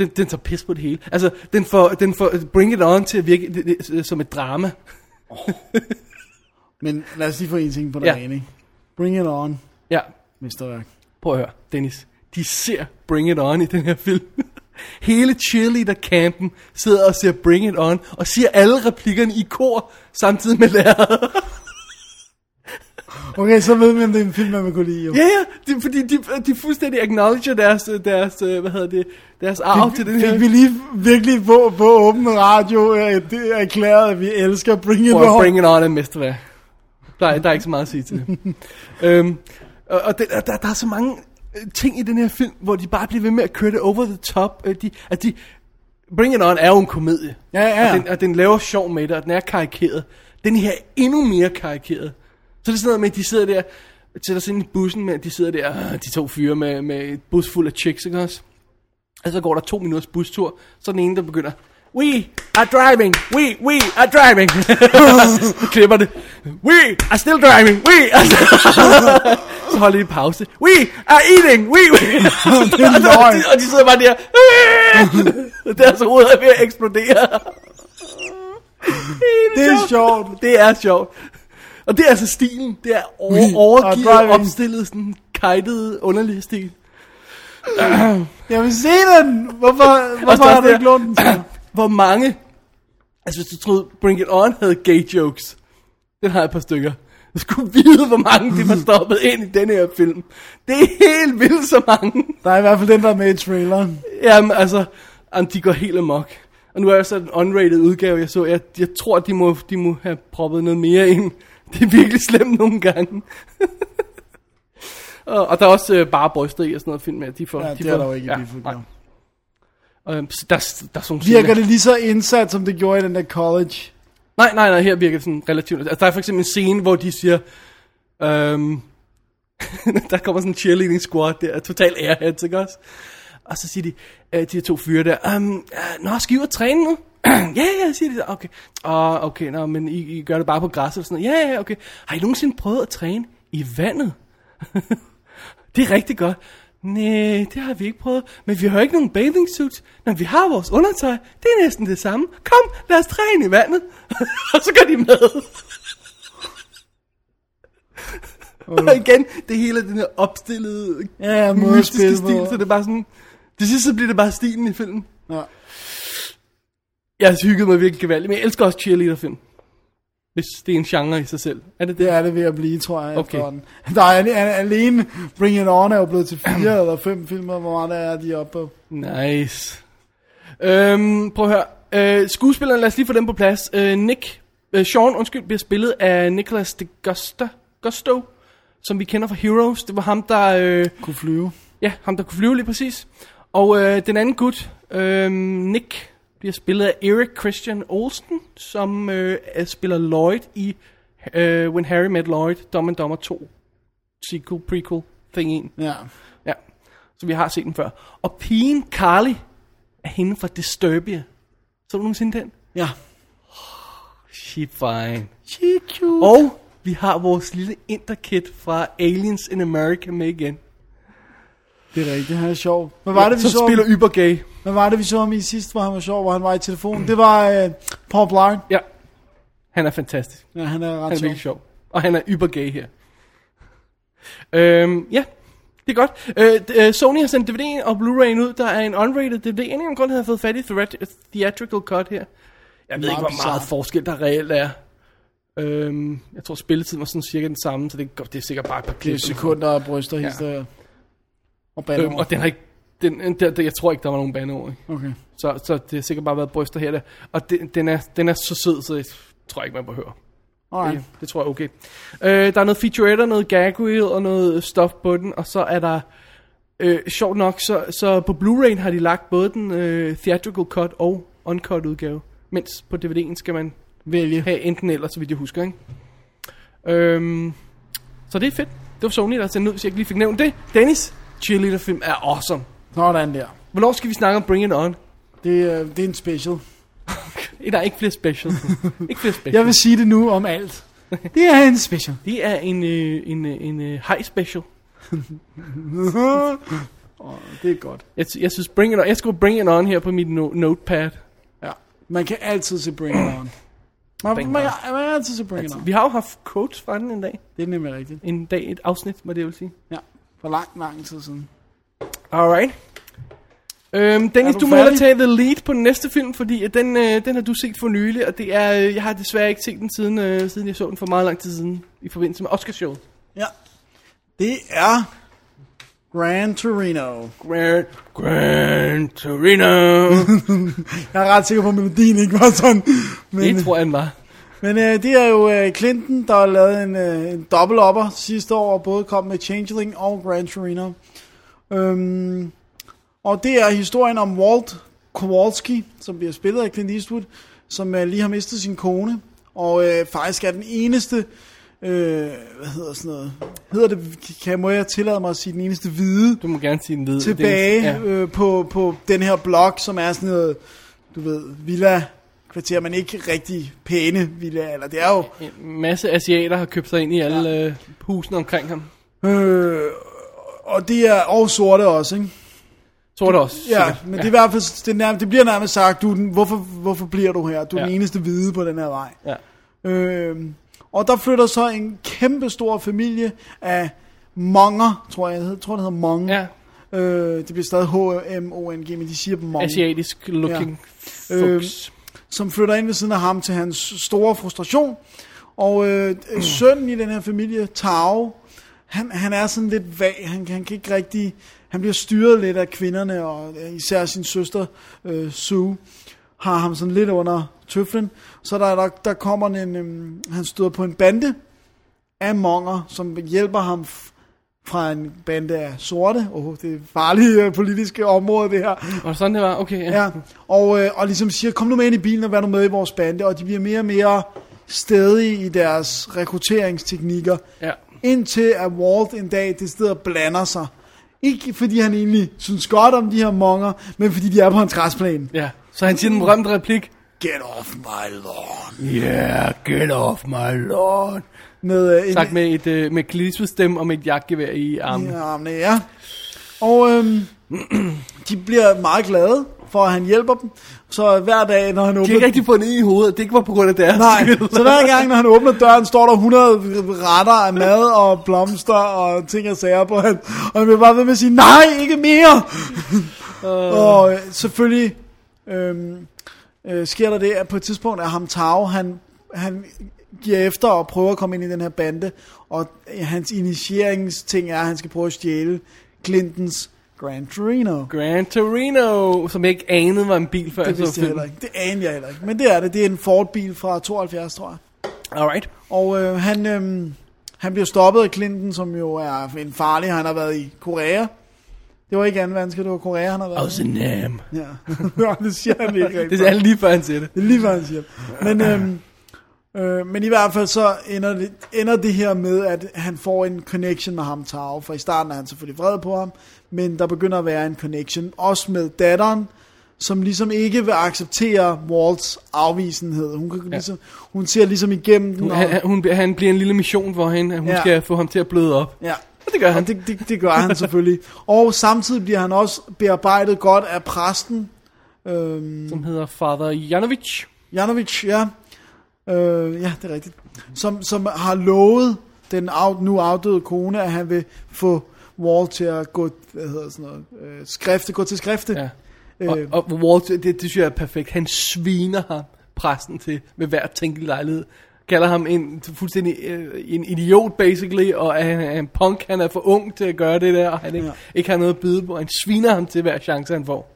Den, den tager pis på det hele. Altså, den får, den får Bring It On til at virke det, det, som et drama.
Men lad os lige få en ting på den
Ja.
ja. ene. ikke? Bring it on,
Ja,
mesterværk.
Prøv at høre, Dennis. De ser Bring It On i den her film. Hele cheerleader-campen sidder og ser Bring It On, og siger alle replikkerne i kor, samtidig med lærere.
Okay, så ved man, det er en film, man vil kunne lide. Jo.
Ja, ja, det, er fordi de, de fuldstændig acknowledger deres, øh, deres, øh, hvad hedder det, deres arv til den her.
Fik vi lige virkelig på, på åben radio øh, det er erklæret, at vi elsker Bring It
Prøv
On?
at bring it on and mesterværk. Der, er- der er ikke så meget at sige til det. øhm, og og det, og der, der er så mange øh, ting i den her film, hvor de bare bliver ved med at køre det over the top. Øh, de, at de, bring it on er jo en komedie.
Ja, ja.
Og den, og den laver sjov med det, og den er karikeret. Den her er endnu mere karikeret. Så er det sådan noget med, at de sidder der, sætter sig ind i bussen med, at de sidder der, øh, de to fyre med, med et bus fuld af chicks, ikke også? Og så går der to minutters bustur, så er den ene, der begynder, We are driving, we, we are driving. så klipper det. We are still driving, we are still... så holder de en pause. We are eating, we, we. og, så- og, de, og de sidder bare der. "Øh!" Deres hoved er ved at eksplodere.
Det er sjovt.
Det er sjovt. Og det er altså stilen. Det er over,
We are
overgivet,
driving.
opstillet, sådan kajtet, underlig stil.
Jeg vil se den! Hvorfor, hvorfor
der
har du
der-
ikke lånt den til mig?
Hvor mange... Altså, hvis du troede, Bring It On havde gay jokes. Den har jeg et par stykker. Du skulle vide, hvor mange de var stoppet ind i den her film. Det er helt vildt så mange.
Der er i hvert fald den, der er med i traileren.
Jamen, altså, jamen, de går helt amok. Og nu er jeg så den unrated udgave, jeg så. Jeg, jeg tror, de må, de må have proppet noget mere ind. Det er virkelig slemt nogle gange. og, og der er også øh, bare bryster i og sådan noget film med, at de får...
Ja,
de
det er
får,
der jo ikke i Beef
nej. Og, øhm, så der, er- der er sådan nogle
Virker
scener-
det lige så indsat, som det gjorde i den der college?
Nej, nej, nej, her virker det sådan relativt. Altså, der er for eksempel en scene, hvor de siger, øhm, der kommer sådan en cheerleading squad der, total airheads, ikke også? Og så siger de, øh, de her to fyre der, um, øh, nå, skal I ud og træne nu? ja, ja, siger de så, okay. Og okay, nå, men I, I gør det bare på græs eller sådan noget. Ja, ja, okay. Har I nogensinde prøvet at træne i vandet? det er rigtig godt. Nej, det har vi ikke prøvet. Men vi har jo ikke nogen bathing suits. Når vi har vores undertøj, det er næsten det samme. Kom, lad os træne i vandet. og så går de med. og igen, det hele er den her opstillede,
Ja, ja, måde at
mystiske
spille
stil.
på.
Så det er bare sådan... Det sidste så bliver det bare stilen i filmen.
Ja.
Jeg har hygget mig virkelig gevaldigt, men jeg elsker også cheerleaderfilm. Hvis det er en genre i sig selv. Er det det?
Det er det ved at blive, tror jeg,
Okay.
okay. efterhånden. Der er al- al- alene Bring It On er jo blevet til fire eller fem filmer, hvor meget der er, de er oppe på.
Nice. Øhm, prøv at høre. Øh, skuespilleren, lad os lige få dem på plads. Øh, Nick, øh, Sean, undskyld, bliver spillet af Nicholas de Gusta, Gusto, som vi kender fra Heroes. Det var ham, der... Øh,
Kunne flyve.
ja, ham, der kunne flyve lige præcis. Og øh, den anden gut, øh, Nick, bliver spillet af Eric Christian Olsen, som øh, er- spiller Lloyd i øh, When Harry Met Lloyd, Dumb and Dumber 2. Sequel, prequel, thing 1.
Ja.
Ja, så vi har set den før. Og pigen Carly er hende fra Disturbia. Så du nogensinde den?
Ja.
She fine.
She cute.
Og vi har vores lille interkid fra Aliens in America med igen.
Det er rigtigt, han er sjov. Hvad var det, vi
Som
så?
spiller
Spiller...
Uber Gay.
Hvad var det, vi så ham i sidst, hvor han var sjov, hvor han var i telefonen? Det var øh, Paul Blart.
Ja, han er fantastisk.
Ja, han er ret
Han er
sjov.
virkelig sjov. Og han er Uber Gay her. Øhm, ja, det er godt. Øh, d- øh, Sony har sendt DVD'en og Blu-ray'en ud. Der er en unrated DVD. En af grund, havde fået fat i threat- theatrical cut her. Jeg ved
Meget
ikke, hvor meget
bizarre.
forskel der reelt er. Øhm, jeg tror, spilletiden var sådan cirka den samme, så det, går- det er sikkert bare et par
Det
klip.
er sekunder og bryster, ja. Og bander.
Øhm, og den har ikke... Den, den, der, jeg tror ikke, der var nogen bandeord. ikke?
Okay.
Så, så det har sikkert bare været bryster her. Der. Og den, den, er, den er så sød, så jeg tror ikke, man behøver.
Alright.
Det, det tror jeg er okay. Øh, der er noget featurette og noget gag reel og noget stof på den, og så er der... Øh, sjovt nok, så, så på Blu-ray har de lagt både den øh, theatrical cut og uncut udgave. Mens på DVD'en skal man
Vælge.
have enten eller, så vidt jeg husker, ikke? Øhm, så det er fedt. Det var Sony, der sendte ud, hvis jeg ikke lige fik nævnt det. Dennis, cheerleader-film er awesome.
Sådan der.
Hvornår skal vi snakke om Bring It On?
Det, øh, det er en special.
Der er ikke flere specials. ikke flere specials.
Jeg vil sige det nu om alt. Det er en special.
Det er en, øh, en, øh, en øh, high special.
Åh, det er godt.
Jeg, jeg synes, bring it on. Jeg skulle bring it on her på mit no- notepad.
Ja. Man kan altid se Bring It On. Man,
Bring
man,
It
man, kan altid se Bring It On.
Vi har jo haft quotes fra den en dag.
Det er nemlig rigtigt.
En dag, et afsnit, må det vil sige.
Ja. For lang, lang tid siden.
Alright. Øhm, Dennis,
Er
du,
du
du må hellere
færdig?
tage the lead på den næste film, fordi at den, øh, den har du set for nylig, og det er, øh, jeg har desværre ikke set den siden, øh, siden jeg så den for meget lang tid siden, i forbindelse med Oscarshowet.
Ja. Det er Gran Torino.
Grand, Grand Torino.
Jeg er ret sikker på, at melodien ikke var sådan. Men,
det tror jeg, den var.
men øh, det er jo øh, Clinton, der har lavet en, øh, en dobbelt opper sidste år, og både kom med Changeling og Gran Torino. Øhm, og det er historien om Walt Kowalski, som bliver spillet af Clint Eastwood, som øh, lige har mistet sin kone, og øh, faktisk er den eneste, øh, hvad hedder sådan noget, hedder det, kan, må jeg tillade mig at sige, den eneste hvide,
Du må gerne sige den videre.
tilbage
Dennis. Ja.
øh, på, på den her blok, som er sådan noget, du ved, villa kvarter, men ikke rigtig pæne villa, eller det er jo,
En masse asiater har købt sig ind i alle ja. øh, husene omkring ham.
øh, og det er, og sorte også, ikke?
Tror det også.
Ja,
sikkert.
men det er i hvert fald, det, er nærmest, det bliver nærmest sagt, du, er den- hvorfor, hvorfor bliver du her? Du er
Ja.
den eneste hvide på den her vej.
Ja.
Øh, og der flytter så en kæmpe stor familie af monger, tror jeg, det hed- tror det hedder monger.
ja.
Øh, det bliver stadig H-M-O-N-G, men de siger dem monger.
asiatisk looking ja.
Øhm,
folks.
som flytter ind ved siden af ham til hans store frustration. Og øh, øh, sønnen i den her familie, Tao, han, han er sådan lidt vag. Han, kan- han kan ikke rigtig... Han bliver styret lidt af kvinderne, og øh, især sin søster, øh, Sue, har ham sådan lidt under tøflen. Så der, der, der kommer en... Øh, han støder på en bande af monger, som hjælper ham f- fra en bande af sorte. Åh, oh, det er farlige øh, politiske område, det her.
Var det sådan, det var? Okay, ja.
Ja, og, øh, og ligesom siger, kom nu med ind i bilen og vær nu med i vores bande, og de bliver mere og mere stedige i deres rekrutteringsteknikker,
ja.
indtil at Walt en dag det sted blander sig. Ikke fordi han egentlig synes godt om de her monger, men fordi de er på hans græsplæne.
ja. Så han siger den berømte replik.
Get off my lawn.
Yeah, get off my lawn.
Med øh, en,
Sagt med et øh, med klissestemme og med et jagtgevær i armen.
Ja, men, ja. Og øhm, de bliver meget glade for, at han hjælper dem. Så hver dag, når han
De har ikke
åbner...
rigtig fået ned i hovedet, at det ikke var på grund af deres
Nej,
skyld.
så hver gang, når han åbner døren, står der 100 retter af mad og blomster og ting og sager på han. Og han bliver bare ved med at sige, nej, ikke mere! og øh, selvfølgelig øhm, øh, sker der det, at på et tidspunkt er ham Tao, han, han giver efter og prøver at komme ind i den her bande, og øh, hans initieringsting er, at han skal prøve at stjæle Clintons Grand Torino.
Gran Torino, som jeg ikke anede var en bil før.
Det
jeg så
vidste jeg
filmen.
heller ikke. Det aner jeg heller ikke. Men det er det. Det er en Ford-bil fra 72, tror jeg.
Alright.
Og øh, han, øh, han bliver stoppet af Clinton, som jo er en farlig. Han har været i Korea. Det var ikke anden verdenskrig, det var Korea, han har været.
Også øhm, nam.
i. Ja. ja, det siger han ikke
Det
rigtigt.
er alle lige før, han siger det.
Det er lige hvad han siger. Men, øhm, øh, men i hvert fald så ender det, ender det her med, at han får en connection med ham, Tao. For i starten er han selvfølgelig vred på ham, men der begynder at være en connection, også med datteren, som ligesom ikke vil acceptere Walts afvisenhed. Hun, kan ligesom, hun ser ligesom igennem den.
Hun,
og-
han, hun, bliver- han bliver en lille mission for hende, at hun
Ja.
ja. skal få ham til at bløde op.
Ja.
Og det gør han.
Og det, det, det gør han selvfølgelig. Og samtidig bliver han også bearbejdet godt af præsten, øhm,
Som hedder Father Janovic.
Janovic, ja. Øh, ja, det er rigtigt. Som, som har lovet den af, nu afdøde kone, at han vil få Wall til at gå, hvad hedder sådan noget, øh, skrifte, gå til skrifte.
Ja. Og,
Øh,
og Walter, det, det synes jeg er perfekt. Han sviner ham, præsten, til ved hver tænkelig lejlighed. Kalder ham en fuldstændig øh, en idiot, basically, og at han er en punk, han er for ung til at gøre det der, og han ikke,
Ja.
ja. ikke har noget at byde på. Han sviner ham til hver chance, han får.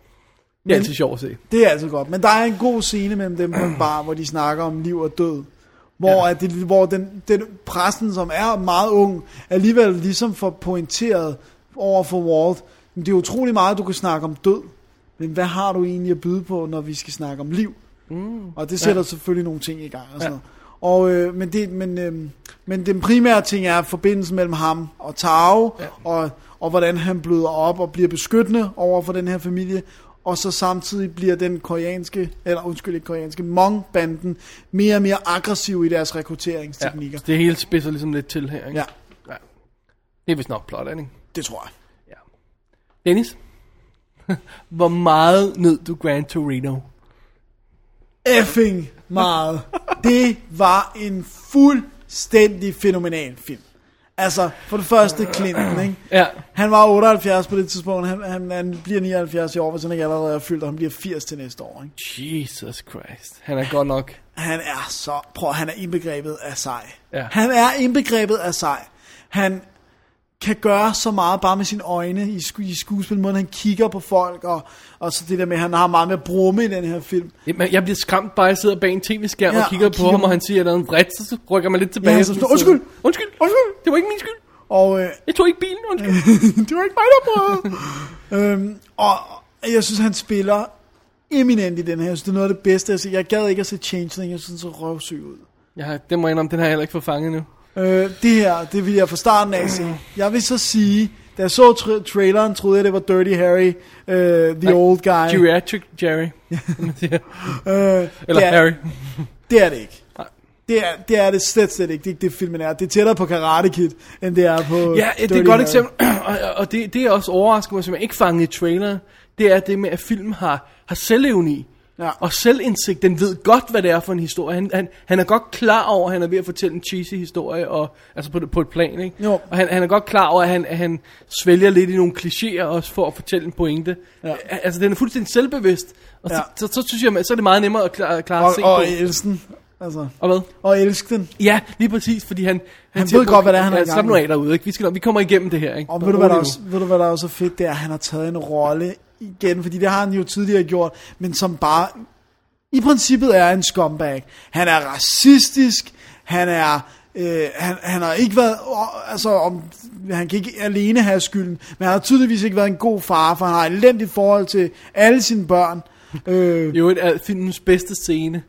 Det er altid sjovt at se.
Det er altså godt. Men der er en god scene mellem dem på en bar, hvor de snakker om liv og død. Hvor, ja. at det, hvor den, den præsten, som er meget ung, alligevel ligesom får pointeret over for Walt. Men det er utrolig meget, du kan snakke om død. Men hvad har du egentlig at byde på, når vi skal snakke om liv? Mm. Og det sætter ja. selvfølgelig nogle ting i gang. Og sådan ja. noget. Og, øh, men, det, men, øh, men den primære ting er forbindelsen mellem ham og Tao, ja. og, og hvordan han bløder op og bliver beskyttende over for den her familie, og så samtidig bliver den koreanske, eller undskyld ikke koreanske, Hmong-banden mere og mere aggressiv i deres
Ja.
rekrutteringsteknikker.
Så det hele spidser ligesom lidt til her, ikke?
Ja,
ja. Det er vist nok plot, er det ikke?
det tror jeg.
Dennis? Hvor meget nød du Gran Torino?
effing meget. Det var en fuldstændig fænomenal film. Altså, for det første Clinton, ikke?
Ja.
Han var 78 på det tidspunkt, han, han, han bliver 79 i år, hvis han ikke allerede er fyldt, og han bliver 80 til næste år, ikke?
Jesus Christ. Han er godt nok...
Han er så... Prøv, han er indbegrebet af sej.
Ja.
Han er indbegrebet af sej. Han kan gøre så meget bare med sine øjne i, sku, i skuespil, måden han kigger på folk, og, og så det der med, at han har meget med at brumme i den her film.
Jamen, jeg bliver skræmt bare, at jeg sidder bag en tv-skærm
Ja,
ja, og kigger
og
på
kigger
ham,
på-
og han siger, at der er en vred, så rykker man lidt tilbage.
Ja,
og
så
sådan,
står, "Undskyld!
undskyld, undskyld, det var ikke min skyld.
Og øh,
Jeg tog ikke bilen, undskyld.
det var ikke mig, der prøvede. øhm, og jeg synes, han spiller eminent i den her. Jeg synes, det er noget af det bedste. Jeg, jeg gad ikke at se Changeling. Jeg synes, den så røvsyg ud.
jeg har, det må jeg indrømme, den har jeg heller ikke fået fanget nu.
Øh, det her, det vil jeg fra starten af se. Jeg vil så sige, da jeg så tra- traileren, troede jeg, det var Dirty Harry, øh, The
Nej,
Old Guy.
Geriatric Jerry, som man siger.
Øh,
Eller
det er,
Harry.
Det er det ikke.
Nej.
Det er, det er det slet, slet ikke. Det er ikke det, filmen er. Det er tættere på Karate Kid, end det er på
Ja, det er
Dirty
et godt
Harry.
eksempel, og, og det, det er også overraskende, mig, som jeg ikke fangede i traileren, det er det med, at filmen har, har selvevne i.
Ja.
Og selvindsigt, den ved godt, hvad det er for en historie. Han, han, han er godt klar over, at han er ved at fortælle en cheesy historie, og, altså på, på et plan, ikke?
Jo.
Og han, han er godt klar over, at han, at han svælger lidt i nogle klichéer også for at fortælle en pointe.
Ja.
Altså, den er fuldstændig selvbevidst. Og
Ja.
så, så, så, synes jeg, så er det meget nemmere at klare, klare
Og,
at se
og
på.
elske Altså,
Og hvad?
og elske den.
Ja, lige præcis, fordi han... Han,
ved godt, hvad det er, han er i
har
gang
Slap nu
med."
af derude, ikke? Vi, skal, nok- vi kommer igennem det her, ikke?
Og
Bare
ved du, hvad der
rolig
også,
nu.
ved du, hvad der også er fedt, det er, at han har taget en rolle igen, fordi det har han jo tidligere gjort, men som bare i princippet er en scumbag. Han er racistisk, han er... Øh, han, han har ikke været, åh, altså om, han kan ikke alene have skylden, men han har tydeligvis ikke været en god far, for han har et elendigt forhold til alle sine børn. Øh,
Jo, et af filmens bedste scene,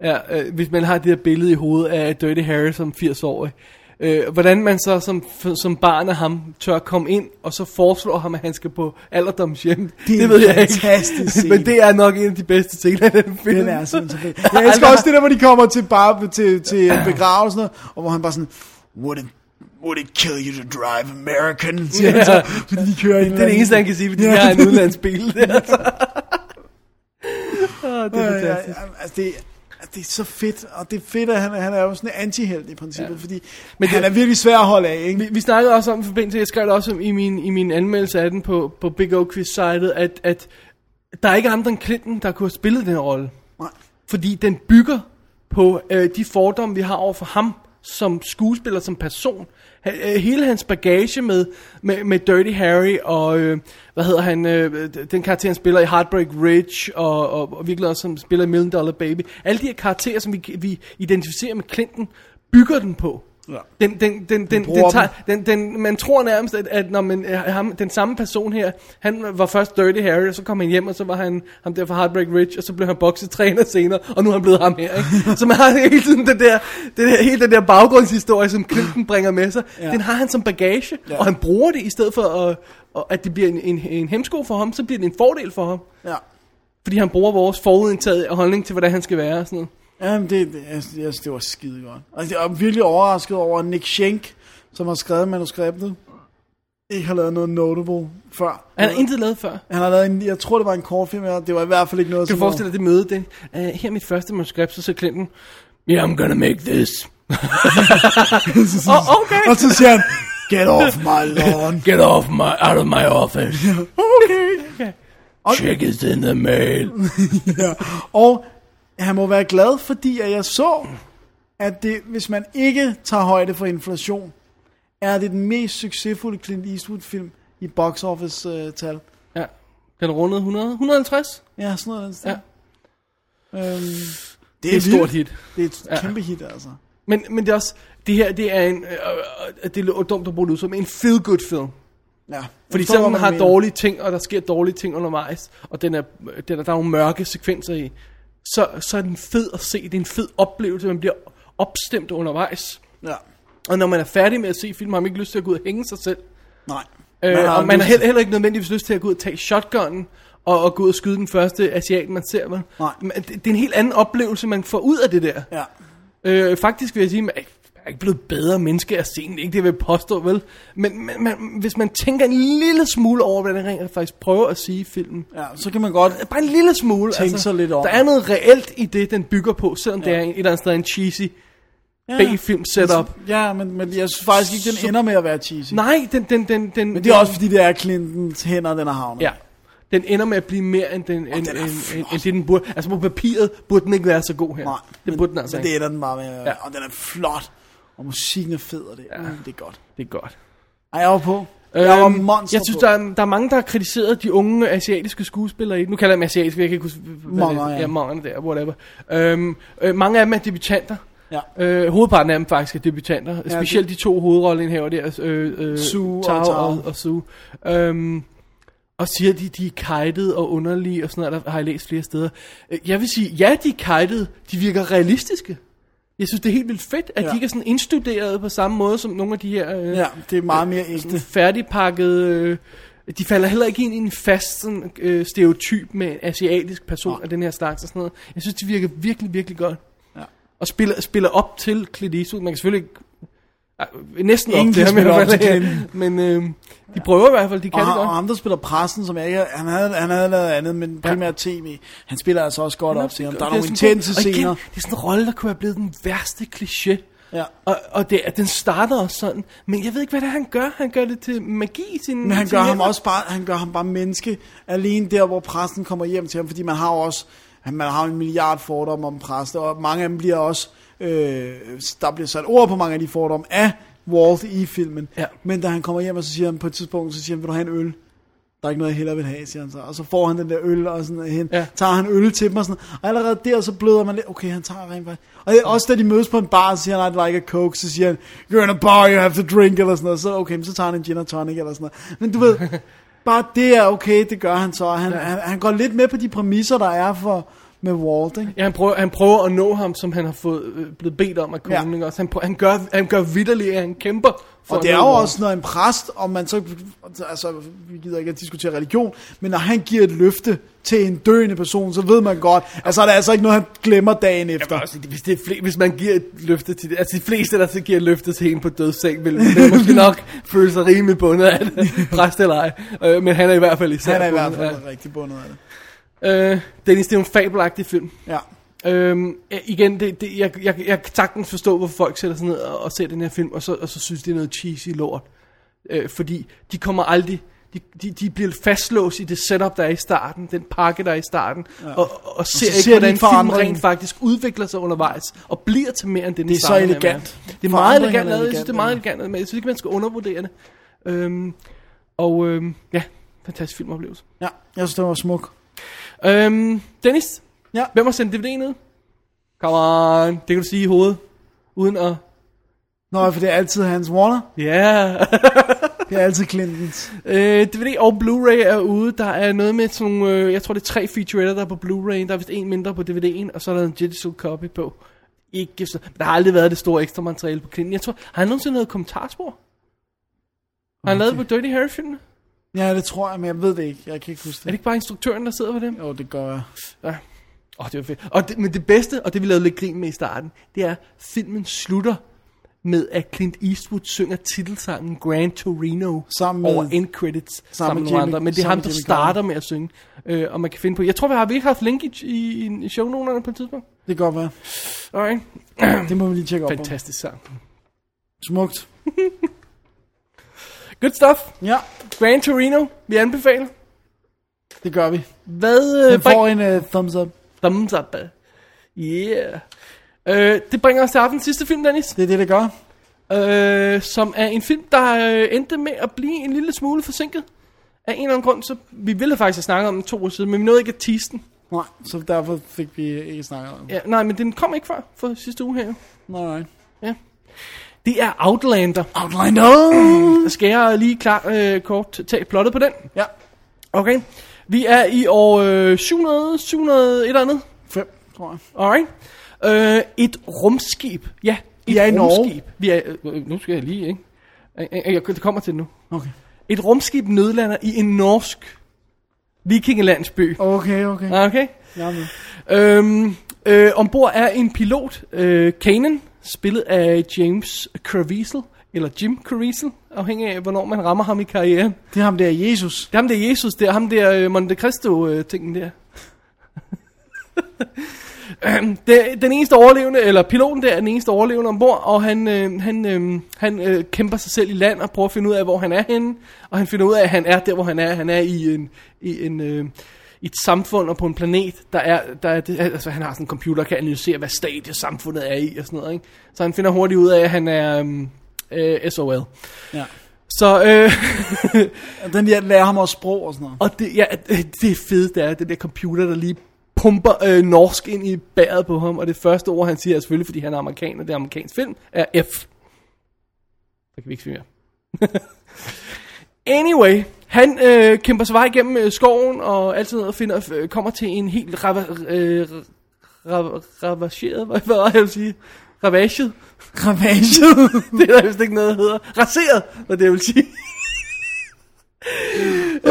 er, øh, hvis man har det her billede i hovedet af Dirty Harry som 80-årig. Øh, hvordan man så som, f- som barn af ham tør komme ind, og så foreslår ham, at han skal på alderdomshjem.
Det er
Det,
en
det ved jeg ikke.
fantastisk scene.
Men det er nok en af de bedste scener i den film.
Den er sådan så fed. Jeg
Altså-
elsker også det der, hvor de kommer til, bare, til, til begravelsen, og hvor han bare sådan, wouldn't Would it kill you to drive American? Siger han så, fordi de kører
Det er det eneste, han kan sige, fordi jeg har en udlandsbil. altså. Åh, det er
Ja, ja,
fantastisk.
ja, altså det, altså det er så fedt, og det er fedt, at han, han er jo sådan en antihelt i princippet, ja. fordi Men
Men
han
det-
er virkelig svær at holde af, ikke?
Vi, vi snakkede også om i forbindelse, jeg skrev det også om i min, i min anmeldelse af den på, på Big O Quiz sitet, at, at der er ikke andre end Clinton, der kunne have spillet den rolle.
Nej.
Fordi den bygger på øh, de fordomme, vi har over for ham som skuespiller, som person. Ha- øh, Hele hans bagage med, med, med Dirty Harry og, øh, hvad hedder han, øh, d- den karakter, han spiller i Heartbreak Ridge, og, og, og virkelig også, som spiller i Million Dollar Baby. Alle de her karakterer, som vi, vi identificerer med Clinton, bygger den på. Ja. Den, den, den, den, den,
bruger
tager, den, den, man tror nærmest, at, at når man, øh, ham, den samme person her, han var først Dirty Harry, og så kom han hjem, og så var han ham der fra Heartbreak Ridge, og så blev han boksetræner senere, og nu er han blevet ham her. Ikke? så man har hele tiden den der, den der, hele den der baggrundshistorie, som Clinton bringer med sig, ja. den har han som bagage, ja. og han bruger det i stedet for, at, og at det bliver en, en, en hemsko for ham, så bliver det en fordel for ham.
Ja.
Fordi han bruger vores forudindtaget holdning til, hvordan han skal være og sådan noget.
Jamen, det, det, jeg, jeg, synes, det var skide godt. Og jeg er virkelig overrasket over at Nick Schenk, som har skrevet manuskriptet, ikke har lavet noget notable før.
Han har intet lavet før.
Han har lavet en, jeg tror det var en kortfilm, og det var i hvert fald ikke noget,
Kan du
som var-
forestille dig det møde? Det, uh, her er mit første manuskript, så siger Clinton, Yeah, I'm gonna make this. oh, okay.
Og så siger han, get off my lawn.
Get off my, out of my office.
okay.
Check is in the mail.
Ja. Og han må være glad, fordi at jeg så, at det, hvis man ikke tager højde for inflation, er det den mest succesfulde Clint Eastwood-film i box øh, office-tal.
ja. Den rundede 100, 150.
ja, sådan noget. af den stil.
Ja.
Øhm,
Det er et
vildt.
stort hit.
Det er et
Ja.
kæmpe hit, altså.
Men, men det er også, det her, det er en, øh, øh, det er dumt at bruge det ud som, en feel-good film.
Ja.
Fordi
Jeg forstår,
selvom den
hvad du
har
mener.
dårlige ting, og der sker dårlige ting undervejs, og den er, den er, der er nogle mørke sekvenser i, så, så er den fed at se. Det er en fed oplevelse, man bliver opstemt undervejs.
Ja.
Og når man er færdig med at se filmen, har man ikke lyst til at gå ud og hænge sig selv.
Nej.
Øh,
har
og man
lyst-
har heller, heller ikke nødvendigvis lyst til at gå ud og tage shotgunnen, og, og gå ud og skyde den første asiat, man ser. Man.
Nej.
Men det, det er en helt anden oplevelse, man får ud af det der.
Ja.
Øh, faktisk vil jeg sige, at man er ikke- man er ikke blevet bedre menneske af scenen, ikke det vil jeg påstå, vel? Men men man, hvis man tænker en lille smule over, hvad den rent faktisk prøver at sige i filmen,
ja, så kan man godt...
bare en lille smule, altså.
Tænk sig lidt over.
der er noget reelt i det, den bygger på, selvom ja. det er en, et eller andet sted en cheesy
Ja.
B-film setup.
Ja, men, men jeg synes faktisk ikke, den
Så-
ender med at være cheesy.
Nej, den, den, den, den,
Men det er også fordi, det er Clintons hænder, den har havnet.
Ja. Den ender med at blive mere end, den, end,
den
den
er
end,
flot.
end, end det, den burde. Altså på papiret burde den ikke være så god her.
Nej,
det burde den altså
men
ikke.
det er der den bare med. Ja.
Ja.
Og den er flot. Og musikken er fed, og det, ja. mm, det er godt.
Det er godt. Øhm,
Ej, jeg var på. Jeg var monster
jeg synes,
på.
der er, der er mange, der har kritiseret de unge asiatiske skuespillere i den. Nu kalder jeg dem asiatiske, jeg kan ikke huske... hvad det er.
Mange, ja.
ja. mange der, whatever. Øhm, øh, mange af dem er debutanter.
Ja.
Øh, hovedparten af dem faktisk er debutanter.
Ja,
Ja, Specielt de to hovedrolleindhaver der, øh, øh,
Sue og
Tao
Tao.
og, og Sue. Øhm, og siger, at de, de er kajtet og underlige og sådan noget, der har jeg læst flere steder. Øh, Jeg vil sige, ja, de er kajtet, de virker realistiske. Jeg synes, det er helt vildt fedt, at
Ja.
ja. de ikke er sådan indstuderet på samme måde som nogle af de her... Øh,
Ja, det er meget mere ægte.
sådan færdigpakkede... Øh, de falder heller ikke ind i en fast sådan, øh, stereotyp med en asiatisk person af den her slags og sådan noget. Jeg synes, de virker virkelig, virkelig godt.
Ja.
Og spiller, spiller op til Clint Eastwood. Man kan selvfølgelig ikke... Ej, næsten
Ingen
op til
kan
ham i
spille
hvert
op til
fald. Men øh, de prøver i hvert fald, de kan
Og,
det
han- og
godt.
ham, der spiller pressen, som jeg ikke... Han havde, han havde lavet andet, men primært tv. Han spiller altså også godt op til ham. Der er
Det
nogle
sådan-
intense
og igen,
scener.
Det er sådan en rolle, der kunne have blevet den værste kliché.
Ja.
Og, og det, er- den starter også sådan, men jeg ved ikke, hvad det er, han gør. Han gør det til magi i sin
Men han
sine
gør ham
hænder.
også bare, han gør ham bare menneske, alene der, hvor præsten kommer hjem til ham, fordi man har jo også, man har jo en milliard fordomme om præster, og mange af dem bliver også, øh, der bliver sat ord på mange af de fordomme af Walt i filmen.
Ja.
Men da han kommer hjem, og så siger han på et tidspunkt, så siger han, vil du have en øl? Der er ikke noget, jeg hellere vil have, siger han så. Og så får han den der øl, og sådan hen, ja.
Ja.
tager han øl til dem, og sådan Og allerede der, så bløder man lidt, okay, han tager rent faktisk. Og det, er også da de mødes på en bar, så siger han, I'd like a coke, så siger han, you're in a bar, you have to drink, eller sådan noget. Så okay, men så tager han en gin og tonic, eller sådan noget. Men du ved, bare det er okay, det gør han så. Han, ja. han, han går lidt med på de præmisser, der er for, med Walt, ikke?
Ja, han prøver, han prøver at nå ham, som han har fået, øh, blevet bedt om at
Ja.
kongen. Ja. Han, prøver, han gør, han gør vidderligt, at han kæmper. For
Og det
at
er
nå
jo
ham.
også, når en præst, og man så, altså, vi gider ikke at diskutere religion, men når han giver et løfte til en døende person, så ved man godt, at så er der altså ikke noget, han glemmer dagen efter.
Jamen, også, hvis, det er fle- hvis man giver et løfte til det, altså de fleste, der så giver løftet til en på dødsseng, vil, vil måske nok føle sig rimelig bundet af det, præst eller ej. Øh, men han er i hvert fald især
Han er i hvert
bundet
fald rigtig bundet af det.
af- Øh, Dennis, det er jo en fabelagtig film.
Ja.
Øhm, ja, igen, det, det, jeg, jeg, jeg kan sagtens forstå, hvorfor folk sætter sig ned og, og ser den her film, og så, og så synes, det er noget cheesy lort. Øh, fordi de kommer aldrig... De, de, de bliver fastlåst i det setup, der er i starten, den pakke, der er i starten, ja. og, og, og ser
så
ikke,
ser de
hvordan filmen
en forandring.
rent faktisk udvikler sig undervejs, og bliver til mere end det, den
Det er så
starter med at være.
elegant.
Det er meget
Forandring
elegant
er
lavet, jeg synes,
elegant,
det er meget
ja.
elegant lavet, men jeg synes ikke, man skal undervurdere det. Øhm, og øhm, ja, fantastisk filmoplevelse.
ja, jeg synes, det var smuk.
Øhm, Dennis,
Ja.
hvem har sendt DVD'en ud? Come on, det kan du sige i hovedet, uden at...
Nå, for det er altid Hans Warner.
Ja, yeah.
Det er altid Clintons.
øh, DVD og Blu-ray er ude, der er noget med sådan nogle, øh, jeg tror det er tre featuretter, der er på Blu-ray, der er vist en mindre på DVD'en, og så er der en digital copy på. Ikke så, men der har aldrig været det store ekstra materiale på Clinton. Jeg tror, har han nogensinde lavet kommentarspor? Har han lavet det på Dirty Harry filmen?
Ja, det tror jeg, men jeg ved det ikke. Jeg kan ikke huske
Er det
det.
ikke bare instruktøren, der sidder på dem?
Jo, det gør jeg.
Ja. Åh, det var fedt. Og det, men det bedste, og det vi lavede lidt grin med i starten, det er, at filmen slutter med, at Clint Eastwood synger titelsangen Grand Torino
Sammen med-
over end credits sammen,
med
sammen med nogle
Jimmy-
andre. Men det er
sammen
ham,
med
der
Jimmy
starter med at synge, øh, og man kan finde på... Jeg tror, vi har, vi ikke haft link i, i, i shownoterne på et tidspunkt.
Det kan godt være.
Alright.
Det må vi lige tjekke op på.
Fantastisk sang.
Smukt.
Good stuff.
Ja,
Grand Torino, vi anbefaler.
det gør vi.
Hvad
Den
øh,
får
bringer...
en uh, thumbs up.
Thumbs up. bad. Yeah. Øh, det bringer os til aftenens sidste film, Dennis.
Det er det, det gør.
øh, som er en film, der øh, endte med at blive en lille smule forsinket. Af en eller anden grund, så vi ville faktisk have snakket om den to år siden, men vi nåede ikke at tease den.
Nej, så derfor fik vi ikke snakket om det.
Ja, nej, men den kom ikke før for sidste uge her. jo.
Nå, nej.
Det er Outlander.
Outline down!
Skal jeg lige klar, øh, kort tage plottet på den?
Ja,
Okay. Vi er i år øh, 700, 700 et eller andet.
fem, tror jeg.
Alright. Øh, et rumskib. Ja, et
Vi er i Norge.
rumskib. Vi er, øh, nu skal jeg lige, ikke? Øh, øh, Jeg, det kommer til det nu.
Okay.
Et rumskib nødlander i en norsk vikingelandsby.
Okay, okay.
Ah, Okay?
Jeg er med.
Øhm, øh, ombord er en pilot, øh, Kanan, spillet af James Caviezel, eller Jim Caviezel, afhængig af, hvornår man rammer ham i karrieren.
Det er ham der, Jesus.
Det er ham der Jesus, det er ham der øh, Monte Cristo-tingen der. Øhm, det- den eneste overlevende, eller piloten der er den eneste overlevende ombord, og han, øh, han, øh, han øh, kæmper sig selv i land og prøver at finde ud af, hvor han er henne, og han finder ud af, at han er der, hvor han er. Han er i en, i en øh, i et samfund og på en planet, der er, der er det, altså han har sådan en computer, kan analysere, hvad stadie samfundet er i og sådan noget, ikke? Så han finder hurtigt ud af, at han er øh, øh, SOL.
Ja.
Så, øh,
Og Den der lærer ham også sprog og sådan noget.
Og det, ja, øh, det er fedt, det er den der computer, der lige pumper øh, norsk ind i bæret på ham, og det første ord, han siger, er selvfølgelig, fordi han er amerikaner, det er amerikansk film, er F. Så kan vi ikke sige mere. Anyway, han øh, kæmper sig vej igennem øh, skoven og alt sådan noget, og finder, øh, kommer til en helt rava- øh, rava- ravageret, hvad, hvad var det, jeg vil sige? Ravaget?
Kravaget.
Det er der vist ikke noget, der hedder. Raseret, hvad det jeg vil sige.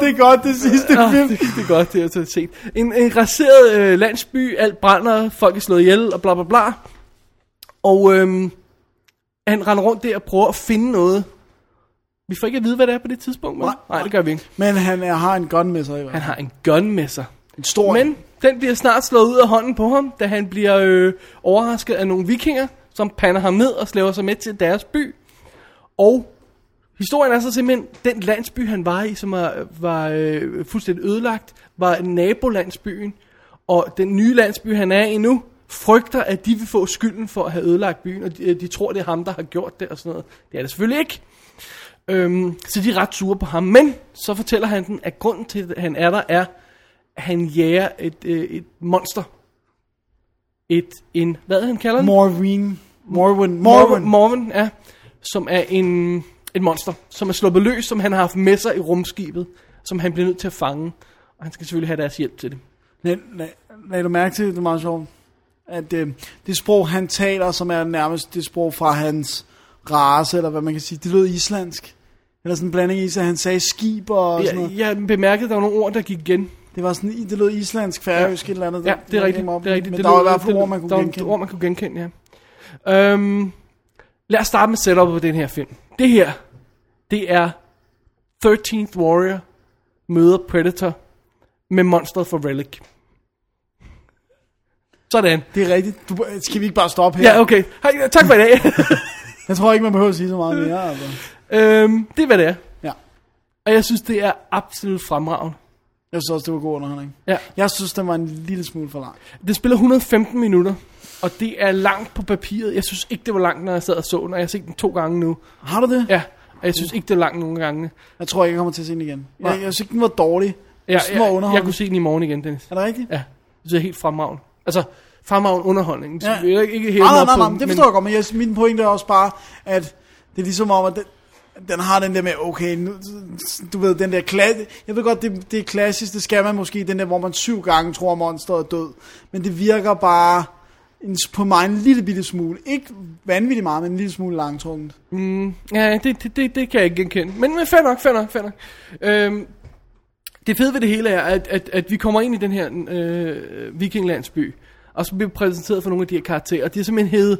det er godt, det sidste
Ah,
film.
det, det er godt, det er så set. En, en raseret øh, landsby, alt brænder, folk er slået ihjel og bla bla bla. Og øhm, han render rundt der og prøver at finde noget. Vi får ikke at vide, hvad det er på det tidspunkt. vel?
Nej,
nej, det gør vi ikke.
Men han er, har en gun med sig i hvert
Han har
fald.
en gun med sig.
En stor en.
Men den bliver snart slået ud af hånden på ham, da han bliver øh, overrasket af nogle vikinger, som pander ham ned og slæver sig med til deres by. Og historien er så simpelthen, den landsby han var i, som var, var øh, fuldstændig ødelagt, var nabolandsbyen. Og den nye landsby han er i nu, frygter at de vil få skylden for at have ødelagt byen, og de, øh, de tror det er ham der har gjort det og sådan noget. Det er det selvfølgelig ikke. Øhm, så de er ret sure på ham, men så fortæller han den, at grunden til, at han er der, er, at han jager et, øh, et monster. Et, en, hvad han kalder den?
Morwin. Morwin. Morwin.
Morven. Morven, ja. Som er en, et monster, som er sluppet løs, som han har haft med sig i rumskibet, som han bliver nødt til at fange. Og han skal selvfølgelig have deres hjælp til det.
Lad, lad, lad du mærke til, det er meget sjovt, at øh, det sprog, han taler, som er nærmest det sprog fra hans race, eller hvad man kan sige, det lød islandsk. Eller sådan en blanding i, så han sagde skib og sådan
Jeg,
noget.
jeg bemærkede, at der var nogle ord, der gik igen.
Det var sådan, det lød islandsk, færøsk, et eller andet.
Ja, det
jeg
er rigtigt.
kom op
Det er
i.
rigtigt.
Men
det
der var i
lød-
hvert fald
det-
ord, man kunne
der var
genkende.
Ord, man kunne genkende, ja. Øhm, lad os starte med setupet på den her film. Det her, det er 13th Warrior møder Predator med monsteret for Relic. Sådan.
Det er rigtigt. Du, skal vi ikke bare stoppe her?
Ja, okay. Hej, tak for i dag.
Jeg tror ikke, man behøver at sige så meget mere. Altså.
øhm, det er, hvad det er.
Ja.
Og jeg synes, det er absolut fremragende.
Jeg synes også, det var god underholdning.
Ja.
Jeg synes, den var en lille smule for lang.
Det spiller 115 minutter, og det er langt på papiret. Jeg synes ikke, det var langt, når jeg sad og så den, og jeg har set den to gange nu.
Har du det?
Ja, og jeg synes ikke, det er langt nogle gange.
Jeg tror ikke, jeg kommer til at se den igen.
Nej.
Jeg, jeg synes ikke, den var dårlig.
Ja,
Små
jeg, jeg
underholdning.
kunne se den i morgen igen, Dennis.
Er det rigtigt?
Ja, det er helt fremragende. Altså, fremragende underholdning. Ja.
Ja.
Jeg er ikke, ikke helt
Nej, nej, nej, nej, det forstår jeg godt, men jeg, min pointe er også bare, at det er ligesom om, at den, den har den der med, okay, nu, du ved, den der klasse, jeg ved godt, det, det er klassisk, det skal man måske, den der, hvor man syv gange tror, at monsteret er død, men det virker bare en, på mig en lille bitte smule, ikke vanvittigt meget, men en lille smule langtrukket.
Mm, Ja, det, det, det, det kan jeg ikke genkende. Men, men fair nok, fair nok, fair nok. Øhm, det fede ved det hele er, at, at, at vi kommer ind i den her øh, vikinglandsby, og så bliver vi præsenteret for nogle af de her karakterer, og de er simpelthen hed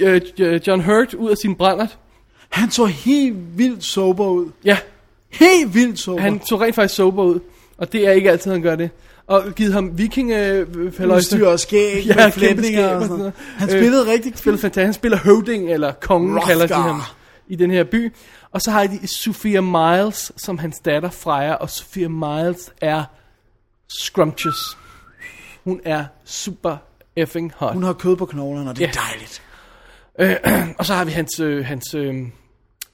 øh, øh, John Hurt ud af sin brændert.
Han så helt vildt sober ud.
Ja,
Helt vildt sober.
han så rent faktisk sober ud, og det er ikke altid, han gør det. Og givet ham øh, vikinge...
udstyr og skæg
Ja,
ja,
kæmpe
med flætninger
skæg
og
og
sådan noget.
sådan noget.
Han
Øh,
spillede øh, rigtig
spiller fantastisk. Han spiller høvding, eller kongen
Hrothgar.
kalder de ham, i den her by. Og så har de Sophia Miles, som hans datter Freja, og Sophia Miles er scrumptious. Hun er super effing hot.
Hun har kød på knoglerne, og det er
Ja.
dejligt.
Og så har vi hans, øh, hans, øh,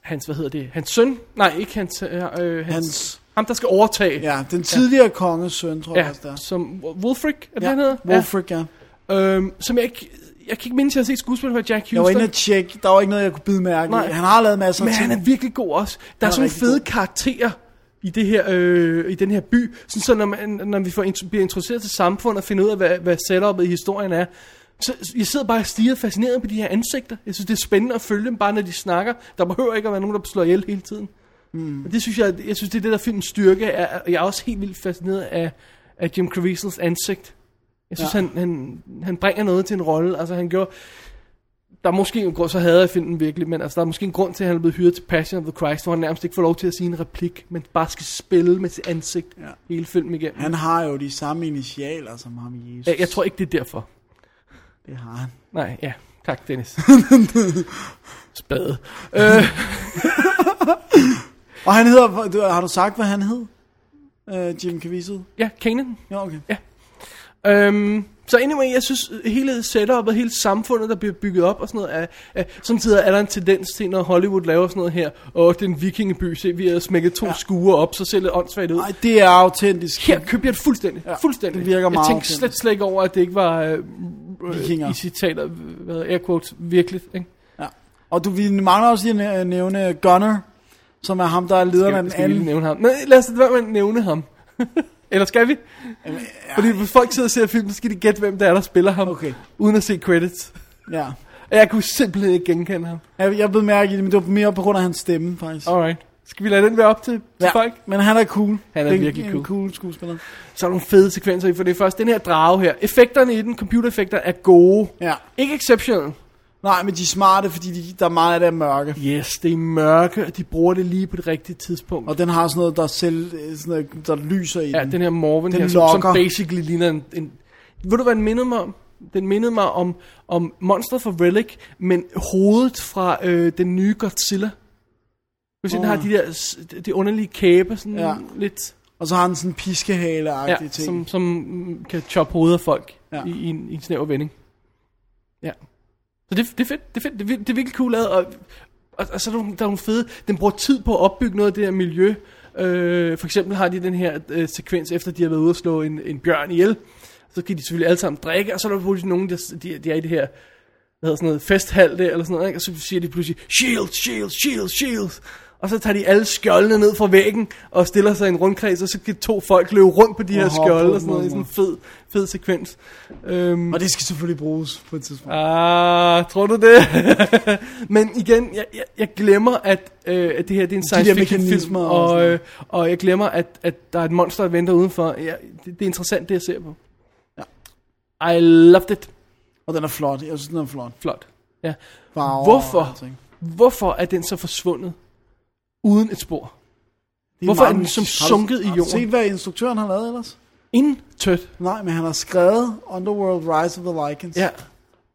hans, hvad hedder det, hans søn? Nej, ikke hans, øh, øh, hans,
Hans-
hans, ham der skal overtage.
Ja, den tidligere konges søn, tror jeg
Ja,
også, der.
som Wolfric, er det, ja. han
Ja,
hedder?
Wolfric, ja.
Ja. Øhm, som jeg ikke, jeg kan ikke mindst, at jeg har set skuespillet fra Jack Houston.
Jeg var inde og tjekke, der var ikke noget, jeg kunne bide mærke
Nej.
i. Han har lavet masser af
Men han
ting.
er virkelig god også. Der er,
er
sådan nogle
rigtig
fede
god.
karakterer i, det her, øh, i den her by. Sådan, så når, man, når vi får, int- bliver introduceret til samfundet og finder ud af, hvad, hvad setupet i historien er, så jeg sidder bare og stiger fascineret på de her ansigter. Jeg synes, det er spændende at følge dem, bare når de snakker. Der behøver ikke at være nogen, der slår ihjel hele tiden. Mm.
Hmm.
Og det synes jeg, jeg synes, det er det, der er filmens styrke. Er, jeg er også helt vildt fascineret af, af Jim Caviezel's ansigt. Jeg synes, ja. han, han, han bringer noget til en rolle. Altså, han gjorde, der er måske en grund, så havde jeg filmen virkelig, men altså, der er måske en grund til, at han er blevet hyret til Passion of the Christ, hvor han nærmest ikke får lov til at sige en replik, men bare skal spille med sit ansigt ja.
Ja.
hele filmen igennem.
Han har jo de samme initialer som ham i Jesus.
Jeg, jeg tror ikke, det er derfor.
Det har han.
Nej, ja. Tak, Dennis. Spade. Øh,
Og han hedder, du- har du sagt, hvad han hed? Uh, Jim Caviezel?
ja, Kanan.
Ja, okay.
Øhm, så anyway, jeg synes, hele setupet, hele samfundet, der bliver bygget op og sådan noget, er, er, samtidig er der en tendens til, når Hollywood laver sådan noget her, og den vikingeby, se, vi har smækket to ja. skure op, så ser det åndssvagt ud.
Nej, det er autentisk.
Her købte jeg det fuldstændig. Ja,
Ja,
fuldstændig.
det virker
jeg
meget
tænkte
authentisk.
slet, slet ikke over, at det ikke var øh,
Vikinger.
i citater, hvad hedder, air quotes, virkelig. Ikke?
Ja. Og du, vi mangler også lige at næ- nævne Gunner, som er ham, der er lederen af
Skal,
den
skal vi lige
anden.
nævne ham? Nej, lad os lade være med at nævne ham. Eller skal vi? Fordi hvis folk sidder og ser filmen, så skal de gætte, hvem der er, der spiller ham,
Okay.
uden at se credits.
Ja.
Og Jeg kunne simpelthen ikke genkende ham.
Jeg, jeg blev mærke i det, men det var mere på grund af hans stemme, faktisk.
Alright. Skal vi lade den være op til, til
Ja,
folk?
men han er cool.
Han er
Det
virkelig
en,
cool.
En cool skuespiller.
Så er der nogle fede sekvenser i for det første. Den her drage her. Effekterne i den, computereffekter, er gode.
Ja.
Ikke exceptional.
Nej, men de er smarte, fordi de, der er meget af det er mørke.
Yes, det er mørke, og de bruger det lige på det rigtige tidspunkt.
Og den har sådan noget, der, selv, øh, sådan noget, der lyser i
Ja, den her Morven
Den
her, som, som
lokker.
basically ligner en, en... Ved du, hvad den mindede mig om? Den mindede mig om, om Monster fra Relic, men hovedet fra øh, den nye Godzilla. Du ser, den har de der s- de underlige kæbe, sådan ja.
Ja.
lidt,
Og så har den sådan en piskehale-agtig
ja,
ting.
som, som mm, kan choppe hovedet af folk ja.
Ja.
i, i, en, i en snæver vending. Ja. Så det, det er fedt, det er fedt, det er, vir- det er virkelig cool lavet, og, og, og så er der, nogle- der er nogle fede, den bruger tid på at opbygge noget af det her miljø. Øh, for eksempel har de den her øh, sekvens, efter de har været ude og slå en, en bjørn ihjel, så kan de selvfølgelig alle sammen drikke, og så er der pludselig nogen, der de, de er i det her, hvad hedder sådan noget, festhal der, eller sådan noget, ikke? og så siger de pludselig, shield, shield, shield, shield, Og så tager de alle skjoldene ned fra væggen og stiller sig i en rundkreds, og så kan to folk løbe rundt på de her
Og hoppe
skjolde
på
og sådan noget i
dem,
sådan en fed, fed sekvens. Øhm,
Og det skal selvfølgelig bruges på et tidspunkt.
Ah, tror du det? Men igen, jeg, jeg, jeg glemmer, at, øh, at det her det er en science fiction film,
mekanismer og
og,
sådan
øh, og jeg glemmer, at, at der er et monster, der venter udenfor. Ja, det, det er interessant, det jeg ser på. Ja. I loved it.
Og den er flot. Jeg synes, den er flot.
Flot. Ja.
Farver og
Hvorfor?
alting.
Hvorfor er den så forsvundet? Uden et spor.
Det
Hvorfor er
mange-
den som
Har du-
sunket i
Har du
jorden?
set, hvad instruktøren har lavet ellers?
Intet.
Nej, men han har skrevet Underworld Rise of the Lycans.
Ja.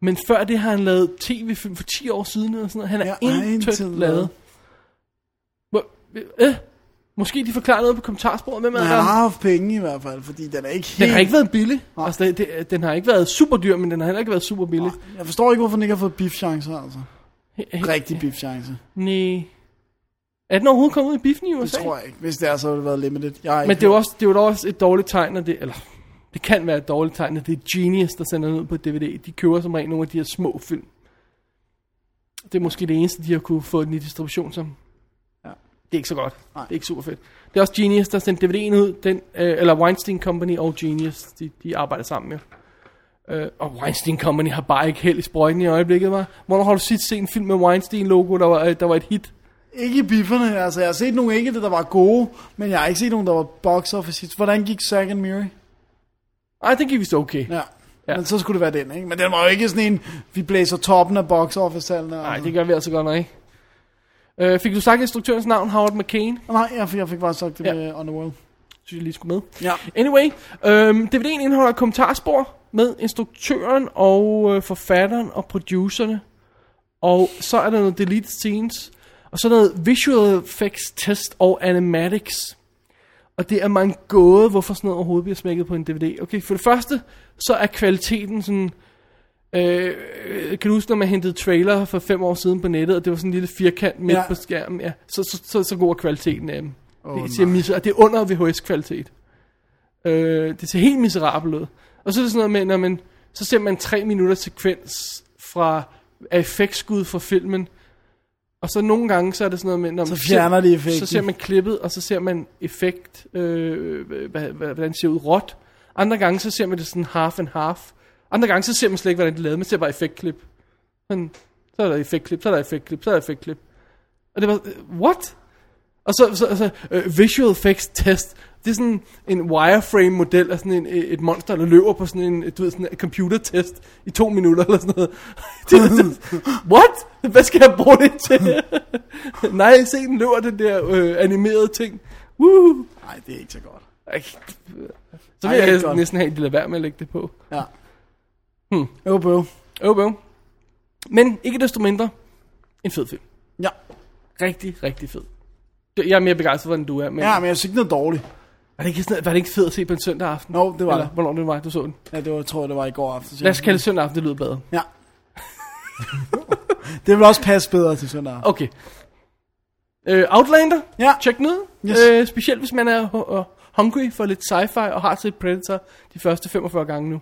Men før det har han lavet tv-film for 10 år siden, eller sådan noget. Han er
Ja,
ja, intet
intet
lavet. Hvor, øh, måske de forklarer noget på kommentarsporet, hvem er
Men
der?
han har haft penge i hvert fald, fordi den er ikke helt...
Den har ikke været billig. Altså, det, det, den har ikke været super dyr, men den har heller ikke været super billig.
Jeg forstår ikke, hvorfor den ikke har fået beefchancer, altså.
Nej.
Rigtig beefchance.
Nej. Er den overhovedet kommet ud i biffen i
Det
USA?
tror jeg ikke. Hvis det er, så har det været limited. Jeg har
Men
ikke
det er jo også, det er jo da også et dårligt tegn, at det, eller det kan være et dårligt tegn, at det er Genius, der sender den ud på DVD. De køber som regel nogle af de her små film. Det er måske det eneste, de har kunne få den i distribution som.
Ja.
Det er ikke så godt. Nej. Det er ikke super fedt. Det er også Genius, der sendte DVD'en ud, den, øh, eller Weinstein Company og Genius, de, de arbejder sammen med. Øh, og Weinstein Company har bare ikke held i sprøjten i øjeblikket, var. Hvornår har du sidst set en film med Weinstein-logo, der var, øh, der var et hit?
Ikke i bifferne, altså jeg har set nogle enkelte, der var gode, men jeg har ikke set nogen, der var box office hits. Hvordan gik Zack and Miri?
Ej, den gik vist okay.
Ja.
Ja.
ja. Men så skulle det være den, ikke? Men den var jo ikke sådan en, vi blæser toppen af box office-tallene.
Nej,
altså.
det gør vi altså godt nok ikke. Øh, fik du sagt instruktørens navn, Howard McCain?
Nej, jeg fik, jeg fik bare sagt det
Ja.
ja. med Underworld.
Synes jeg lige skulle med.
Ja.
Anyway, øhm, DVD'en indeholder et kommentarspor med instruktøren og øh, forfatteren og producerne. Og så er der noget deleted scenes. Og så noget visual effects test og animatics. Og det er mange gåde, hvorfor sådan noget overhovedet bliver smækket på en DVD. Okay, for det første, så er kvaliteten sådan... Øh, kan du huske, når man hentede trailer for fem år siden på nettet, og det var sådan en lille firkant midt ja.
Ja.
på skærmen? Ja, så, så, så, så god er kvaliteten af dem. Oh,
nej.
det, ser mis- og det er under VHS-kvalitet. Øh, det ser helt miserabelt ud. Og så er det sådan noget med, når man, så ser man tre minutter sekvens fra af effektskud fra filmen, og så nogle gange, så er det sådan noget med, når man
Så fjerner de effekten.
så ser man klippet, og så ser man effekt, øh, hvad, hvad, hvordan det ser ud råt. Andre gange, så ser man det sådan half and half. Andre gange, så ser man slet ikke, hvordan det er lavet. Man ser bare effektklip. Sådan, så er der effektklip, så er der effektklip, så er der effektklip. Og det var, øh, what? Og så, så, så øh, visual effects test. Det er sådan en wireframe-model af sådan en, øh, et monster, der løber på sådan en, du ved, sådan en computertest i to minutter eller sådan noget. Det er sådan, what? Hvad skal jeg bruge det til? Nej, se den løber, den der øh, animerede ting. Woo!
Nej, det er ikke så godt.
Ej, Så
Ej,
vil
det er
jeg
godt.
næsten have, at de lader være med at lægge det på.
Ja. Hmm. Jo, bøv.
Øv, øv. Men ikke desto mindre, en fed film.
Ja.
Rigtig, rigtig fed. Jeg er mere begejstret for, den, end du er, men,
ja, men jeg synes ikke noget dårligt.
var, det ikke sådan, var det ikke fedt at se på en søndag aften?
Jo, det var
Eller,
det.
hvornår det var, du så den?
Ja, det var, tror jeg, det var i går aften.
Lad os kalde det søndag aften, det lyder bedre.
Ja. det vil også passe bedre til søndag. aften.
Okay. Øh, Outlander,
Ja.
tjek den ud.
Yes.
Øh, specielt hvis man er hu- og hungry for lidt sci-fi og har set Predator de første 45 gange nu.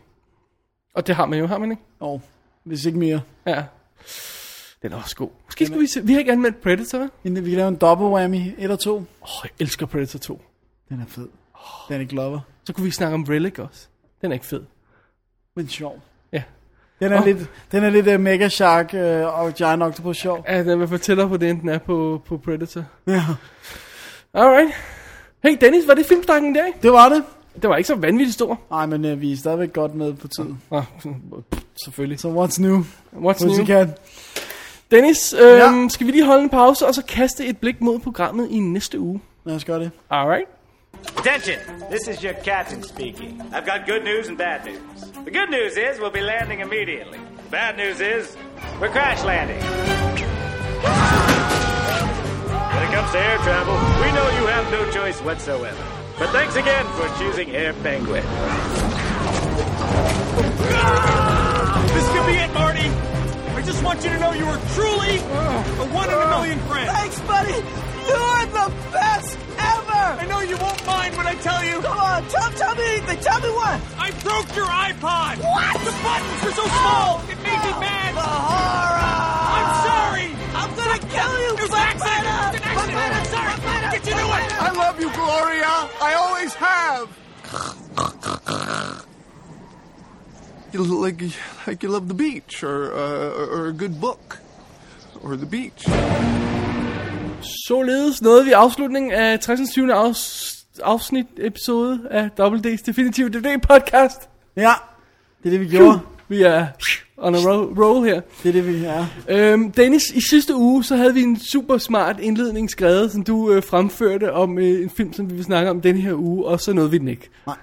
Og det har man jo, har man ikke?
Jo, hvis ikke mere.
Ja. Den er også god. Måske skulle vi se, vi har ikke anmeldt Predator, vel?
Inden vi kan lave en double whammy, 1 og 2.
Åh, jeg elsker Predator 2.
Den er fed. Den er glover.
Så kunne vi snakke om Relic også. Den er ikke fed.
Men sjov.
Ja.
Den er,
Åh.
oh. lidt, den er lidt uh, Mega Shark uh, og Giant Octopus sjov.
Ja, den vil fortælle på det, end den er på, på Predator.
Ja.
Alright. Hey Dennis, var det filmstakken der?
Det var det.
Det var ikke så vanvittigt stor.
Nej, men uh, vi er stadigvæk godt med på tid.
Ah, selvfølgelig.
Så what's new?
What's new?
Pussycat.
Dennis, øhm, ja.
Ja.
skal vi lige holde en pause, og så kaste et blik mod programmet i næste uge?
Lad os gøre det.
Alright.
Attention, this is your captain speaking. I've got good news and bad news. The good news is we'll be landing immediately. The bad news is we're crash landing. When it comes to air travel, we know you have no choice whatsoever. But thanks again for choosing Air Penguin.
This could be it, Marty. I just want you to know you are truly a one in a million friend. Thanks, buddy. You're the best ever. I know you won't mind when I tell you. Come on, tell, tell me anything. Tell me what. I broke your iPod. What? Oh. The buttons were so small. it made me mad. The horror. I'm sorry. I'm gonna kill you. It was an accident. It was an accident. Why did you do it?
I love you, Gloria. I always have. You look like you- like you love the beach, or uh, or- or a good book, or the beach.
Således nåede vi afslutningen af 60. 20. Afs- afsnit episode af WD's Definitive DVD podcast.
Ja, det er det, vi gjorde.
Vi er on a ro- roll her.
Det er det, vi er.
Øhm, Dennis, i sidste uge, så havde vi en super smart indledning skrevet, som du øh, fremførte om øh, en film, som vi vil snakke om denne her uge, og så nåede vi den ikke.
Nej.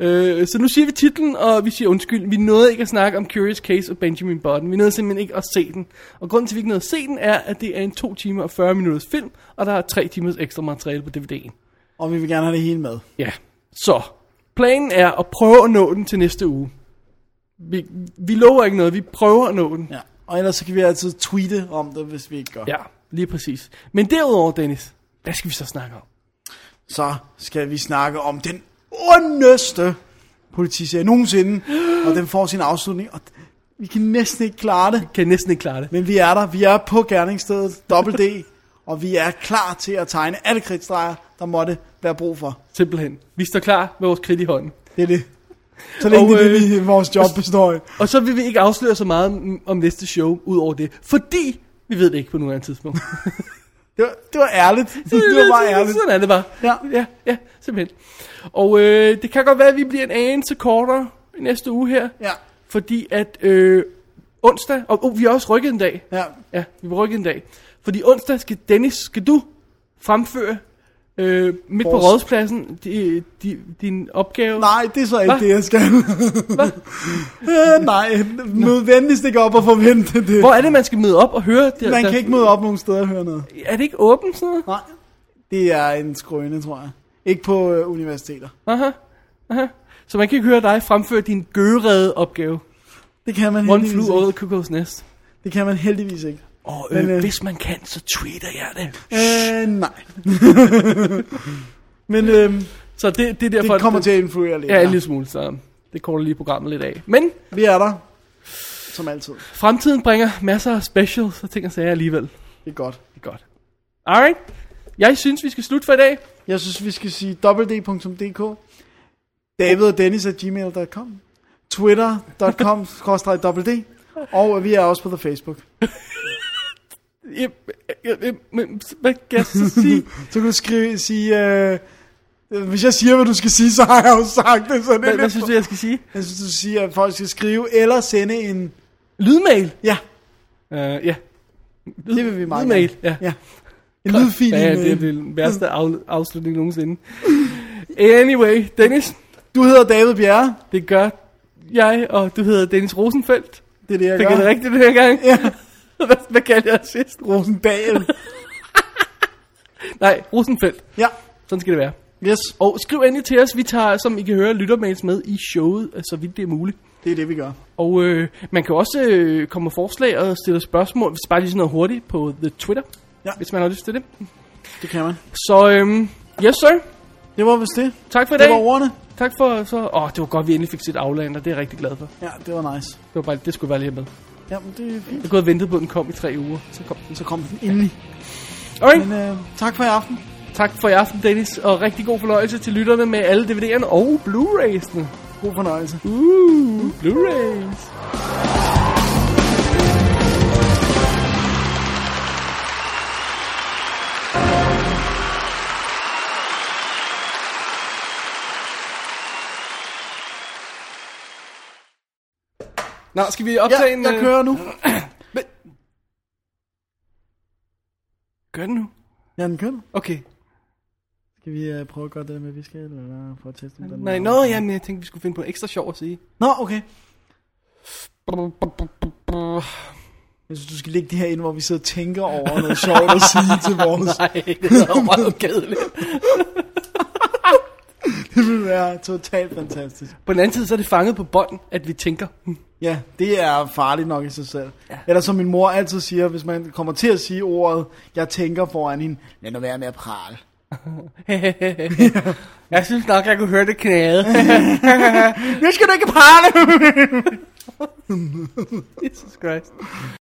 Øh, så nu siger vi titlen, og vi siger undskyld. Vi nåede ikke at snakke om Curious Case og Benjamin Button. Vi nåede simpelthen ikke at se den. Og grunden til, at vi ikke nåede at se den, er, at det er en 2 timer og 40 minutters film, og der er 3 timers ekstra materiale på DVD'en.
Og vi vil gerne have det hele med.
Ja, så planen er at prøve at nå den til næste uge. Vi, vi lover ikke noget, vi prøver at nå den.
Ja. Og ellers så kan vi altid tweete om det, hvis vi ikke gør.
Ja, lige præcis. Men derudover, Dennis, hvad skal vi så snakke om?
Så skal vi snakke om den ondeste politiserie nogensinde. Og den får sin afslutning, og vi kan næsten ikke klare det.
Kan jeg næsten ikke klare det.
Men vi er der. Vi er på gerningsstedet. Double D. og vi er klar til at tegne alle kridtstreger, der måtte være brug for.
Simpelthen. Vi står klar med vores kridt i hånden.
Det er det. Så længe
Og,
det er
øh,
det, vi, vores job består i.
Og så vil vi ikke afsløre så meget om, om næste show, ud over det. Fordi vi ved det ikke på nuværende tidspunkt.
Det var, det var ærligt. Det var bare ærligt.
Sådan er det bare.
Ja.
ja, ja simpelthen. Og øh, det kan godt være, at vi bliver en anelse kortere i næste uge her.
Ja.
Fordi at øh, onsdag, og oh, vi har også rykket en dag.
Ja.
Ja, vi var rykket en dag. Fordi onsdag skal Dennis, skal du fremføre øh, midt på
Vores-
rådspladsen di, di, din opgave.
Nej, det er så ikke
Hva?
det, jeg skal. Øh, Nej, mød venligst ikke op og forvente det.
Hvor er det, man skal møde op og høre? Det,
Man kan ikke møde op nogen steder og høre noget.
Er det ikke åbent sådan noget?
Nej, det er en skrøne, tror jeg. Ikke på øh, universiteter.
Aha, aha. Så man kan ikke høre dig fremføre din gørede opgave.
Det kan man
One
heldigvis
flew over
ikke.
the cuckoo's nest.
Det kan man heldigvis ikke.
Og øh,
Men, øh,
hvis man kan, så tweeter jeg det.
Øh, nej. Men øhm,
Så det, det er derfor...
det kommer til at influere lidt.
Ja, en lille smule, så det korter lige programmet lidt af. Men
Vi er der. Som altid.
fremtiden bringer masser af specials og ting og sager alligevel.
Det er godt.
Det er godt. Alright. Jeg synes, vi skal slutte for i dag.
Jeg synes, vi skal sige www.dk, David og Dennis at gmail.com, twitter.com, www, og vi er også på the Facebook.
Jeg, jeg, jeg, men, hvad kan jeg så sige?
Så kan du skrive, sige, øh, hvis jeg siger, hvad du skal sige, så har jeg jo sagt det, så det
Hvad,
er
hvad
lidt...
synes du, jeg skal sige?
Jeg synes, du siger, at folk skal skrive eller sende en...
Lydmail?
Ja,
Uh, ja. Lyd,
det vil vi meget
Lydmail,
gerne.
ja.
ja. En lydfil
Ja,
ja,
det er den værste af, afslutning nogensinde. Anyway, Dennis,
Du hedder David Bjerre.
det gør jeg, og du hedder Dennis Rosenfeldt.
Det er det, jeg
Fik
gør.
jeg det rigtigt den her gang?
Ja,
Hvad, hvad kaldte jeg os sidst?
Rosendal.
Nej, Rosenfeldt.
ja,
Sådan skal det være.
yes.
Og skriv endelig til os. Vi tager, som I kan høre, lyttermails med i showet, øh, så vidt det er muligt.
Det er det, vi gør.
Og øh, man kan også øh, komme med forslag og stille spørgsmål, hvis bare lige sådan noget hurtigt på the Twitter,
Ja.
hvis man har lyst til det.
Det kan man.
Så øhm, yes sir,
Det var vist det.
tak for i
Det
dag.
var ordene.
Tak for så. Åh, det var godt, vi endelig fik set Outlander, det er jeg rigtig glad for.
Ja, det var nice.
Det, var bare, det skulle være lige med.
Jamen, det er fint.
Jeg kunne have ventet på, at den kom i tre uger. Så kom den.
Så kom den endelig.
Alright,
Men øh, tak for i aften.
tak for i aften, Dennis, og rigtig god fornøjelse til lytterne med alle DVD'erne og Blu-rays'ene.
God fornøjelse.
Uh, Blu-rays. Nå, skal vi
Ja,
optage en...
jeg
øh,
kører nu.
Gør den nu.
Ja, den kører nu.
Okay.
Skal vi øh, prøve at gøre det der med, at vi skal, eller for at teste om den?
Nej,
er-
nå, jamen, jeg tænkte, vi skulle finde på en ekstra sjov at sige.
Nå, okay. Jeg synes, du skal lægge det her ind, hvor vi sidder og tænker over noget sjovt at sige til vores.
Nej, det er meget kedeligt.
Det ville være totalt fantastisk.
På den anden side, så er det fanget på bånd, at vi tænker. "Hmm."
Ja, det er farligt nok i sig selv. Ja. Eller som min mor altid siger, hvis man kommer til at sige ordet, jeg tænker foran hende, lad nu være med at prale.
jeg synes nok, jeg kunne høre det knæde.
Nu skal du ikke prale!
Jesus Christ.